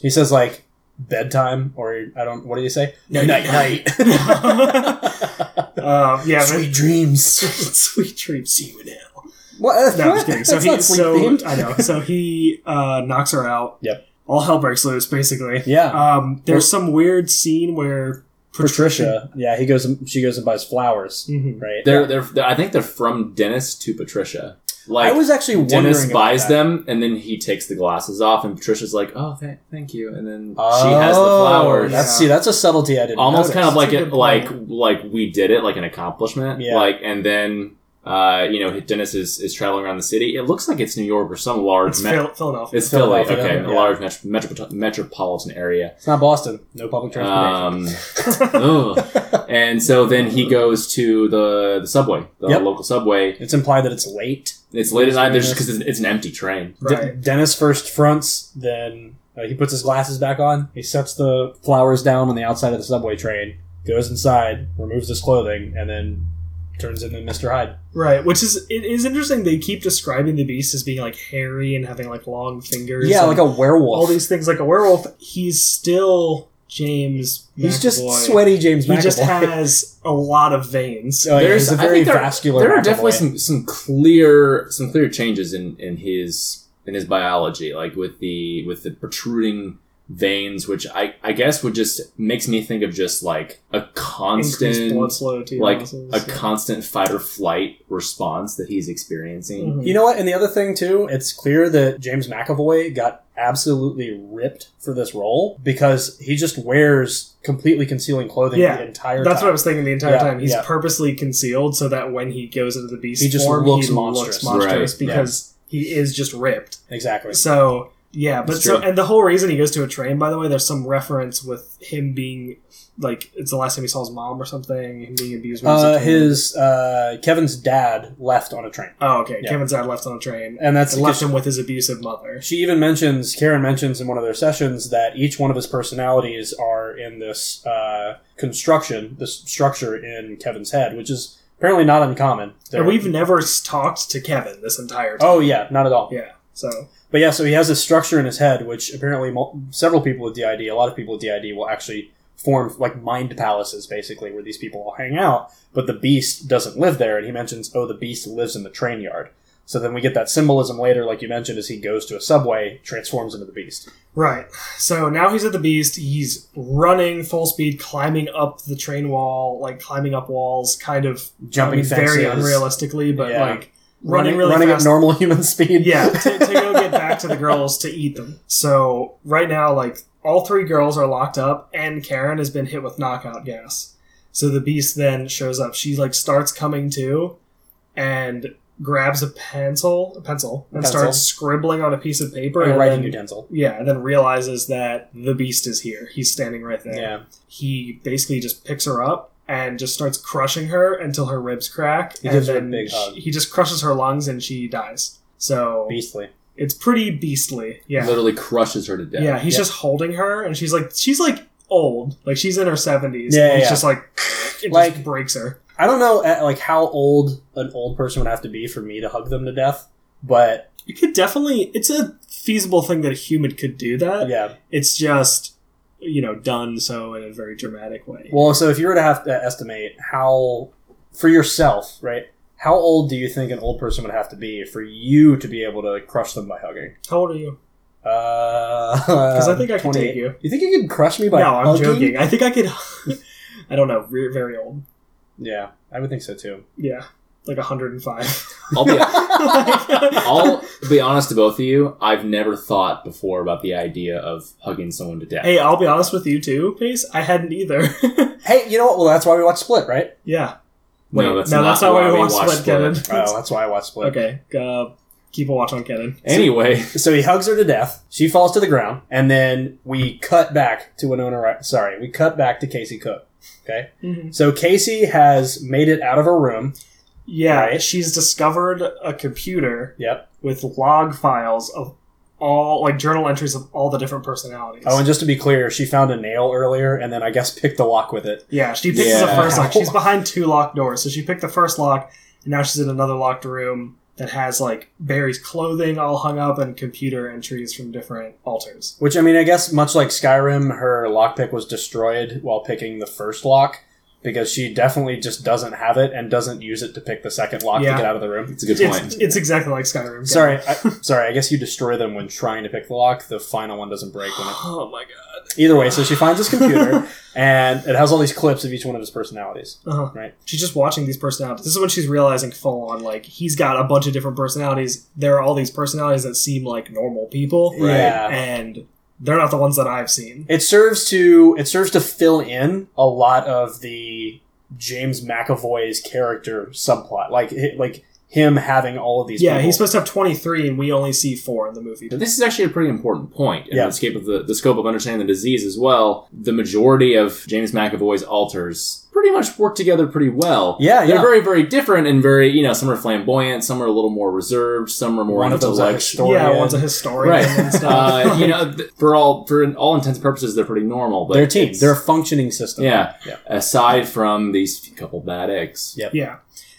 [SPEAKER 1] he says like bedtime or I don't. What do you say?
[SPEAKER 2] Night, Uh, yeah. but-
[SPEAKER 1] dreams.
[SPEAKER 2] Sweet dreams. See you in hell.
[SPEAKER 1] What?
[SPEAKER 2] No, I'm
[SPEAKER 1] what?
[SPEAKER 2] just kidding. So
[SPEAKER 1] That's
[SPEAKER 2] he,
[SPEAKER 1] not sleep
[SPEAKER 2] so,
[SPEAKER 1] themed.
[SPEAKER 2] I know. So he uh, knocks her out.
[SPEAKER 1] Yep.
[SPEAKER 2] All hell breaks loose, basically.
[SPEAKER 1] Yeah,
[SPEAKER 2] Um, there's some weird scene where
[SPEAKER 1] Patricia. Yeah, he goes. and- She goes and buys flowers.
[SPEAKER 2] Mhm.
[SPEAKER 1] Right.
[SPEAKER 3] They're, they're I think they're from Dennis to Patricia. Like
[SPEAKER 1] I was actually wondering.
[SPEAKER 3] Dennis
[SPEAKER 1] about
[SPEAKER 3] buys
[SPEAKER 1] that.
[SPEAKER 3] them, and then he takes the glasses off, and Patricia's like, "Oh, th- thank you," and then she
[SPEAKER 1] Oh,
[SPEAKER 3] has the flowers.
[SPEAKER 1] That's, See, that's a subtlety I didn't.
[SPEAKER 3] Almost
[SPEAKER 1] notice.
[SPEAKER 3] kind of like
[SPEAKER 2] That's a
[SPEAKER 3] it,
[SPEAKER 2] good
[SPEAKER 3] like
[SPEAKER 2] point.
[SPEAKER 3] like we did it, like an accomplishment.
[SPEAKER 1] Yeah.
[SPEAKER 3] Like, and then uh, you know, Dennis is, is traveling around the city. It looks like it's New York or some large.
[SPEAKER 2] It's
[SPEAKER 3] me-
[SPEAKER 2] Phil- Philadelphia.
[SPEAKER 3] it's Philly,
[SPEAKER 1] Philadelphia,
[SPEAKER 3] okay,
[SPEAKER 1] yeah.
[SPEAKER 3] a large met- metropol- metropolitan area.
[SPEAKER 1] It's not Boston. No public transportation.
[SPEAKER 3] Um, ugh. and so then he goes to the the subway, the
[SPEAKER 1] Yep.
[SPEAKER 3] local subway.
[SPEAKER 1] it's implied that it's late.
[SPEAKER 3] It's late at night. There's
[SPEAKER 1] Dennis.
[SPEAKER 3] because it's, it's an empty train.
[SPEAKER 1] De-
[SPEAKER 2] right.
[SPEAKER 1] Dennis first fronts, then uh, he puts his glasses back on. He sets the flowers down on the outside of the subway train, goes inside, removes his clothing, and then turns into Mr. Hyde.
[SPEAKER 2] Right, which is it is interesting. They keep describing the beast as being like hairy and having like long fingers.
[SPEAKER 1] Yeah,
[SPEAKER 2] and
[SPEAKER 1] like a werewolf.
[SPEAKER 2] all these things, like a werewolf. He's still James.
[SPEAKER 1] He's
[SPEAKER 2] McAvoy.
[SPEAKER 1] just sweaty James
[SPEAKER 2] He
[SPEAKER 1] McAvoy.
[SPEAKER 2] just has a lot of veins.
[SPEAKER 1] Oh, yeah, he's
[SPEAKER 3] There's-
[SPEAKER 1] a
[SPEAKER 3] I think
[SPEAKER 1] very
[SPEAKER 3] there-
[SPEAKER 1] vascular.
[SPEAKER 3] there are
[SPEAKER 1] McAvoy.
[SPEAKER 3] definitely some some clear some clear changes in in his in his biology like with the with the protruding veins which i i guess would just makes me think of just like a
[SPEAKER 2] Increased blood
[SPEAKER 3] constant
[SPEAKER 2] flow to your
[SPEAKER 3] like
[SPEAKER 2] muscles.
[SPEAKER 3] a constant fight or flight response that he's experiencing
[SPEAKER 2] Mhm.
[SPEAKER 1] You know what? And the other thing too, it's clear that James McAvoy got absolutely ripped for this role because he just wears completely concealing clothing
[SPEAKER 2] Yeah,
[SPEAKER 1] the entire
[SPEAKER 2] That's
[SPEAKER 1] time.
[SPEAKER 2] what I was thinking the entire
[SPEAKER 1] Yeah,
[SPEAKER 2] time. He's
[SPEAKER 1] yeah.
[SPEAKER 2] purposely concealed so that when he goes into the beast
[SPEAKER 1] He just
[SPEAKER 2] form,
[SPEAKER 1] looks
[SPEAKER 2] he
[SPEAKER 1] monstrous.
[SPEAKER 2] looks monstrous
[SPEAKER 3] Right,
[SPEAKER 2] because he is just ripped.
[SPEAKER 1] exactly.
[SPEAKER 2] So yeah, but
[SPEAKER 3] That's
[SPEAKER 2] so
[SPEAKER 3] true.
[SPEAKER 2] and the whole reason he goes to a train, by the way, there's some reference with him being like it's the last time he saw his mom or something, him being abused. When he was a
[SPEAKER 1] Uh,
[SPEAKER 2] kid.
[SPEAKER 1] his uh, Kevin's dad left on a train,
[SPEAKER 2] oh okay,
[SPEAKER 1] yeah.
[SPEAKER 2] Kevin's dad left on a train
[SPEAKER 1] and that's
[SPEAKER 2] and left
[SPEAKER 1] because
[SPEAKER 2] him with his abusive mother.
[SPEAKER 1] she even mentions Karen mentions in one of their sessions that each one of his personalities are in this uh, construction, this structure in Kevin's head, which is apparently not uncommon. There-
[SPEAKER 2] And we've never s- talked to Kevin this entire time.
[SPEAKER 1] oh yeah, not at all.
[SPEAKER 2] yeah. So
[SPEAKER 1] But yeah, so he has this structure in his head, which apparently mul- several people with DID, a lot of people with DID, will actually form like mind palaces, basically, where these people all hang out. But the beast doesn't live there, and he mentions, oh, the beast lives in the train yard. So then we get that symbolism later, like you mentioned, as he goes to a subway, transforms into the beast.
[SPEAKER 2] right, so now he's at the beast. He's running full speed, climbing up the train wall, like climbing up walls, kind of
[SPEAKER 1] Jumping
[SPEAKER 2] I mean, very
[SPEAKER 1] fences.
[SPEAKER 2] unrealistically, but
[SPEAKER 1] Yeah.
[SPEAKER 2] like running, really
[SPEAKER 1] running
[SPEAKER 2] fast.
[SPEAKER 1] at normal human speed.
[SPEAKER 2] yeah, to, to go get back to the girls to eat them. So right now, like all three girls are locked up, and Karen has been hit with knockout gas. So the beast then shows up. She like starts coming to, and grabs a pencil, a pencil, and
[SPEAKER 1] Pencil.
[SPEAKER 2] starts scribbling on a piece of paper.
[SPEAKER 1] Or a
[SPEAKER 2] and
[SPEAKER 1] writing
[SPEAKER 2] then-
[SPEAKER 1] utensil.
[SPEAKER 2] yeah, and then realizes that the beast is here. He's standing right there.
[SPEAKER 1] Yeah.
[SPEAKER 2] He basically just picks her up and just starts crushing her until her ribs crack.
[SPEAKER 1] He
[SPEAKER 2] and
[SPEAKER 1] gives her a
[SPEAKER 2] then
[SPEAKER 1] big
[SPEAKER 2] she-
[SPEAKER 1] hug.
[SPEAKER 2] he just crushes her lungs and she dies. So
[SPEAKER 1] Beastly.
[SPEAKER 2] It's pretty beastly. Yeah.
[SPEAKER 3] Literally crushes her to
[SPEAKER 2] Yeah,
[SPEAKER 3] death.
[SPEAKER 2] he's
[SPEAKER 1] Yeah.
[SPEAKER 2] just holding her, and she's like, she's like old, like she's in her seventies.
[SPEAKER 1] Yeah,
[SPEAKER 2] and he's
[SPEAKER 1] yeah.
[SPEAKER 2] just like, it
[SPEAKER 1] Like-
[SPEAKER 2] just breaks her.
[SPEAKER 1] I don't know uh, like how old an old person would have to be for me to hug them to death, but
[SPEAKER 2] You could definitely, it's a feasible thing that a human could do that.
[SPEAKER 1] yeah.
[SPEAKER 2] It's just, you know, done so in a very dramatic way.
[SPEAKER 1] Well, so if you were to have to estimate how for yourself, right? How old do you think an old person would have to be for you to be able to crush them by hugging?
[SPEAKER 2] How old are you?
[SPEAKER 1] Because
[SPEAKER 2] I think I could take you.
[SPEAKER 1] You think you could crush me by
[SPEAKER 2] no, I'm
[SPEAKER 1] hugging?
[SPEAKER 2] joking. I think I could. I don't know. Very, very old.
[SPEAKER 1] Yeah, I would think so too.
[SPEAKER 2] Yeah, like 105.
[SPEAKER 3] I'll be
[SPEAKER 2] Like-
[SPEAKER 3] I'll be honest to both of you. I've never thought before about the idea of hugging someone to death.
[SPEAKER 2] hey, I'll be honest with you too, Pace. I hadn't either.
[SPEAKER 1] Hey, you know what? Well, that's why we watch Split, right?
[SPEAKER 2] yeah.
[SPEAKER 3] no, that's
[SPEAKER 2] no,
[SPEAKER 3] not,
[SPEAKER 2] that's not
[SPEAKER 3] why
[SPEAKER 2] why we
[SPEAKER 3] we
[SPEAKER 2] watched
[SPEAKER 3] watched
[SPEAKER 2] Split,
[SPEAKER 3] Split.
[SPEAKER 2] Kevin.
[SPEAKER 1] Oh, that's why I watch Split.
[SPEAKER 2] Okay. Uh, keep a watch on Kenan.
[SPEAKER 3] Anyway,
[SPEAKER 1] So he hugs her to death. She falls to the ground, and then we cut back to Winona. Ry- Sorry, we cut back to Casey Cook. Okay, so Casey has made it out of her room.
[SPEAKER 2] Yeah,
[SPEAKER 1] Right.
[SPEAKER 2] she's discovered a computer
[SPEAKER 1] Yep.
[SPEAKER 2] with log files of all like journal entries of all the different personalities.
[SPEAKER 1] Oh, and just to be clear, she found a nail earlier, and then I guess picked the lock with it.
[SPEAKER 2] yeah, she picks the
[SPEAKER 3] Yeah.
[SPEAKER 2] first lock. She's behind two locked doors, so she picked the first lock, and now she's in another locked room that has like Barry's clothing all hung up and computer entries from different altars.
[SPEAKER 1] Which I mean, I guess much like Skyrim, her lockpick was destroyed while picking the first lock because she definitely just doesn't have it and doesn't use it to pick the second lock
[SPEAKER 2] Yeah.
[SPEAKER 1] to get out of the room.
[SPEAKER 3] it's a good
[SPEAKER 2] It's,
[SPEAKER 3] point.
[SPEAKER 2] it's exactly like Skyrim.
[SPEAKER 1] Sorry, I, sorry. I guess you destroy them when trying to pick the lock. The final one doesn't break. When it,
[SPEAKER 2] Oh my god.
[SPEAKER 1] either way, so she finds his computer and it has all these clips of each one of his personalities.
[SPEAKER 2] Uh-huh.
[SPEAKER 1] Right.
[SPEAKER 2] She's just watching these personalities. This is when she's realizing full on like he's got a bunch of different personalities. There are all these personalities that seem like normal people,
[SPEAKER 3] Right.
[SPEAKER 1] Yeah.
[SPEAKER 2] and they're not the ones that I've seen.
[SPEAKER 1] It serves to it serves to fill in a lot of the James McAvoy's character subplot, like hi- like him having all of these.
[SPEAKER 2] yeah,
[SPEAKER 1] people.
[SPEAKER 2] he's supposed to have twenty three, and we only see four in the movie.
[SPEAKER 3] This is actually a pretty important point in
[SPEAKER 1] Yeah.
[SPEAKER 3] the scope of the, the scope of understanding the disease as well. The majority of James McAvoy's alters pretty much work together pretty well.
[SPEAKER 1] Yeah,
[SPEAKER 3] They're
[SPEAKER 1] yeah.
[SPEAKER 3] very, very different and very, you know, some are flamboyant, some are a little more reserved, some are more
[SPEAKER 1] One of them's a
[SPEAKER 3] intellectual.
[SPEAKER 2] yeah,
[SPEAKER 1] historian.
[SPEAKER 2] one's a historian
[SPEAKER 3] Right.
[SPEAKER 2] and stuff.
[SPEAKER 3] uh, you know, th- for all for all intents and purposes, they're pretty normal. But
[SPEAKER 1] their team,
[SPEAKER 3] it's-
[SPEAKER 1] their functioning system.
[SPEAKER 3] yeah,
[SPEAKER 1] Yeah.
[SPEAKER 3] Aside from these couple bad eggs,
[SPEAKER 1] Yeah.
[SPEAKER 2] Yeah.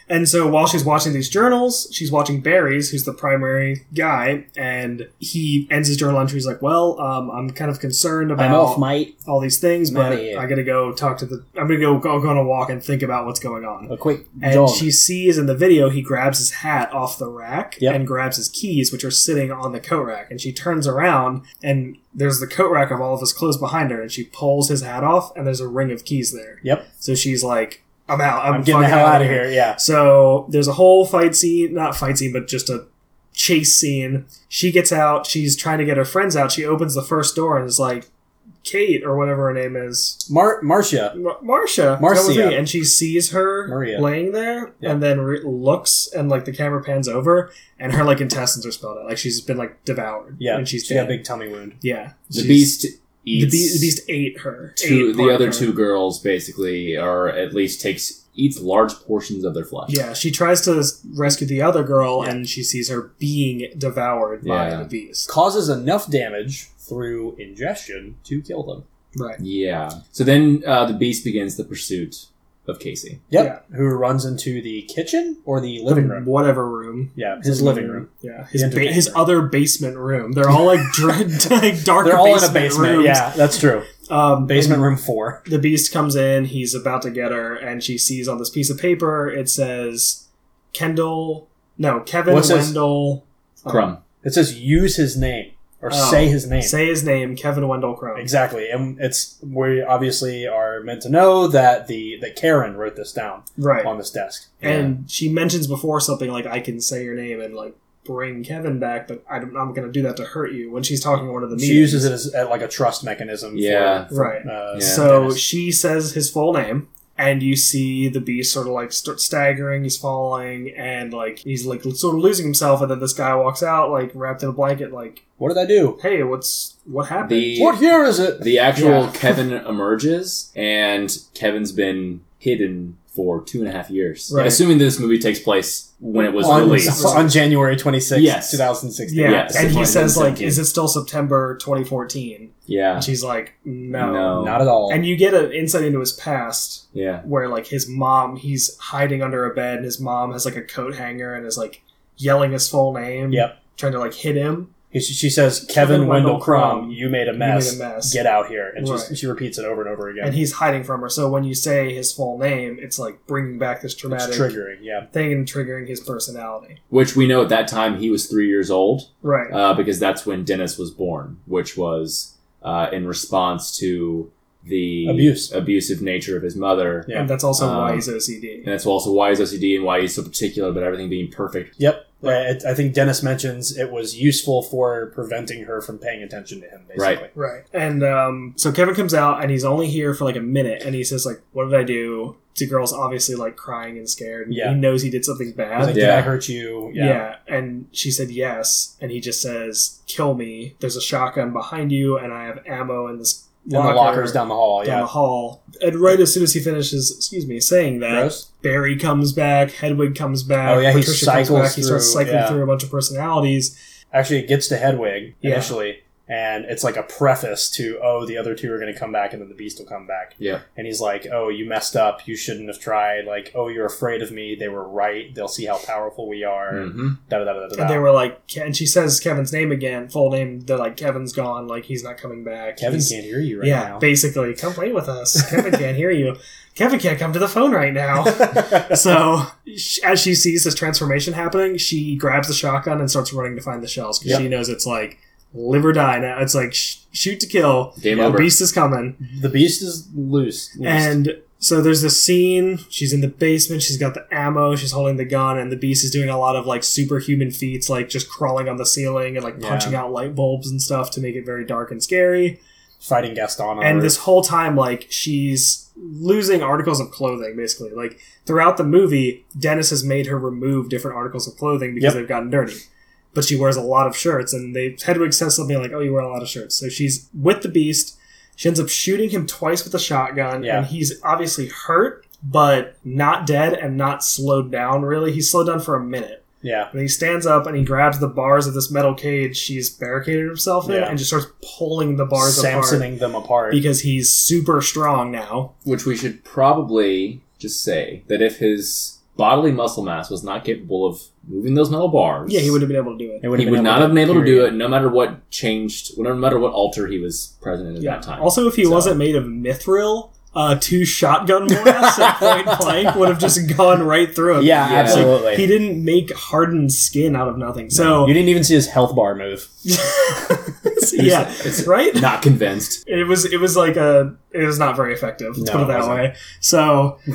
[SPEAKER 2] And so while she's watching these journals, she's watching Barry's, who's the primary guy, and he ends his journal entries like, "Well, um, I'm kind of concerned about
[SPEAKER 1] I'm off, mate.
[SPEAKER 2] all these things,
[SPEAKER 1] Not
[SPEAKER 2] but
[SPEAKER 1] yet.
[SPEAKER 2] I gotta go talk to the. I'm gonna go go, go on a walk and think about what's going on.
[SPEAKER 1] A quick
[SPEAKER 2] And
[SPEAKER 1] jog.
[SPEAKER 2] she sees in the video he grabs his hat off the rack
[SPEAKER 1] Yep.
[SPEAKER 2] and grabs his keys, which are sitting on the coat rack. And she turns around and there's the coat rack of all of his clothes behind her. And she pulls his hat off and there's a ring of keys there.
[SPEAKER 1] Yep.
[SPEAKER 2] So she's like, "I'm out. I'm,
[SPEAKER 1] I'm getting the hell out of
[SPEAKER 2] here.
[SPEAKER 1] here. Yeah.
[SPEAKER 2] So there's a whole fight scene, not fight scene, but just a chase scene. She gets out. She's trying to get her friends out. She opens the first door and is like, Kate or whatever her name is,
[SPEAKER 1] Mar- Marcia.
[SPEAKER 2] Mar- Marcia,
[SPEAKER 1] Marcia.
[SPEAKER 2] That was me. and she sees her
[SPEAKER 1] Maria.
[SPEAKER 2] laying there,
[SPEAKER 1] Yeah.
[SPEAKER 2] and then re- looks, and like the camera pans over, and her like intestines are spilled out, like she's been like devoured.
[SPEAKER 1] Yeah.
[SPEAKER 2] and she's
[SPEAKER 1] she
[SPEAKER 2] dead.
[SPEAKER 1] got a big tummy wound.
[SPEAKER 2] yeah.
[SPEAKER 3] the
[SPEAKER 2] She's-
[SPEAKER 3] beast
[SPEAKER 2] the,
[SPEAKER 3] eats
[SPEAKER 2] be- the beast ate her.
[SPEAKER 3] two
[SPEAKER 2] ate part
[SPEAKER 3] the
[SPEAKER 2] of
[SPEAKER 3] other
[SPEAKER 2] her.
[SPEAKER 3] two girls basically, or at least takes eats large portions of their flesh.
[SPEAKER 2] Yeah, she tries to rescue the other girl,
[SPEAKER 1] Yeah.
[SPEAKER 2] and she sees her being devoured by
[SPEAKER 3] Yeah.
[SPEAKER 2] the beast.
[SPEAKER 1] Causes enough damage through ingestion to kill them.
[SPEAKER 2] Right.
[SPEAKER 3] Yeah. So then uh, the beast begins the pursuit of Casey.
[SPEAKER 1] Yep. Who runs into the kitchen or the living
[SPEAKER 2] The
[SPEAKER 1] room?
[SPEAKER 2] Whatever room.
[SPEAKER 1] Yeah, his living room.
[SPEAKER 2] Yeah, his
[SPEAKER 1] The
[SPEAKER 2] ba-
[SPEAKER 1] entertainment
[SPEAKER 2] his
[SPEAKER 1] room.
[SPEAKER 2] other basement room. They're all like dread, like dark.
[SPEAKER 1] They're all in a
[SPEAKER 2] basement
[SPEAKER 1] basement.
[SPEAKER 2] rooms.
[SPEAKER 1] Yeah, that's true.
[SPEAKER 2] Um,
[SPEAKER 1] Basement room four.
[SPEAKER 2] and The beast comes in. He's about to get her, and she sees on this piece of paper it says Kendall. No, Kevin
[SPEAKER 1] What's his-
[SPEAKER 2] Wendell. um,
[SPEAKER 3] Crumb.
[SPEAKER 1] It says use his name or
[SPEAKER 2] Oh,
[SPEAKER 1] say his name.
[SPEAKER 2] Say his name, Kevin Wendell Crumb.
[SPEAKER 1] exactly. And it's we obviously are meant to know that the that Karen wrote this down
[SPEAKER 2] Right.
[SPEAKER 1] on this desk.
[SPEAKER 2] And she mentions before something like, I can say your name and like bring Kevin back, but I don't, I'm going to do that to hurt you when she's talking to one of the
[SPEAKER 1] She
[SPEAKER 2] meetings.
[SPEAKER 1] uses it as, as like a trust mechanism.
[SPEAKER 3] Yeah.
[SPEAKER 1] For,
[SPEAKER 2] Right.
[SPEAKER 1] uh,
[SPEAKER 3] Yeah.
[SPEAKER 2] So
[SPEAKER 1] Dennis.
[SPEAKER 2] she says his full name. And you see the beast sort of like start staggering, he's falling, and like he's like sort of losing himself. And then this guy walks out, like wrapped in a blanket, like,
[SPEAKER 1] what did I do?
[SPEAKER 2] "Hey, what's what happened?"
[SPEAKER 3] The
[SPEAKER 1] What year is it?
[SPEAKER 3] the actual
[SPEAKER 2] Yeah.
[SPEAKER 3] Kevin emerges, and Kevin's been hidden for two and a half years.
[SPEAKER 2] Right.
[SPEAKER 3] Assuming this movie takes place when it was
[SPEAKER 4] on,
[SPEAKER 3] released.
[SPEAKER 4] on January 26th,
[SPEAKER 3] Yes.
[SPEAKER 4] 2016.
[SPEAKER 2] Yeah,
[SPEAKER 3] Yes,
[SPEAKER 2] and
[SPEAKER 3] it's
[SPEAKER 2] he
[SPEAKER 3] like
[SPEAKER 2] says like,
[SPEAKER 3] 2017.
[SPEAKER 2] "Is it still September 2014?"
[SPEAKER 3] Yeah.
[SPEAKER 2] And she's like, "No."
[SPEAKER 3] No.
[SPEAKER 1] Not at all.
[SPEAKER 2] And you get an insight into his past
[SPEAKER 3] Yeah.
[SPEAKER 2] where like his mom, he's hiding under a bed, and his mom has like a coat hanger and is like yelling his full name.
[SPEAKER 1] Yep.
[SPEAKER 2] Trying to like hit him.
[SPEAKER 1] He- she, she says, Kevin,
[SPEAKER 2] Kevin
[SPEAKER 1] Wendell
[SPEAKER 2] Wendell
[SPEAKER 1] Crumb,
[SPEAKER 2] Crumb,
[SPEAKER 1] you made a
[SPEAKER 2] "You
[SPEAKER 1] mess.
[SPEAKER 2] made a mess.
[SPEAKER 1] Get out here. And just,
[SPEAKER 2] Right.
[SPEAKER 1] she repeats it over and over again.
[SPEAKER 2] And he's hiding from her. So when you say his full name, it's like bringing back this
[SPEAKER 1] it's
[SPEAKER 2] traumatic
[SPEAKER 1] triggering, yeah.
[SPEAKER 2] thing and triggering his personality.
[SPEAKER 3] Which we know at that time he was three years old.
[SPEAKER 2] Right.
[SPEAKER 3] uh, because that's when Dennis was born, which was uh, in response to the
[SPEAKER 1] Abuse.
[SPEAKER 3] abusive nature of his mother.
[SPEAKER 1] Yeah.
[SPEAKER 2] And that's also why
[SPEAKER 3] Um,
[SPEAKER 2] he's OCD.
[SPEAKER 3] And that's also why he's OCD and why he's so particular about everything being perfect.
[SPEAKER 1] Yep. Uh, it, I think Dennis mentions it was useful for preventing her from paying attention to him, basically.
[SPEAKER 3] Right.
[SPEAKER 2] Right. And um, so Kevin comes out and he's only here for like a minute and he says like, "What did I do?" The girl's obviously like crying and scared. And
[SPEAKER 1] Yeah.
[SPEAKER 2] He knows he did something
[SPEAKER 1] He's like,
[SPEAKER 2] bad.
[SPEAKER 1] Did
[SPEAKER 3] Yeah.
[SPEAKER 1] I hurt you?
[SPEAKER 2] Yeah. And she said yes, and he just says, "Kill me." There's a shotgun behind you, and I have ammo in this
[SPEAKER 1] And the lockers down the hall.
[SPEAKER 2] down the
[SPEAKER 1] Yeah.
[SPEAKER 2] hall. And right as soon as he finishes, excuse me, saying that,
[SPEAKER 1] Gross.
[SPEAKER 2] Barry comes back, Hedwig comes back.
[SPEAKER 1] Oh, yeah, he
[SPEAKER 2] Patricia comes
[SPEAKER 1] cycles
[SPEAKER 2] back. He starts
[SPEAKER 1] through-
[SPEAKER 2] cycling
[SPEAKER 1] yeah.
[SPEAKER 2] through a bunch of personalities.
[SPEAKER 1] Actually, it gets to Hedwig
[SPEAKER 2] Yeah.
[SPEAKER 1] initially, and it's like a preface to, oh, the other two are going to come back, and then the beast will come back.
[SPEAKER 3] Yeah.
[SPEAKER 1] And he's like, oh, you messed up. You shouldn't have tried. Like, oh, you're afraid of me. They were right. They'll see how powerful we are.
[SPEAKER 3] hmm
[SPEAKER 1] Da, da, da, da, da,
[SPEAKER 2] And they
[SPEAKER 1] da.
[SPEAKER 2] were like, and she says Kevin's name again, full name. They're like, Kevin's gone. Like he's not coming back.
[SPEAKER 1] Kevin
[SPEAKER 2] He's-
[SPEAKER 1] can't hear you right
[SPEAKER 2] yeah,
[SPEAKER 1] now.
[SPEAKER 2] basically, come play with us. Kevin can't hear you. Kevin can't come to the phone right now. so sh- as she sees this transformation happening, she grabs the shotgun and starts running to find the shells because
[SPEAKER 1] Yep.
[SPEAKER 2] she knows it's like live or die now. It's like sh- shoot to kill.
[SPEAKER 3] Game
[SPEAKER 2] The
[SPEAKER 3] over.
[SPEAKER 2] beast is coming.
[SPEAKER 1] the beast is loose. loose.
[SPEAKER 2] And so there's this scene. She's in the basement. She's got the ammo. She's holding the gun, and the beast is doing a lot of like superhuman feats, like just crawling on the ceiling and like
[SPEAKER 1] Yeah.
[SPEAKER 2] punching out light bulbs and stuff to make it very dark and scary.
[SPEAKER 1] fighting Gaston. On
[SPEAKER 2] and
[SPEAKER 1] Earth.
[SPEAKER 2] this whole time, like she's losing articles of clothing, basically. Like throughout the movie, Dennis has made her remove different articles of clothing
[SPEAKER 1] Yep.
[SPEAKER 2] because they've gotten dirty. But she wears a lot of shirts, and they Hedwig says something like, "Oh, you wear a lot of shirts." So she's with the beast. She ends up shooting him twice with a shotgun,
[SPEAKER 1] Yeah.
[SPEAKER 2] and he's obviously hurt, but not dead and not slowed down, really. He's slowed down for a minute.
[SPEAKER 1] yeah,
[SPEAKER 2] And he stands up and he grabs the bars of this metal cage she's barricaded herself in
[SPEAKER 1] Yeah.
[SPEAKER 2] and just starts pulling the bars apart
[SPEAKER 1] Samsoning them apart.
[SPEAKER 2] because he's super strong now.
[SPEAKER 3] Which we should probably just say that if his bodily muscle mass was not capable of moving those metal bars,
[SPEAKER 2] Yeah, he would have been able to do it.
[SPEAKER 1] It
[SPEAKER 3] He
[SPEAKER 1] been
[SPEAKER 3] would
[SPEAKER 1] able
[SPEAKER 3] not
[SPEAKER 1] to-
[SPEAKER 3] have been able to do
[SPEAKER 1] period.
[SPEAKER 3] it, no matter what changed, no matter what altar he was present in at that time.
[SPEAKER 2] Also, if he
[SPEAKER 3] So-
[SPEAKER 2] wasn't made of mithril, uh, two shotgun blasts at point blank would have just gone right through him.
[SPEAKER 1] Yeah,
[SPEAKER 3] Yeah.
[SPEAKER 1] absolutely.
[SPEAKER 2] He didn't make hardened skin out of nothing. So,
[SPEAKER 1] you didn't even see his health bar move.
[SPEAKER 2] yeah, right?
[SPEAKER 3] Not convinced.
[SPEAKER 2] It was it was like a it was not very effective. Let's
[SPEAKER 1] No,
[SPEAKER 2] put it
[SPEAKER 1] it
[SPEAKER 2] that
[SPEAKER 1] wasn't.
[SPEAKER 2] way. So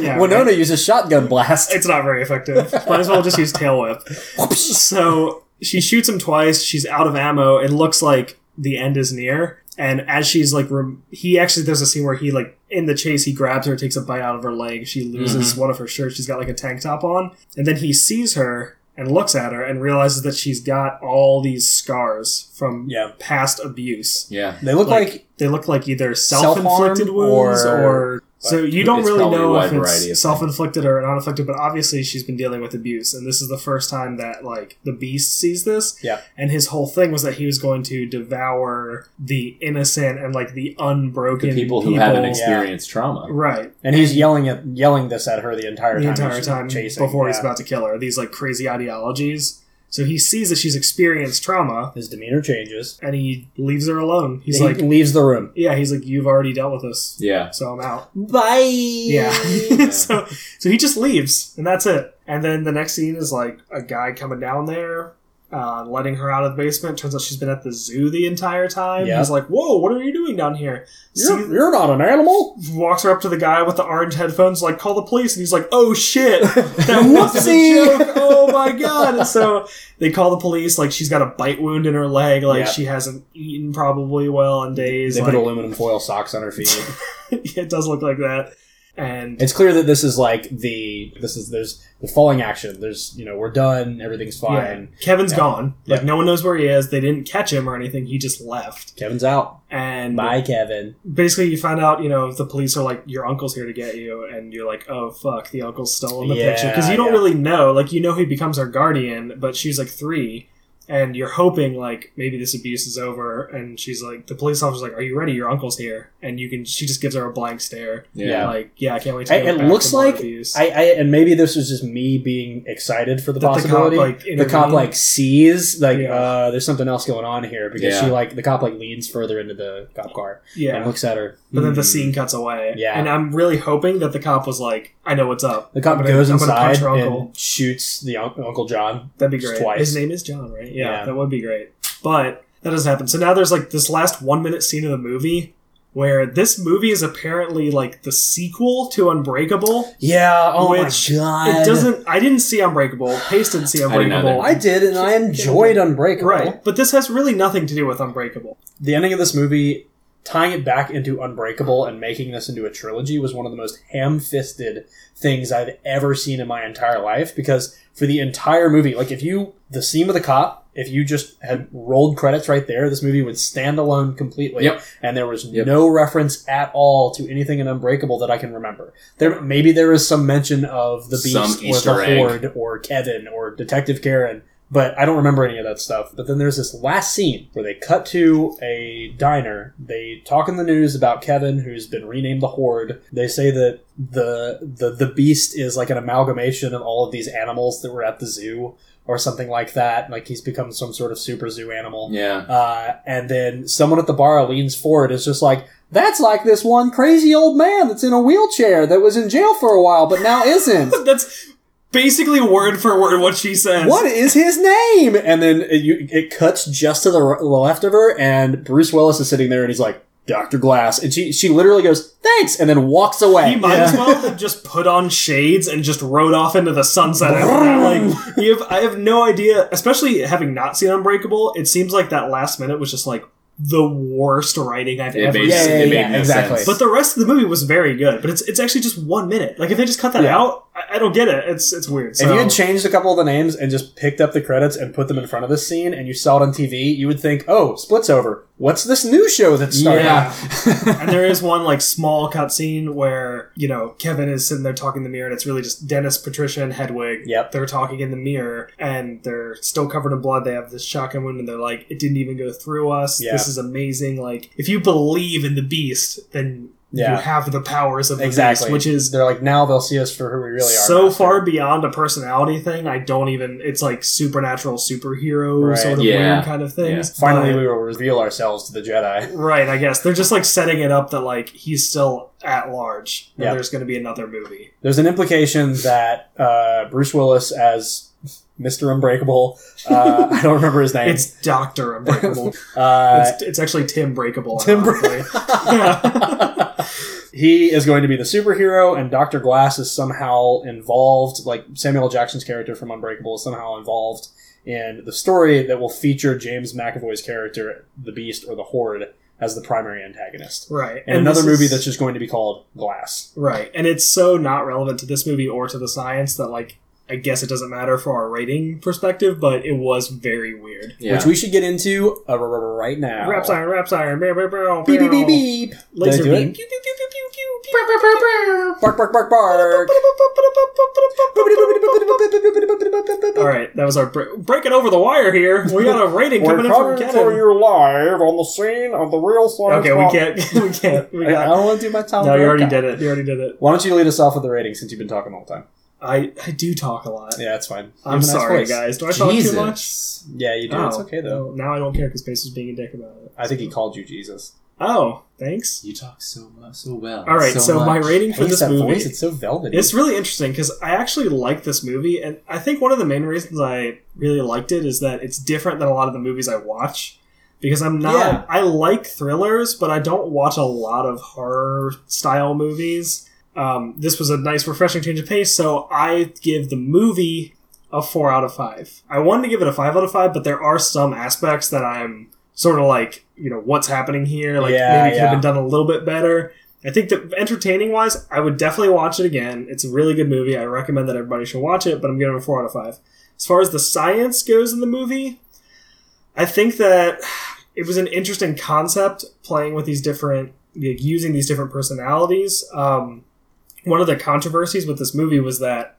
[SPEAKER 2] yeah,
[SPEAKER 1] Winona
[SPEAKER 2] right.
[SPEAKER 1] uses shotgun blast.
[SPEAKER 2] it's not very effective. Might as well just use tail whip. So she shoots him twice. She's out of ammo. It looks like the end is near. And as she's like, rem- he actually there's a scene where he like in the chase he grabs her, takes a bite out of her leg. She loses one of her shirts. She's got like a tank top on, and then he sees her and looks at her and realizes that she's got all these scars from
[SPEAKER 1] Yeah.
[SPEAKER 2] past abuse
[SPEAKER 3] Yeah.
[SPEAKER 1] They look
[SPEAKER 2] Like-
[SPEAKER 1] like,
[SPEAKER 2] they look like either
[SPEAKER 1] Self-harm
[SPEAKER 2] self-inflicted wounds
[SPEAKER 1] or-
[SPEAKER 2] or, so you don't
[SPEAKER 3] It's
[SPEAKER 2] really
[SPEAKER 3] probably a
[SPEAKER 2] know
[SPEAKER 3] wide
[SPEAKER 2] if
[SPEAKER 3] variety of
[SPEAKER 2] it's self-inflicted or non-inflicted but obviously she's been dealing with abuse and this is the first time that like the beast sees this
[SPEAKER 1] Yeah.
[SPEAKER 2] and his whole thing was that he was going to devour the innocent and like the unbroken
[SPEAKER 3] The people who
[SPEAKER 2] people.
[SPEAKER 3] haven't experienced trauma.
[SPEAKER 2] right
[SPEAKER 1] and he's yelling at yelling this at her the entire
[SPEAKER 2] the
[SPEAKER 1] time.
[SPEAKER 2] entire
[SPEAKER 1] she's
[SPEAKER 2] time
[SPEAKER 1] chasing
[SPEAKER 2] before he's
[SPEAKER 1] yeah.
[SPEAKER 2] about to kill her these like crazy ideologies so he sees that she's experienced trauma
[SPEAKER 1] His demeanor changes.
[SPEAKER 2] and he leaves her alone he's
[SPEAKER 1] He's he
[SPEAKER 2] like
[SPEAKER 1] leaves the room.
[SPEAKER 2] yeah he's like you've already dealt with this
[SPEAKER 3] Yeah.
[SPEAKER 2] so i'm out
[SPEAKER 1] Bye.
[SPEAKER 2] Yeah.
[SPEAKER 3] Yeah.
[SPEAKER 2] so so he just leaves, and that's it. And then the next scene is like a guy coming down there, uh, letting her out of the basement. Turns out she's been at the zoo the entire time.
[SPEAKER 1] Yeah.
[SPEAKER 2] He's like, "Whoa, what are you doing down here?"
[SPEAKER 1] You're,
[SPEAKER 2] See-
[SPEAKER 1] you're not an animal.
[SPEAKER 2] walks her up to the guy with the orange headphones, like, "Call the police!" And he's like, "Oh shit, that was a
[SPEAKER 1] Whoopsie.
[SPEAKER 2] joke! Oh my god!" And so they call the police. Like she's got a bite wound in her leg. Like
[SPEAKER 1] Yeah.
[SPEAKER 2] she hasn't eaten probably well in days.
[SPEAKER 1] they
[SPEAKER 2] like,
[SPEAKER 1] put aluminum foil socks on her feet.
[SPEAKER 2] it does look like that. and
[SPEAKER 1] It's clear that this is like the this is there's the falling action. There's you know we're done. Everything's fine.
[SPEAKER 2] yeah, Kevin's
[SPEAKER 1] Yeah.
[SPEAKER 2] gone. Like
[SPEAKER 1] Yeah.
[SPEAKER 2] no one knows where he is. They didn't catch him or anything. He just left.
[SPEAKER 1] Kevin's out.
[SPEAKER 2] And
[SPEAKER 1] Bye, Kevin.
[SPEAKER 2] basically, you find out, you know, the police are like, "Your uncle's here to get you," and you're like, "Oh fuck, the uncle's still in the
[SPEAKER 1] Yeah,
[SPEAKER 2] picture." Because you don't
[SPEAKER 1] yeah.
[SPEAKER 2] really know. Like you know, he becomes our guardian, but she's like three, and you're hoping like maybe this abuse is over. And she's like, the police officer's like, "Are you ready? Your uncle's here," and you can. She just gives her a blank stare.
[SPEAKER 1] Yeah.
[SPEAKER 2] Like, yeah, I can't wait. to
[SPEAKER 1] It-
[SPEAKER 2] go
[SPEAKER 1] it
[SPEAKER 2] back
[SPEAKER 1] looks
[SPEAKER 2] to more
[SPEAKER 1] like
[SPEAKER 2] abuse.
[SPEAKER 1] I, I and maybe this was just me being excited for the
[SPEAKER 2] That the cop
[SPEAKER 1] possibility.
[SPEAKER 2] like
[SPEAKER 1] the cop
[SPEAKER 2] intervened.
[SPEAKER 1] like sees like
[SPEAKER 2] Yeah.
[SPEAKER 1] uh, there's something else going on here because
[SPEAKER 3] Yeah.
[SPEAKER 1] she like the cop like leans further into the cop car
[SPEAKER 2] yeah.
[SPEAKER 1] and looks at her.
[SPEAKER 2] But then
[SPEAKER 3] Hmm.
[SPEAKER 2] the scene cuts away.
[SPEAKER 1] Yeah.
[SPEAKER 2] And I'm really hoping that the cop was like, I know what's up.
[SPEAKER 1] The cop
[SPEAKER 2] I'm gonna-
[SPEAKER 1] goes
[SPEAKER 2] I'm gonna punch
[SPEAKER 1] inside
[SPEAKER 2] her uncle.
[SPEAKER 1] and shoots the un- Uncle John.
[SPEAKER 2] That'd be
[SPEAKER 1] just
[SPEAKER 2] great.
[SPEAKER 1] twice.
[SPEAKER 2] His name is John, right? Yeah,
[SPEAKER 1] Yeah.
[SPEAKER 2] That would be great. But that doesn't happen. So now there's like this last one minute scene of the movie where this movie is apparently like the sequel to Unbreakable.
[SPEAKER 1] Yeah. Oh
[SPEAKER 2] Which-
[SPEAKER 1] my god.
[SPEAKER 2] It doesn't I didn't see Unbreakable. Pace didn't see
[SPEAKER 3] I didn't either.
[SPEAKER 2] Unbreakable.
[SPEAKER 1] I did, and I enjoyed Unbreakable.
[SPEAKER 2] right. But this has really nothing to do with Unbreakable.
[SPEAKER 1] The ending of this movie, tying it back into Unbreakable and making this into a trilogy, was one of the most ham-fisted things I've ever seen in my entire life. Because for the entire movie, like if you the scene with the cop, if you just had rolled credits right there, this movie would stand alone completely,
[SPEAKER 3] Yep.
[SPEAKER 1] and there was
[SPEAKER 3] Yep.
[SPEAKER 1] no reference at all to anything in Unbreakable that I can remember. There maybe there is some mention of the
[SPEAKER 3] Some
[SPEAKER 1] Beast or
[SPEAKER 3] Easter
[SPEAKER 1] the
[SPEAKER 3] egg.
[SPEAKER 1] Horde or Kevin or Detective Karen, but I don't remember any of that stuff. But then there's this last scene where they cut to a diner. They talk in the news about Kevin, who's been renamed the Horde. They say that the the the Beast is like an amalgamation of all of these animals that were at the zoo or something like that. Like he's become some sort of super zoo animal.
[SPEAKER 3] Yeah.
[SPEAKER 1] Uh, and then someone at the bar leans forward. It's just like, that's like this one crazy old man that's in a wheelchair that was in jail for a while but now isn't.
[SPEAKER 2] That's basically word for word what she says.
[SPEAKER 1] what is his name? And then it, you, it cuts just to the r- left of her, and Bruce Willis is sitting there and he's like, Dr. Glass. And she, she literally goes, thanks, and then walks away.
[SPEAKER 2] He might as
[SPEAKER 1] Yeah.
[SPEAKER 2] well have just put on shades and just rode off into the sunset. after that. Like you have, I have no idea. Especially having not seen Unbreakable, it seems like that last minute was just like the worst writing I've
[SPEAKER 3] It
[SPEAKER 2] ever. seen.
[SPEAKER 3] made,
[SPEAKER 1] Yeah, yeah,
[SPEAKER 3] it made
[SPEAKER 1] yeah,
[SPEAKER 3] no
[SPEAKER 1] exactly.
[SPEAKER 3] sense.
[SPEAKER 2] But the rest of the movie was very good. But it's it's actually just one minute. Like if they just cut that
[SPEAKER 1] Yeah.
[SPEAKER 2] out, I, I don't get it. It's it's weird. So,
[SPEAKER 1] If you had changed a couple of the names and just picked up the credits and put them in front of this scene and you saw it on TV, you would think, oh, Split's over. What's this new show that's starting?
[SPEAKER 2] yeah. and there is one like small cutscene where you know Kevin is sitting there talking in the mirror, and it's really just Dennis, Patricia, and Hedwig.
[SPEAKER 1] Yep.
[SPEAKER 2] they're talking in the mirror, and they're still covered in blood. They have this shotgun wound, and they're like, "It didn't even go through us.
[SPEAKER 1] Yeah.
[SPEAKER 2] This is amazing." Like, if you believe in the beast, then
[SPEAKER 1] Yeah.
[SPEAKER 2] you have the powers of the
[SPEAKER 1] Exactly.
[SPEAKER 2] beast, which is
[SPEAKER 1] they're like now they'll see us for who we really are.
[SPEAKER 2] so
[SPEAKER 1] now.
[SPEAKER 2] far beyond a personality thing. I don't even. It's like supernatural superhero
[SPEAKER 1] Right.
[SPEAKER 2] sort of
[SPEAKER 3] Yeah.
[SPEAKER 2] weird kind of things.
[SPEAKER 1] Finally,
[SPEAKER 2] But-
[SPEAKER 1] we will reveal ourselves to the Jedi.
[SPEAKER 2] Right, I guess they're just like setting it up that like he's still at large. and
[SPEAKER 1] Yeah.
[SPEAKER 2] there's going to be another movie.
[SPEAKER 1] There's an implication that uh, Bruce Willis as Mr. Unbreakable. Uh, I don't remember his name.
[SPEAKER 2] It's Doctor Unbreakable.
[SPEAKER 1] uh,
[SPEAKER 2] it's, it's actually Tim Breakable.
[SPEAKER 1] Tim Bra-
[SPEAKER 2] ironically. Yeah.
[SPEAKER 1] he is going to be the superhero, and Doctor Glass is somehow involved. Like Samuel L. Jackson's character from Unbreakable is somehow involved in the story that will feature James McAvoy's character, the Beast or the Horde, as the primary antagonist.
[SPEAKER 2] right,
[SPEAKER 1] And, another
[SPEAKER 2] this
[SPEAKER 1] movie
[SPEAKER 2] is-
[SPEAKER 1] that's just going to be called Glass.
[SPEAKER 2] right, and it's so not relevant to this movie or to the science that like I guess it doesn't matter for our rating perspective, but it was very weird.
[SPEAKER 3] yeah.
[SPEAKER 1] which we should get into uh, r- r- right now.
[SPEAKER 2] Raps iron, raps iron, beep, beep,
[SPEAKER 1] Beep
[SPEAKER 2] beep,
[SPEAKER 1] beep beep beep.
[SPEAKER 2] laser
[SPEAKER 1] Did I do
[SPEAKER 2] beam.
[SPEAKER 1] it? Bark bark bark bark.
[SPEAKER 2] All right, that was our bre- breaking over the wire here. We got a rating coming in from Kevin.
[SPEAKER 1] you live on the scene of the real science.
[SPEAKER 2] Okay, we can't. We can't. We
[SPEAKER 1] I, I
[SPEAKER 2] got,
[SPEAKER 1] don't want to do my time.
[SPEAKER 2] no, you already did it. You already did it.
[SPEAKER 1] Why don't you lead us off with the rating since you've been talking all the time?
[SPEAKER 2] I, I do talk a lot.
[SPEAKER 1] Yeah, that's fine. You
[SPEAKER 2] I'm
[SPEAKER 1] have a nice
[SPEAKER 2] sorry,
[SPEAKER 1] voice.
[SPEAKER 2] guys. Do I talk too much?
[SPEAKER 3] Jesus.
[SPEAKER 1] Yeah, you do.
[SPEAKER 2] Oh,
[SPEAKER 1] It's okay though.
[SPEAKER 2] well, now I don't care because Pace was being a dick about it.
[SPEAKER 1] I think he called you Jesus.
[SPEAKER 2] Oh, thanks.
[SPEAKER 3] You talk so much, so well.
[SPEAKER 2] All right, so, my
[SPEAKER 3] much.
[SPEAKER 2] rating
[SPEAKER 1] I
[SPEAKER 2] for
[SPEAKER 1] hate
[SPEAKER 2] this
[SPEAKER 1] that
[SPEAKER 2] movie.
[SPEAKER 1] voice. It's so velvety.
[SPEAKER 2] It's really interesting because I actually like this movie, and I think one of the main reasons I really liked it is that it's different than a lot of the movies I watch. Because I'm not,
[SPEAKER 1] Yeah.
[SPEAKER 2] I like thrillers, but I don't watch a lot of horror style movies. Um, this was a nice, refreshing change of pace, so I give the movie a four out of five. I wanted to give it a five out of five, but there are some aspects that I'm sort of like, you know, what's happening here? Like
[SPEAKER 1] Yeah,
[SPEAKER 2] maybe it could
[SPEAKER 1] yeah.
[SPEAKER 2] have been done a little bit better I think that entertaining wise, I would definitely watch it again. It's a really good movie. I recommend that everybody should watch it, but I'm giving it a 4 out of 5. As far as the science goes in the movie, I think that it was an interesting concept playing with these different, like, using these different personalities. Um, one of the controversies with this movie was that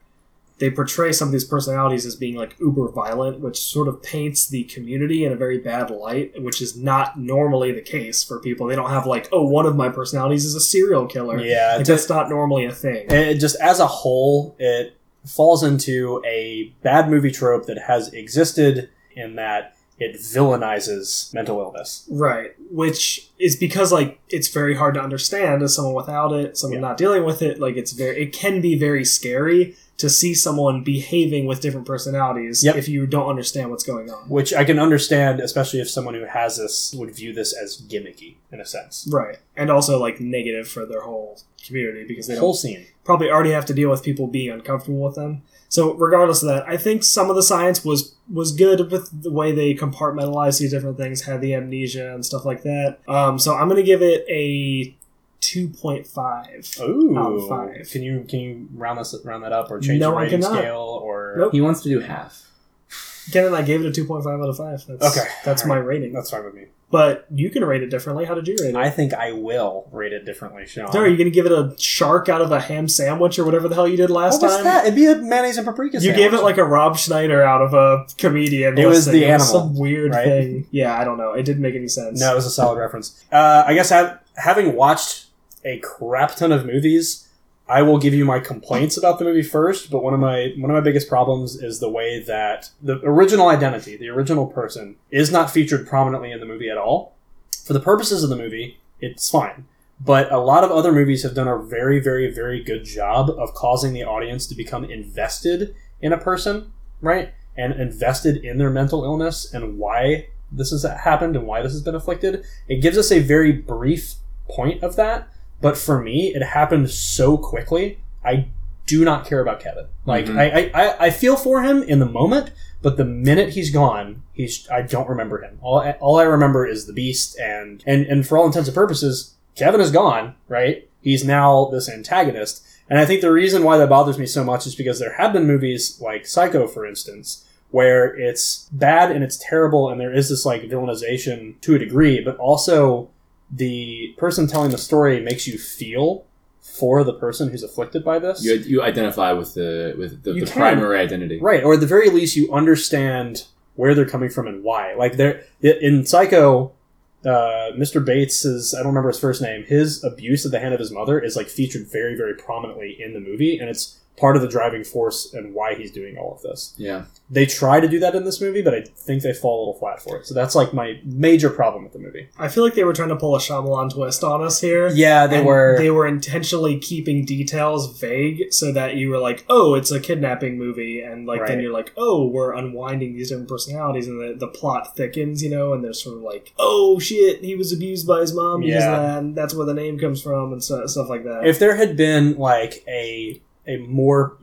[SPEAKER 2] they portray some of these personalities as being like uber violent, which sort of paints the community in a very bad light, which is not normally the case for people. They don't have like, oh, one of my personalities is a serial killer.
[SPEAKER 1] Yeah,
[SPEAKER 2] Like,
[SPEAKER 1] just-
[SPEAKER 2] that's not normally a thing.
[SPEAKER 1] And it just as a whole, it falls into a bad movie trope that has existed in that it villainizes mental illness.
[SPEAKER 2] Right, which is because like it's very hard to understand as someone without it, someone
[SPEAKER 1] Yeah.
[SPEAKER 2] not dealing with it. Like it's very, it can be very scary to see someone behaving with different personalities
[SPEAKER 1] Yep.
[SPEAKER 2] if you don't understand what's going on.
[SPEAKER 1] Which I can understand, especially if someone who has this would view this as gimmicky in a sense.
[SPEAKER 2] Right, and also like negative for their whole community because they
[SPEAKER 1] The
[SPEAKER 2] don't
[SPEAKER 1] whole scene.
[SPEAKER 2] probably already have to deal with people being uncomfortable with them. So regardless of that, I think some of the science was was good with the way they compartmentalized these different things, had the amnesia and stuff like that. Um, so I'm gonna give it a two point five. Out of
[SPEAKER 1] Ooh,
[SPEAKER 2] Oh, five.
[SPEAKER 1] can you can you round this round that up or change
[SPEAKER 2] No,
[SPEAKER 1] the
[SPEAKER 2] I
[SPEAKER 1] rating
[SPEAKER 2] cannot.
[SPEAKER 1] scale or
[SPEAKER 2] Nope.
[SPEAKER 3] He wants to do half.
[SPEAKER 2] Ken and I gave it a two point five out of five. That's,
[SPEAKER 1] Okay.
[SPEAKER 2] that's
[SPEAKER 1] All
[SPEAKER 2] my
[SPEAKER 1] right.
[SPEAKER 2] rating.
[SPEAKER 1] that's fine with me.
[SPEAKER 2] but you can rate it differently. How did you rate it?
[SPEAKER 1] I think I will rate it differently, Sean.
[SPEAKER 2] So are you gonna give it a shark out of a ham sandwich or whatever the hell you did last
[SPEAKER 1] what was
[SPEAKER 2] time?
[SPEAKER 1] that? It'd be a mayonnaise and paprika.
[SPEAKER 2] You
[SPEAKER 1] sandwich.
[SPEAKER 2] gave it like a Rob Schneider out of a comedian.
[SPEAKER 1] It was
[SPEAKER 2] listing.
[SPEAKER 1] the animal,
[SPEAKER 2] some weird
[SPEAKER 1] right?
[SPEAKER 2] thing. Yeah, I don't know. It didn't make any sense.
[SPEAKER 1] No, it was a solid reference. Uh, I guess ha- having watched a crap ton of movies, I will give you my complaints about the movie first. But one of my one of my biggest problems is the way that the original identity, the original person, is not featured prominently in the movie at all. For the purposes of the movie, it's fine. But a lot of other movies have done a very, very, very good job of causing the audience to become invested in a person, right? And invested in their mental illness and why this has happened and why this has been afflicted. It gives us a very brief point of that, but for me, it happened so quickly. I do not care about Kevin. Like
[SPEAKER 3] Mhm.
[SPEAKER 1] I I, I, I feel for him in the moment, but the minute he's gone, he's I don't remember him. All I- all I remember is the beast, and and and for all intents and purposes, Kevin is gone. Right? He's now this antagonist. And I think the reason why that bothers me so much is because there have been movies like Psycho, for instance, where it's bad and it's terrible and there is this like villainization to a degree but also the person telling the story makes you feel for the person who's afflicted by this
[SPEAKER 3] You, you identify with the with the,
[SPEAKER 1] You
[SPEAKER 3] the
[SPEAKER 1] can.
[SPEAKER 3] primary identity.
[SPEAKER 1] right or at the very least you understand where they're coming from and why like there in psycho uh, mr bates's i don't remember his first name his abuse at the hand of his mother is like featured very very prominently in the movie and it's part of the driving force and why he's doing all of this
[SPEAKER 3] Yeah.
[SPEAKER 1] they try to do that in this movie, but I think they fall a little flat for it. So that's like my major problem with the movie.
[SPEAKER 2] I feel like they were trying to pull a Shyamalan twist on us here.
[SPEAKER 1] Yeah,
[SPEAKER 2] And They were intentionally keeping details vague so that you were like, "Oh, it's a kidnapping movie," and like then
[SPEAKER 1] Right.
[SPEAKER 2] you're like, "Oh, we're unwinding these different personalities," and the, the plot thickens, you know. And there's sort of like, "Oh shit, he was abused by his mom. Yeah.
[SPEAKER 1] Yeah.
[SPEAKER 2] That, and that's where the name comes from, and so, stuff like that."
[SPEAKER 1] if there had been like a a more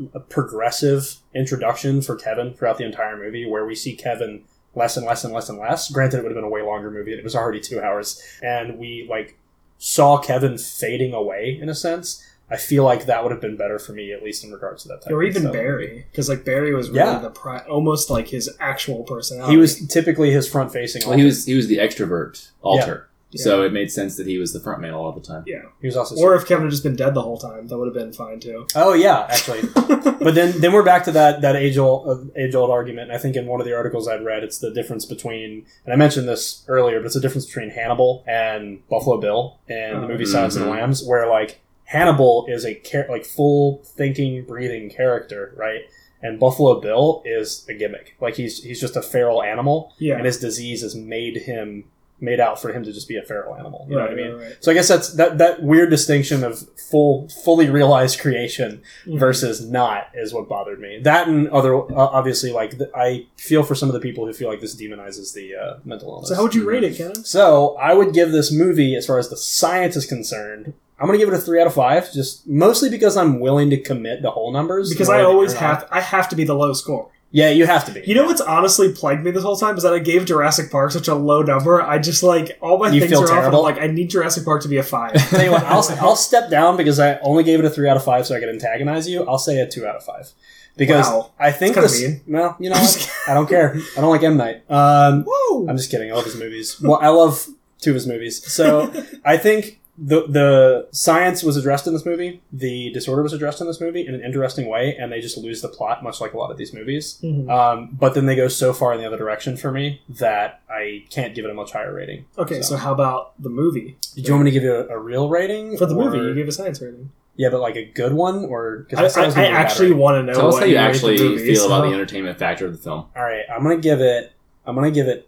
[SPEAKER 1] progressive introduction for Kevin throughout the entire movie, where we see Kevin less and less and less and less. Granted, it would have been a way longer movie, and it was already two hours, and we like saw Kevin fading away in a sense. I feel like that would have been better for me, at least in regards to that. Type
[SPEAKER 2] or
[SPEAKER 1] of
[SPEAKER 2] even
[SPEAKER 1] stuff.
[SPEAKER 2] Barry, because like Barry was really
[SPEAKER 1] Yeah.
[SPEAKER 2] the pri- almost like his actual personality.
[SPEAKER 1] He was typically his front facing.
[SPEAKER 3] Well, he was he was the extrovert alter,
[SPEAKER 2] Yeah.
[SPEAKER 3] so it made sense that he was the front man all the time.
[SPEAKER 1] He was also
[SPEAKER 2] or if Kevin had just been dead the whole time, that would have been fine too.
[SPEAKER 1] Oh yeah, actually. but then then we're back to that that age old uh, age old argument. And I think in one of the articles I'd read, it's the difference between and I mentioned this earlier, but it's the difference between Hannibal and Buffalo Bill and the movie Silence of
[SPEAKER 3] Mhm.
[SPEAKER 2] Mm-hmm.
[SPEAKER 1] the Lambs, where like Hannibal is a char- like full thinking, breathing character, right? And Buffalo Bill is a gimmick. Like he's he's just a feral animal,
[SPEAKER 2] Yeah,
[SPEAKER 1] and his disease has made him made out for him to just be a feral animal. You know
[SPEAKER 2] right,
[SPEAKER 1] what I mean?
[SPEAKER 2] right, right.
[SPEAKER 1] So I guess that's that that weird distinction of full fully realized creation
[SPEAKER 2] Mhm.
[SPEAKER 1] versus not is what bothered me. That and other uh, obviously like th- I feel for some of the people who feel like this demonizes the uh, mental illness.
[SPEAKER 2] So how would you rate it, Kevin?
[SPEAKER 1] So I would give this movie, as far as the science is concerned, I'm gonna give it a three out of five, just mostly because I'm willing to commit to whole numbers.
[SPEAKER 2] Because
[SPEAKER 1] knowing
[SPEAKER 2] I
[SPEAKER 1] that
[SPEAKER 3] uh,
[SPEAKER 2] always
[SPEAKER 1] you're not.
[SPEAKER 2] have I have to be the low score.
[SPEAKER 1] Yeah, you have to be.
[SPEAKER 2] You know what's honestly plagued me this whole time is that I gave Jurassic Park such a low number. I just like all my
[SPEAKER 1] You
[SPEAKER 2] things
[SPEAKER 1] feel
[SPEAKER 2] are off. And I'm
[SPEAKER 1] terrible?
[SPEAKER 2] like I need Jurassic Park to be a five.
[SPEAKER 1] Tell you what, I'll, I'll step down because I only gave it a three out of five, so I could antagonize you. I'll say a two out of five because
[SPEAKER 2] Wow.
[SPEAKER 1] I think
[SPEAKER 2] That's
[SPEAKER 1] this.
[SPEAKER 2] kinda mean.
[SPEAKER 1] Well, you know,
[SPEAKER 2] I'm
[SPEAKER 1] what?
[SPEAKER 2] just
[SPEAKER 1] I don't care. I don't like M Night. Um,
[SPEAKER 2] Whoa!
[SPEAKER 1] I'm just kidding. I love his movies. Well, I love two of his movies. So I think the the science was addressed in this movie. The disorder was addressed in this movie in an interesting way, and they just lose the plot, much like a lot of these movies.
[SPEAKER 2] Mhm.
[SPEAKER 1] Um, but then they go so far in the other direction for me that I can't give it a much higher rating.
[SPEAKER 2] Okay, so.
[SPEAKER 1] so-
[SPEAKER 2] how about the movie
[SPEAKER 1] Do you want me to give you a, a real rating
[SPEAKER 2] for the
[SPEAKER 1] or-
[SPEAKER 2] movie? You gave a science rating.
[SPEAKER 1] Yeah, but like a good one, or
[SPEAKER 2] I,
[SPEAKER 1] thought it was
[SPEAKER 2] I- I
[SPEAKER 1] gonna be a bad
[SPEAKER 2] actually
[SPEAKER 1] rating.
[SPEAKER 2] want to know
[SPEAKER 3] Tell us
[SPEAKER 2] what
[SPEAKER 3] how you
[SPEAKER 2] rate the
[SPEAKER 3] actually
[SPEAKER 2] movie,
[SPEAKER 3] feel about
[SPEAKER 2] so-
[SPEAKER 3] the entertainment factor of the film.
[SPEAKER 1] All right, I'm gonna give it. I'm gonna give it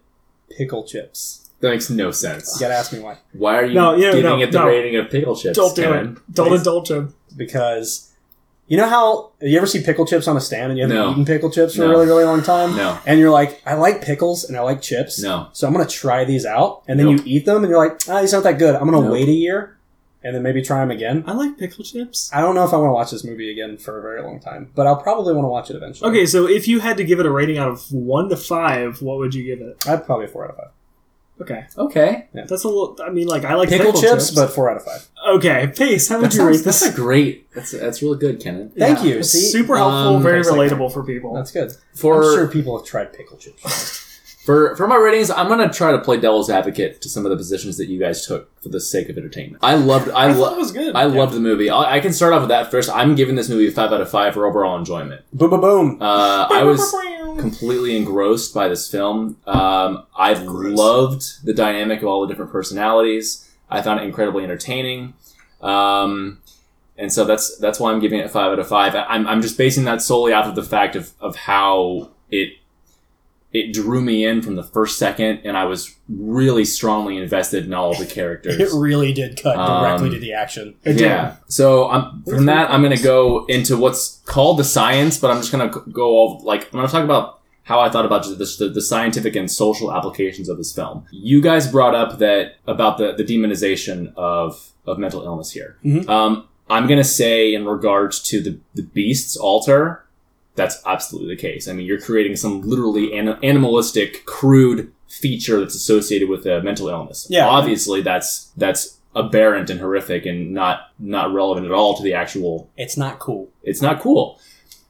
[SPEAKER 1] pickle chips.
[SPEAKER 3] That makes no
[SPEAKER 1] You
[SPEAKER 3] sense.
[SPEAKER 1] gotta ask me why.
[SPEAKER 3] Why are you
[SPEAKER 2] No, yeah,
[SPEAKER 3] giving
[SPEAKER 2] no,
[SPEAKER 3] it the
[SPEAKER 2] no.
[SPEAKER 3] rating of pickle chips?
[SPEAKER 2] Don't do
[SPEAKER 3] Kevin?
[SPEAKER 2] it. Don't indulge him.
[SPEAKER 1] because you know how you ever see pickle chips on a stand and you haven't
[SPEAKER 3] No.
[SPEAKER 1] eaten pickle chips for a
[SPEAKER 3] No.
[SPEAKER 1] really really long time
[SPEAKER 3] No,
[SPEAKER 1] and you're like i like pickles and i like chips
[SPEAKER 3] no.
[SPEAKER 1] so i'm gonna try these out and then
[SPEAKER 3] Nope.
[SPEAKER 1] you eat them and you're like ah these aren't that good i'm gonna
[SPEAKER 3] Nope.
[SPEAKER 1] wait a year and then maybe try them again
[SPEAKER 2] I like pickle chips.
[SPEAKER 1] i don't know if i want to watch this movie again for a very long time but i'll probably want to watch it eventually
[SPEAKER 2] Okay, so if you had to give it a rating out of one to five, what would you give it?
[SPEAKER 1] i'd probably four out of five
[SPEAKER 2] Okay,
[SPEAKER 3] Okay.
[SPEAKER 2] that's a little. I mean, like I like
[SPEAKER 1] pickle, chips, but four out of five
[SPEAKER 2] okay, Pace, how would
[SPEAKER 3] That
[SPEAKER 2] you rate
[SPEAKER 3] sounds,
[SPEAKER 2] this?
[SPEAKER 3] that's a great. That's that's real good, Kenan.
[SPEAKER 1] Thank you,
[SPEAKER 2] that's
[SPEAKER 1] see?
[SPEAKER 2] super helpful,
[SPEAKER 3] Um,
[SPEAKER 2] very
[SPEAKER 1] Pace, like-
[SPEAKER 2] relatable for people.
[SPEAKER 1] that's good
[SPEAKER 3] For
[SPEAKER 1] i'm sure people have tried pickle chips
[SPEAKER 3] For for my ratings, I'm gonna try to play devil's advocate to some of the positions that you guys took for the sake of entertainment. I loved I,
[SPEAKER 2] I
[SPEAKER 3] lo-
[SPEAKER 2] thought it was good.
[SPEAKER 3] I loved the movie. I, I can start off with that first. I'm giving this movie a five out of five for overall enjoyment.
[SPEAKER 1] boom boom boom
[SPEAKER 3] Uh, I was completely engrossed by this film. Um, I loved the dynamic of all the different personalities. I found it incredibly entertaining. Um, and so that's that's why I'm giving it a five out of five. I- I'm, I'm just basing that solely off of the fact of, of how it it drew me in from the first second, and I was really strongly invested in all of the characters.
[SPEAKER 1] it really did cut directly
[SPEAKER 3] Um,
[SPEAKER 1] to the action
[SPEAKER 2] It did.
[SPEAKER 3] Yeah. So I'm, from that, I'm going to go into what's called the science, but I'm just going to go all like I'm going to talk about how I thought about just this, the, the scientific and social applications of this film. You guys brought up that about the, the demonization of of mental illness here.
[SPEAKER 1] Mhm.
[SPEAKER 3] Um, I'm going to say in regards to the the beast's altar. That's absolutely the case. I mean, you're creating some literally an, animalistic, crude feature that's associated with a mental illness.
[SPEAKER 1] Yeah.
[SPEAKER 3] obviously that's that's aberrant and horrific and not not relevant at all to the actual.
[SPEAKER 1] it's not cool
[SPEAKER 3] It's not cool.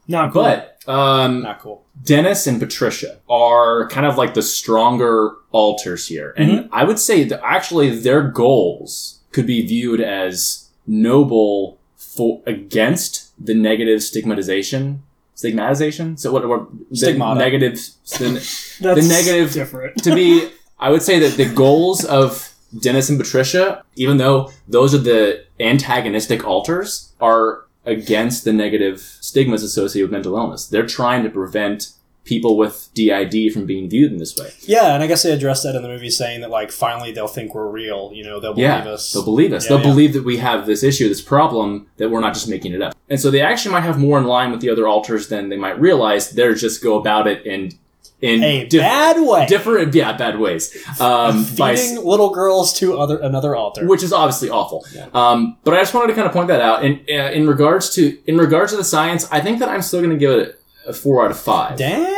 [SPEAKER 2] Not cool.
[SPEAKER 3] But um,
[SPEAKER 1] not cool
[SPEAKER 3] Dennis and Patricia are kind of like the stronger alters here. And I would say that actually their goals could be viewed as noble for against the negative stigmatization. Stigmatization? So what, what
[SPEAKER 1] Stigmata.
[SPEAKER 3] the negative the,
[SPEAKER 2] that's
[SPEAKER 3] negative-
[SPEAKER 2] different.
[SPEAKER 3] to be I would say that the goals of Dennis and Patricia, even though those are the antagonistic alters, are against the negative stigmas associated with mental illness. They're trying to prevent people with DID from being viewed in this way.
[SPEAKER 1] Yeah, and I guess they addressed that in the movie, saying that like finally they'll think we're real. You know, they'll believe
[SPEAKER 3] yeah,
[SPEAKER 1] us.
[SPEAKER 3] they'll believe us.
[SPEAKER 1] Yeah,
[SPEAKER 3] they'll
[SPEAKER 1] yeah.
[SPEAKER 3] believe that we have this issue, this problem, that we're not just making it up. And so they actually might have more in line with the other alters than they might realize. They're just go about it in in
[SPEAKER 1] a
[SPEAKER 3] diff-
[SPEAKER 1] bad way.
[SPEAKER 3] different, yeah, bad ways. Um, by s-
[SPEAKER 1] Feeding little girls to other another altar.
[SPEAKER 3] which is obviously awful.
[SPEAKER 1] Yeah.
[SPEAKER 3] Um, but I just wanted to kind of point that out. And uh, in regards to in regards to the science, I think that I'm still going to give it a four out of five.
[SPEAKER 1] Dang.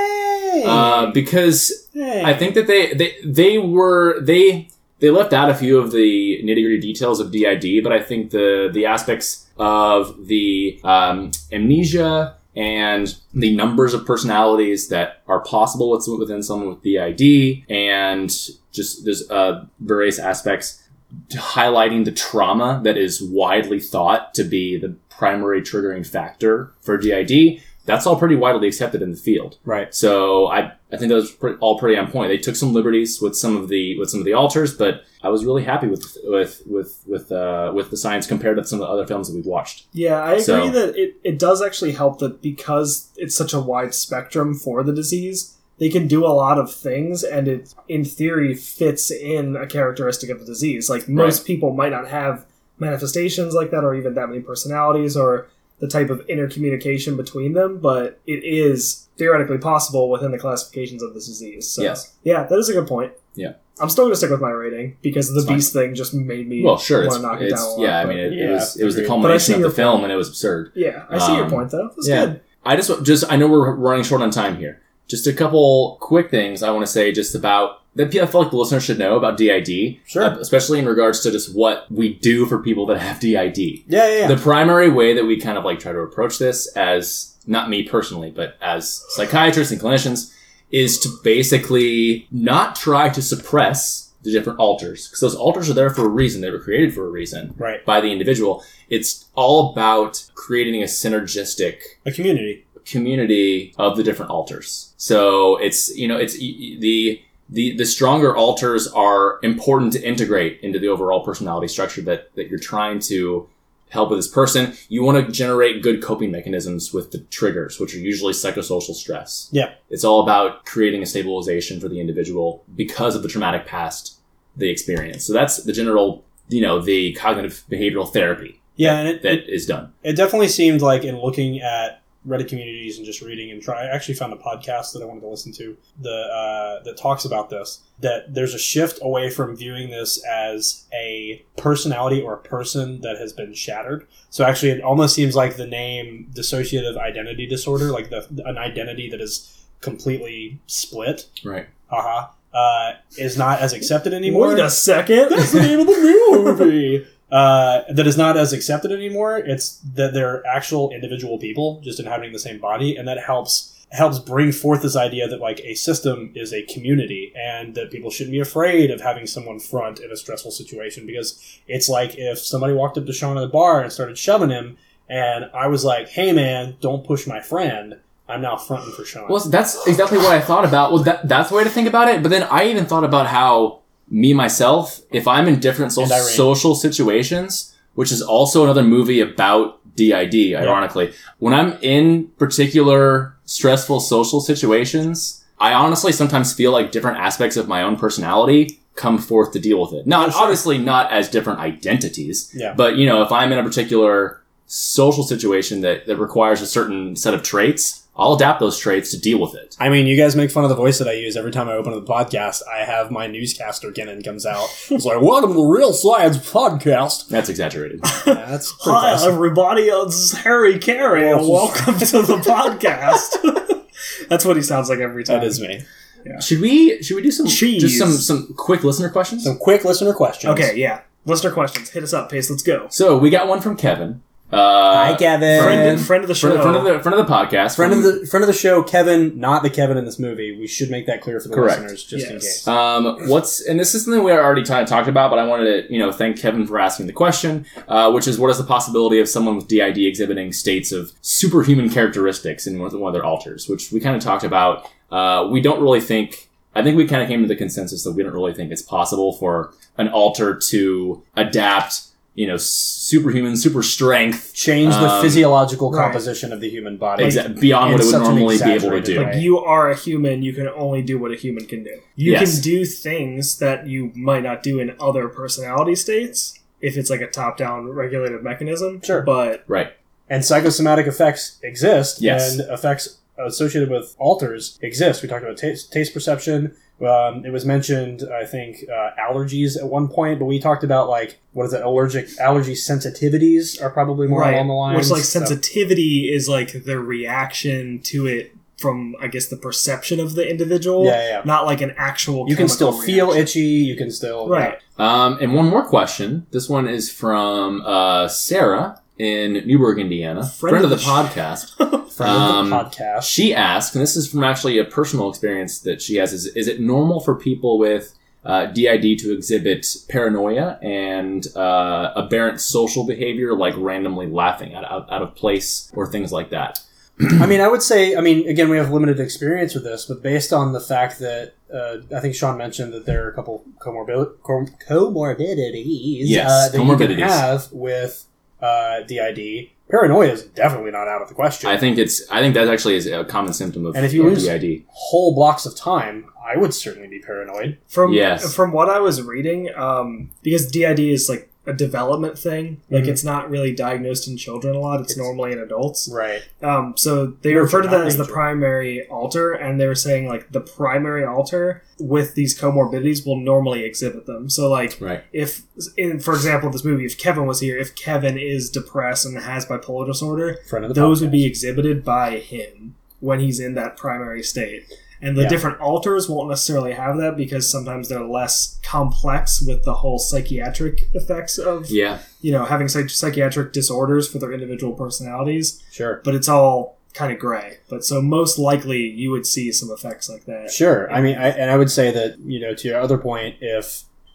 [SPEAKER 3] Uh, because
[SPEAKER 1] Dang.
[SPEAKER 3] I think that they they they were they they left out a few of the nitty gritty details of DID, but I think the the aspects of the um, amnesia and the numbers of personalities that are possible with- within someone with DID, and just there's uh, various aspects highlighting the trauma that is widely thought to be the primary triggering factor for DID, that's all pretty widely accepted in the field.
[SPEAKER 1] right.
[SPEAKER 3] So I, I think that was pre- all pretty on point. They took some liberties with some of the with some of the altars, but I was really happy with with with with uh, with the science compared to some of the other films that we've watched.
[SPEAKER 2] Yeah, I agree
[SPEAKER 3] So-
[SPEAKER 2] that it, it does actually help that because it's such a wide spectrum for the disease, they can do a lot of things and it in theory fits in a characteristic of the disease. Like most people might not have manifestations like that or even that many personalities or the type of intercommunication between them, but it is theoretically possible within the classifications of this disease. So
[SPEAKER 3] Yes.
[SPEAKER 2] yeah, that is a good point.
[SPEAKER 3] Yeah.
[SPEAKER 2] I'm still gonna stick with my rating because the
[SPEAKER 3] It's fine.
[SPEAKER 2] beast thing just made me
[SPEAKER 3] Well, sure, it's,
[SPEAKER 2] wanna knock it
[SPEAKER 3] it's-
[SPEAKER 2] down a lot,
[SPEAKER 3] yeah. I
[SPEAKER 2] but-
[SPEAKER 3] mean, it,
[SPEAKER 1] Yeah,
[SPEAKER 3] it was it was the
[SPEAKER 1] agreed.
[SPEAKER 2] But I see
[SPEAKER 3] culmination of
[SPEAKER 2] your
[SPEAKER 3] the film, and it was absurd.
[SPEAKER 2] Yeah, I see your
[SPEAKER 3] Um,
[SPEAKER 2] point though. That's
[SPEAKER 3] yeah.
[SPEAKER 2] good.
[SPEAKER 3] I just just I know we're running short on time here. Just a couple quick things I want to say just about that I feel like the listeners should know about DID.
[SPEAKER 1] Sure.
[SPEAKER 3] uh, especially in regards to just what we do for people that have DID.
[SPEAKER 1] Yeah, yeah, yeah.
[SPEAKER 3] The primary way that we kind of like try to approach this as not me personally, but as psychiatrists and clinicians is to basically not try to suppress the different alters because those alters are there for a reason. They were created for a reason
[SPEAKER 1] right.
[SPEAKER 3] by the individual. It's all about creating a synergistic
[SPEAKER 1] A community.
[SPEAKER 3] community of the different altars. So it's you know it's y- y- the the the stronger altars are important to integrate into the overall personality structure that that you're trying to help with this person. You want to generate good coping mechanisms with the triggers, which are usually psychosocial stress.
[SPEAKER 1] Yeah.
[SPEAKER 3] It's all about creating a stabilization for the individual because of the traumatic past they experience. So that's the general, you know, the cognitive behavioral therapy
[SPEAKER 1] Yeah, and it, it,
[SPEAKER 3] that is done.
[SPEAKER 1] it definitely seemed like in looking at Reddit communities and just reading and try. I actually found a podcast that I wanted to listen to the uh, that talks about this. That there's a shift away from viewing this as a personality or a person that has been shattered. So actually, it almost seems like the name dissociative identity disorder, like the an identity that is completely split.
[SPEAKER 3] Right.
[SPEAKER 1] Uh-huh. Uh Is not as accepted anymore.
[SPEAKER 2] Wait a second.
[SPEAKER 1] That's the name of the movie. Uh, that is not as accepted anymore. It's that they're actual individual people just inhabiting the same body, and that helps helps bring forth this idea that like a system is a community, and that people shouldn't be afraid of having someone front in a stressful situation because it's like if somebody walked up to Sean at the bar and started shoving him, and I was like, "Hey man, don't push my friend." I'm now fronting for Sean.
[SPEAKER 3] Well, that's exactly what I thought about. Well, that, that's the way to think about it. But then I even thought about how me myself, if I'm in different so-
[SPEAKER 1] And Irene.
[SPEAKER 3] social situations, which is also another movie about DID, ironically, when I'm in particular stressful social situations, I honestly sometimes feel like different aspects of my own personality come forth to deal with it. Now,
[SPEAKER 1] Oh, sure.
[SPEAKER 3] obviously, not as different identities,
[SPEAKER 1] Yeah.
[SPEAKER 3] but you know, if I'm in a particular social situation that, that requires a certain set of traits, I'll adapt those traits to deal with it.
[SPEAKER 1] I mean, you guys make fun of the voice that I use every time I open up the podcast. I have my newscaster Kenan comes out. It's like, welcome to the Real Science Podcast.
[SPEAKER 3] That's exaggerated.
[SPEAKER 1] That's pretty
[SPEAKER 2] Hi,
[SPEAKER 1] awesome.
[SPEAKER 2] everybody. It's Harry Carey, and
[SPEAKER 1] Oh.
[SPEAKER 2] welcome to the podcast. That's what he sounds like every time.
[SPEAKER 1] That is me.
[SPEAKER 3] should we should we do some
[SPEAKER 2] Cheese.
[SPEAKER 3] just some some quick listener questions?
[SPEAKER 1] Some quick listener questions.
[SPEAKER 2] Okay, yeah. Listener questions. Hit us up, Pace. Let's go.
[SPEAKER 3] So we got one from Kevin. Uh,
[SPEAKER 1] Hi, Kevin.
[SPEAKER 2] Friend,
[SPEAKER 1] Friend,
[SPEAKER 2] friend of the show.
[SPEAKER 3] Friend, friend of the friend of the podcast.
[SPEAKER 1] of the friend of the show, Kevin, not the Kevin in this movie. We should make that clear for the
[SPEAKER 3] Correct.
[SPEAKER 1] listeners, just in
[SPEAKER 2] Yes.
[SPEAKER 1] case.
[SPEAKER 3] Um, what's and this is something we already kind of talked about, but I wanted to you know thank Kevin for asking the question, uh, which is what is the possibility of someone with DID exhibiting states of superhuman characteristics in one of one of their alters, which we kind of talked about. Uh, we don't really think. I think we kind of came to the consensus that we don't really think it's possible for an alter to adapt, you know, superhuman, super strength,
[SPEAKER 1] Change the
[SPEAKER 3] Um,
[SPEAKER 1] physiological
[SPEAKER 2] right.
[SPEAKER 1] composition of the human body.
[SPEAKER 3] exa- beyond
[SPEAKER 1] in
[SPEAKER 3] what it would
[SPEAKER 1] such an
[SPEAKER 3] normally be able to
[SPEAKER 1] exaggerated
[SPEAKER 3] do.
[SPEAKER 1] way.
[SPEAKER 2] Like you are a human, you can only do what a human can do. You
[SPEAKER 3] Yes.
[SPEAKER 2] can do things that you might not do in other personality states if it's like a top-down regulated mechanism.
[SPEAKER 1] Sure.
[SPEAKER 2] but
[SPEAKER 3] Right.
[SPEAKER 1] And psychosomatic effects exist,
[SPEAKER 3] Yes.
[SPEAKER 1] and effects associated with alters exist. We talked about taste, taste perception. Um, it was mentioned, I think, uh, allergies at one point, but we talked about like what is it? Allergic allergy sensitivities are probably more
[SPEAKER 2] right,
[SPEAKER 1] along the lines.
[SPEAKER 2] which like
[SPEAKER 1] of-
[SPEAKER 2] sensitivity is like the reaction to it from I guess the perception of the individual,
[SPEAKER 1] Yeah, yeah, yeah.
[SPEAKER 2] not like an actual.
[SPEAKER 1] You can
[SPEAKER 2] chemical
[SPEAKER 1] still feel
[SPEAKER 2] reaction.
[SPEAKER 1] itchy. You can still
[SPEAKER 2] Right.
[SPEAKER 3] Um, and one more question. This one is from uh, Sarah in Newburgh, Indiana, friend, of the,
[SPEAKER 2] sh-
[SPEAKER 3] podcast.
[SPEAKER 1] Friend
[SPEAKER 3] Um,
[SPEAKER 1] of the podcast.
[SPEAKER 3] she asks, and this is from actually a personal experience that she has: is is it normal for people with uh, DID to exhibit paranoia and uh, aberrant social behavior, like randomly laughing out, out, out of place or things like that?
[SPEAKER 1] I mean, I would say, I mean, again, we have limited experience with this, but based on the fact that uh, I think Sean mentioned that there are a couple comorbi- com- comorbidities
[SPEAKER 3] Yes,
[SPEAKER 1] uh, that you can
[SPEAKER 3] comorbidities.
[SPEAKER 1] have with uh, DID. Paranoia is definitely not out of the question.
[SPEAKER 3] I think it's. I think that actually is a common symptom of,
[SPEAKER 1] And if you
[SPEAKER 3] of
[SPEAKER 1] lose-
[SPEAKER 3] DID.
[SPEAKER 1] Whole blocks of time, I would certainly be paranoid.
[SPEAKER 2] From
[SPEAKER 3] Yes.
[SPEAKER 2] from what I was reading, um, because DID is like a development thing, like
[SPEAKER 1] Mhm.
[SPEAKER 2] it's not really diagnosed in children a lot. It's,
[SPEAKER 1] It's-
[SPEAKER 2] normally in adults.
[SPEAKER 1] Right.
[SPEAKER 2] Um, so they
[SPEAKER 1] Which
[SPEAKER 2] refer to
[SPEAKER 1] are
[SPEAKER 2] that
[SPEAKER 1] not
[SPEAKER 2] as the
[SPEAKER 1] major.
[SPEAKER 2] primary alter, and they were saying like the primary alter with these comorbidities will normally exhibit them. So like
[SPEAKER 3] Right.
[SPEAKER 2] if in for example this movie, if Kevin was here, if Kevin is depressed and has bipolar disorder,
[SPEAKER 1] Friend of the
[SPEAKER 2] those
[SPEAKER 1] podcast.
[SPEAKER 2] would be exhibited by him. when he's in that primary state. And the
[SPEAKER 1] Yeah.
[SPEAKER 2] different alters won't necessarily have that because sometimes they're less complex with the whole psychiatric effects of
[SPEAKER 3] Yeah.
[SPEAKER 2] you know having psych- psychiatric disorders for their individual personalities.
[SPEAKER 1] Sure.
[SPEAKER 2] But it's all kind of gray. But so most likely you would see some effects like that.
[SPEAKER 1] Sure. I mean, I, and I would say that, you know, to your other point, if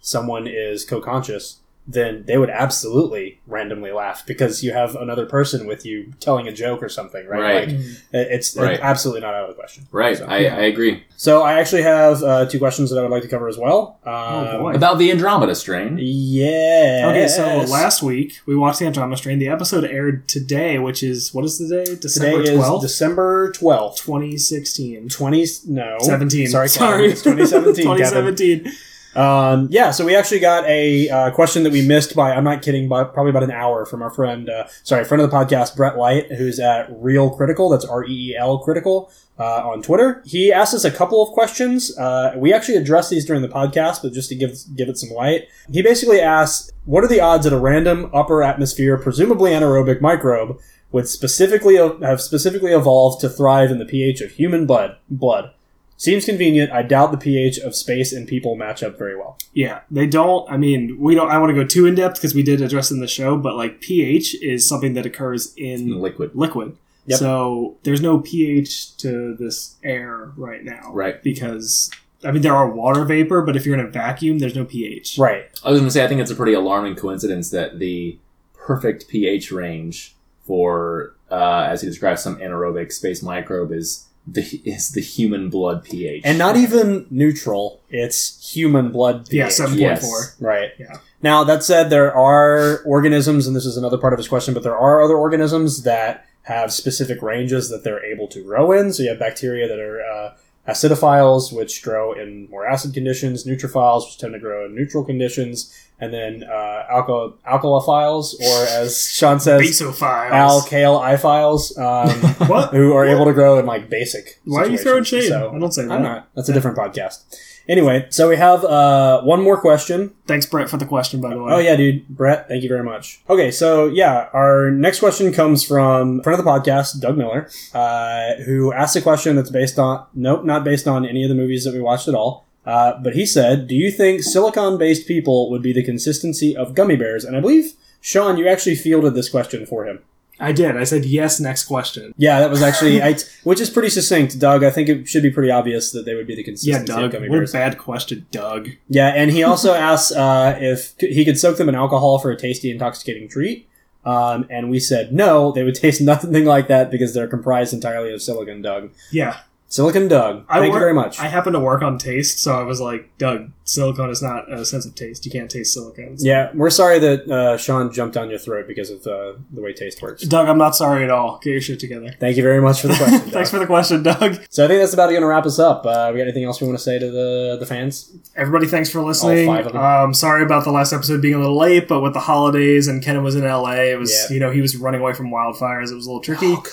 [SPEAKER 1] someone is co conscious, then they would absolutely randomly laugh because you have another person with you telling a joke or something, right?
[SPEAKER 3] Right.
[SPEAKER 1] Like,
[SPEAKER 2] Mm.
[SPEAKER 1] it- it's,
[SPEAKER 3] Right.
[SPEAKER 1] it's absolutely not out of the question.
[SPEAKER 3] Right.
[SPEAKER 1] So,
[SPEAKER 3] I,
[SPEAKER 2] yeah.
[SPEAKER 3] I agree.
[SPEAKER 1] so I actually have uh, two questions that I would like to cover as well. Um,
[SPEAKER 2] Oh, boy.
[SPEAKER 3] About the Andromeda strain.
[SPEAKER 1] Yeah.
[SPEAKER 2] Okay, so last week we watched the Andromeda Strain. The episode aired today, which is what is the day?
[SPEAKER 1] today
[SPEAKER 2] December
[SPEAKER 1] is
[SPEAKER 2] twelfth,
[SPEAKER 1] December twelfth,
[SPEAKER 2] twenty sixteen.
[SPEAKER 1] twenty no
[SPEAKER 2] Seventeen.
[SPEAKER 1] Oh, Sorry,
[SPEAKER 2] sorry.
[SPEAKER 1] twenty seventeen.
[SPEAKER 2] Twenty
[SPEAKER 1] 2017.
[SPEAKER 2] seventeen.
[SPEAKER 1] Kevin. Um, yeah, so we actually got a uh, question that we missed by I'm not kidding, by probably about an hour from our friend, uh, sorry, friend of the podcast, Brett Light, who's at Real Critical. That's R E E L Critical. Uh, on Twitter, he asked us a couple of questions. Uh, we actually addressed these during the podcast, but just to give give it some light, he basically asked, "What are the odds that a random upper atmosphere, presumably anaerobic microbe, would specifically have specifically evolved to thrive in the pH of human blood. Blood seems convenient. I doubt the pH of space and people match up very well.
[SPEAKER 2] Yeah, they don't. I mean, we don't. I want to go too in depth because we did address it in the show, but like pH is something that occurs
[SPEAKER 3] In the
[SPEAKER 2] in
[SPEAKER 3] liquid.
[SPEAKER 2] liquid.
[SPEAKER 1] Yep.
[SPEAKER 2] So there's no pH to this air right now,
[SPEAKER 3] Right.
[SPEAKER 2] Because I mean, there are water vapor, but if you're in a vacuum, there's no pH.
[SPEAKER 1] Right.
[SPEAKER 3] I was going to say, I think it's a pretty alarming coincidence that the perfect pH range for, uh, as he describes, some anaerobic space microbe is the is the human blood pH,
[SPEAKER 1] And not even neutral. It's human blood pH.
[SPEAKER 2] Yeah, seven point
[SPEAKER 3] Yes.
[SPEAKER 2] four.
[SPEAKER 1] Right.
[SPEAKER 2] Yeah.
[SPEAKER 1] Now that said, there are organisms, and this is another part of his question, but there are other organisms that have specific ranges that they're able to grow in. So you have bacteria that are uh, acidophiles, which grow in more acid conditions, neutrophiles, which tend to grow in neutral conditions, and then uh, alco- alkalophiles, or as Sean says,
[SPEAKER 2] Basophiles.
[SPEAKER 1] alkale iphiles, um,
[SPEAKER 2] what?
[SPEAKER 1] who are able to grow in like basic.
[SPEAKER 2] Why are you throwing shade?
[SPEAKER 1] situations. So-
[SPEAKER 2] I don't say that.
[SPEAKER 1] I'm not. That's a different podcast. Anyway, so we have uh, one more question
[SPEAKER 2] Thanks, Brett, for the question, by the way.
[SPEAKER 1] Oh yeah, dude, Brett, thank you very much. Okay, so yeah, our next question comes from friend of the podcast, Doug Miller, uh, who asked a question that's based on nope, not based on any of the movies that we watched at all. Uh, but he said, "Do you think silicon-based people would be the consistency of gummy bears?" And I believe Sean, you actually fielded this question for him.
[SPEAKER 2] I did. I said yes. Next question.
[SPEAKER 1] Yeah, that was actually, I, which is pretty succinct, Doug. I think it should be pretty obvious that they would be the
[SPEAKER 2] Yeah,
[SPEAKER 1] consistency of
[SPEAKER 2] Doug.
[SPEAKER 1] gummy
[SPEAKER 2] What a
[SPEAKER 1] bears.
[SPEAKER 2] bad question, Doug.
[SPEAKER 1] Yeah, and he also asks uh, if c- he could soak them in alcohol for a tasty, intoxicating treat. Um, and we said no, they would taste nothing like that because they're comprised entirely of silicon Doug.
[SPEAKER 2] Yeah,
[SPEAKER 1] Silicon Doug.
[SPEAKER 2] I
[SPEAKER 1] Thank
[SPEAKER 2] wor-
[SPEAKER 1] you very much.
[SPEAKER 2] I happen to work on taste, so I was like, Doug, silicone is not a sense of taste. You can't taste silicone.
[SPEAKER 1] yeah, we're sorry that uh, Sean jumped down your throat because of uh, the way taste works.
[SPEAKER 2] Doug, I'm not sorry at all. Get your shit together.
[SPEAKER 1] Thank you very much for the question. Doug.
[SPEAKER 2] Thanks for the question, Doug.
[SPEAKER 1] so I think that's about going to wrap us up. Uh, we got anything else we want to say to the the fans?
[SPEAKER 2] Everybody, thanks for listening.
[SPEAKER 1] All five of them.
[SPEAKER 2] Um, sorry about the last episode being a little late, but with the holidays and Kenan was in LA, it was
[SPEAKER 1] Yeah.
[SPEAKER 2] you know he was running away from wildfires. It was a little tricky.
[SPEAKER 3] Oh,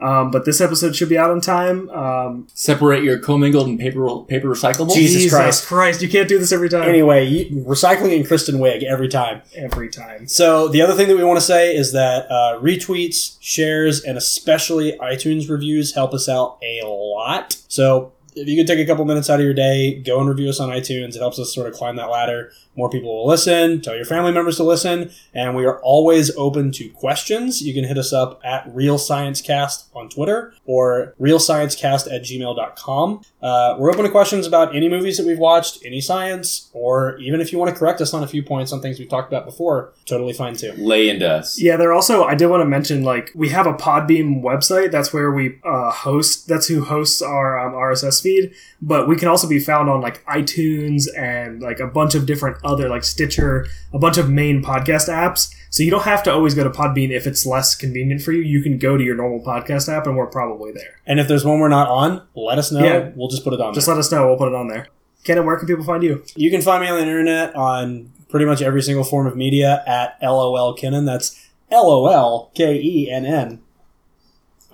[SPEAKER 2] um, but this episode should be out on time. Um,
[SPEAKER 3] Separate your commingled and paper paper recyclables.
[SPEAKER 1] Jesus Christ.
[SPEAKER 2] you can't do this every time.
[SPEAKER 1] Anyway, you, recycling and Kristen Wiig every time.
[SPEAKER 2] Every time.
[SPEAKER 1] So the other thing that we want to say is that uh, retweets, shares, and especially iTunes reviews help us out a lot. So if you could take a couple minutes out of your day, go and review us on iTunes. It helps us sort of climb that ladder. More people will listen. Tell your family members to listen. And we are always open to questions. You can hit us up at Real Science Cast on Twitter or realsciencecast at gmail.com. Uh, we're open to questions about any movies that we've watched, any science, or even if you want to correct us on a few points on things we've talked about before, totally fine too.
[SPEAKER 3] Lay into us.
[SPEAKER 2] Yeah, they're also. I did want to mention like we have a Podbeam website. That's where we uh, host. That's who hosts our um, RSS feed. But we can also be found on like iTunes and like a bunch of different other like Stitcher, a bunch of main podcast apps. So you don't have to always go to Podbean if it's less convenient for you. You can go to your normal podcast app, and we're probably there.
[SPEAKER 1] And if there's one we're not on, let us know.
[SPEAKER 2] Yeah.
[SPEAKER 1] We'll just put it on.
[SPEAKER 2] Just
[SPEAKER 1] there.
[SPEAKER 2] let us know. We'll put it on there. Kenan, where can people find you?
[SPEAKER 1] you can find me on the internet on pretty much every single form of media at LOL That's L O L K E N N.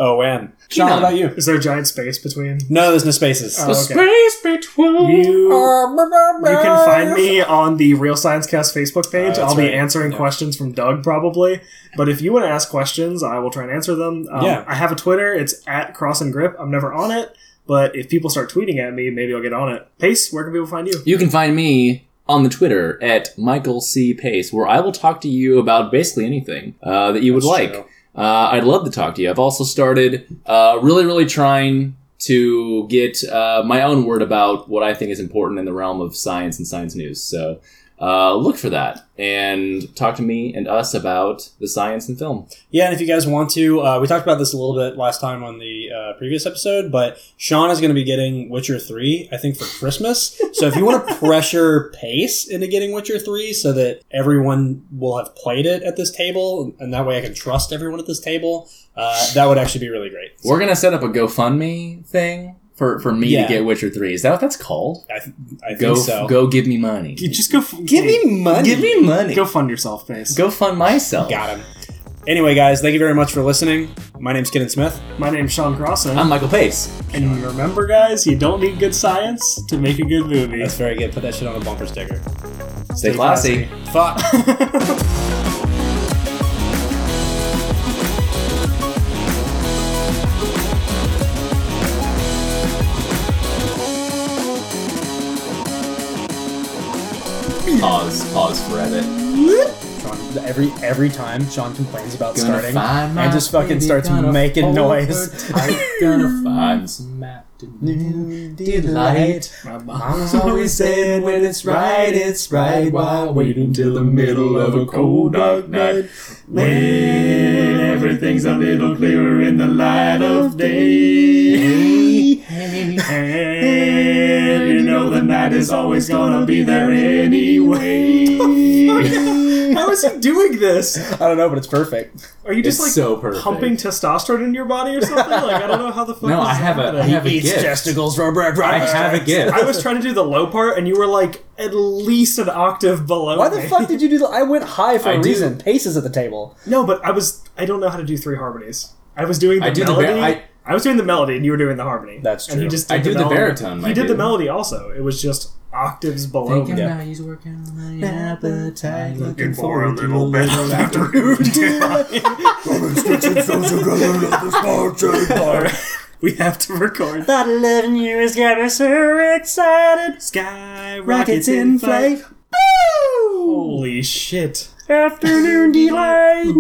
[SPEAKER 1] O M. Sean, what
[SPEAKER 3] Kenan.
[SPEAKER 1] about you?
[SPEAKER 2] Is there a giant space between?
[SPEAKER 1] No, there's no spaces.
[SPEAKER 2] Oh, okay.
[SPEAKER 3] space between
[SPEAKER 2] You,
[SPEAKER 1] you
[SPEAKER 2] you can find me on the Real Science Cast Facebook
[SPEAKER 1] Uh,
[SPEAKER 2] page.
[SPEAKER 1] that's
[SPEAKER 2] I'll be
[SPEAKER 1] right.
[SPEAKER 2] answering
[SPEAKER 1] Yeah.
[SPEAKER 2] questions from Doug probably. But if you want to ask questions, I will try and answer them. Um,
[SPEAKER 1] Yeah.
[SPEAKER 2] I have a Twitter. It's at Cross and Grip. I'm never on it, but if people start tweeting at me, maybe I'll get on it. Pace, where can people find you?
[SPEAKER 3] You can find me on the Twitter at Michael C Pace, where I will talk to you about basically anything uh, that you would
[SPEAKER 1] That's
[SPEAKER 3] like.
[SPEAKER 1] true.
[SPEAKER 3] Uh, I'd love to talk to you. I've also started uh, really, really trying to get uh, my own word about what I think is important in the realm of science and science news. So uh, look for that and talk to me and us about the science and film.
[SPEAKER 1] Yeah, and if you guys want to, uh, we talked about this a little bit last time on the uh, previous episode, but Sean is going to be getting Witcher 3, I think, for Christmas. so if you want to pressure Pace into getting Witcher 3 so that everyone will have played it at this table, and that way I can trust everyone at this table, uh, that would actually be really great.
[SPEAKER 3] We're gonna set up a GoFundMe thing for for me
[SPEAKER 1] Yeah.
[SPEAKER 3] to get Witcher Three. Is that what that's called?
[SPEAKER 1] I, th- I think
[SPEAKER 3] Go
[SPEAKER 1] so.
[SPEAKER 3] go give me money.
[SPEAKER 2] Just go. F-
[SPEAKER 1] Give me money.
[SPEAKER 3] Give me money.
[SPEAKER 2] Go fund yourself, Pace.
[SPEAKER 3] Go fund myself.
[SPEAKER 1] Got him. Anyway, guys, thank you very much for listening. My name's Kenan Smith.
[SPEAKER 2] My name's Sean Crossan.
[SPEAKER 3] I'm Michael Pace.
[SPEAKER 2] and remember, guys, you don't need good science to make a good movie.
[SPEAKER 1] That's very good. Put that shit on a bumper sticker.
[SPEAKER 3] Stay classy.
[SPEAKER 1] Fuck.
[SPEAKER 3] Pause. Pause for edit.
[SPEAKER 1] Sean, every every time Sean complains about
[SPEAKER 3] Gonna
[SPEAKER 1] starting,
[SPEAKER 3] find my
[SPEAKER 1] and just fucking
[SPEAKER 3] baby,
[SPEAKER 1] starts
[SPEAKER 3] gonna
[SPEAKER 1] making
[SPEAKER 3] hold
[SPEAKER 1] noise.
[SPEAKER 3] her tight, gonna find some afternoon delight.
[SPEAKER 2] My
[SPEAKER 3] Mom's always said when it's right, it's right. Why wait until the middle of a cold dark night? When everything's a little clearer in the light of day. And you know the night is always gonna be there anyway.
[SPEAKER 2] How is he doing this?
[SPEAKER 1] I don't know, but it's perfect.
[SPEAKER 2] Are you just
[SPEAKER 3] It's
[SPEAKER 2] like
[SPEAKER 3] so perfect.
[SPEAKER 2] pumping testosterone in your body or something? Like I don't know how the fuck.
[SPEAKER 3] No,
[SPEAKER 2] this
[SPEAKER 3] I
[SPEAKER 2] is
[SPEAKER 3] have a, I
[SPEAKER 2] happening.
[SPEAKER 3] have a gift.
[SPEAKER 1] for bread.
[SPEAKER 3] I have a gift.
[SPEAKER 2] I was trying to do the low part, and you were like at least an octave below.
[SPEAKER 1] Why the
[SPEAKER 2] me.
[SPEAKER 1] fuck did you do that? I went high for
[SPEAKER 3] I
[SPEAKER 1] a
[SPEAKER 3] do.
[SPEAKER 1] reason. Paces at the table.
[SPEAKER 2] No, but I was. I don't know how to do three harmonies. I was doing the
[SPEAKER 3] I do the bar-
[SPEAKER 2] melody.
[SPEAKER 3] I-
[SPEAKER 2] I, was doing the melody, and you were doing the harmony.
[SPEAKER 1] That's
[SPEAKER 2] And he
[SPEAKER 1] true.
[SPEAKER 2] just did
[SPEAKER 3] I do the
[SPEAKER 2] melody.
[SPEAKER 3] baritone,
[SPEAKER 2] He
[SPEAKER 3] my
[SPEAKER 2] did the
[SPEAKER 3] dude.
[SPEAKER 2] melody also. It was just octaves below. me.
[SPEAKER 1] Yeah.
[SPEAKER 3] he's working on my appetite.
[SPEAKER 2] Looking for a little bit of afternoon We have to record.
[SPEAKER 1] About eleven years got me so excited.
[SPEAKER 2] Sky
[SPEAKER 1] Rockets in flight.
[SPEAKER 2] Holy shit.
[SPEAKER 1] Afternoon delight.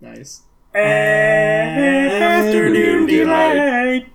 [SPEAKER 2] Nice.
[SPEAKER 1] Afternoon delight.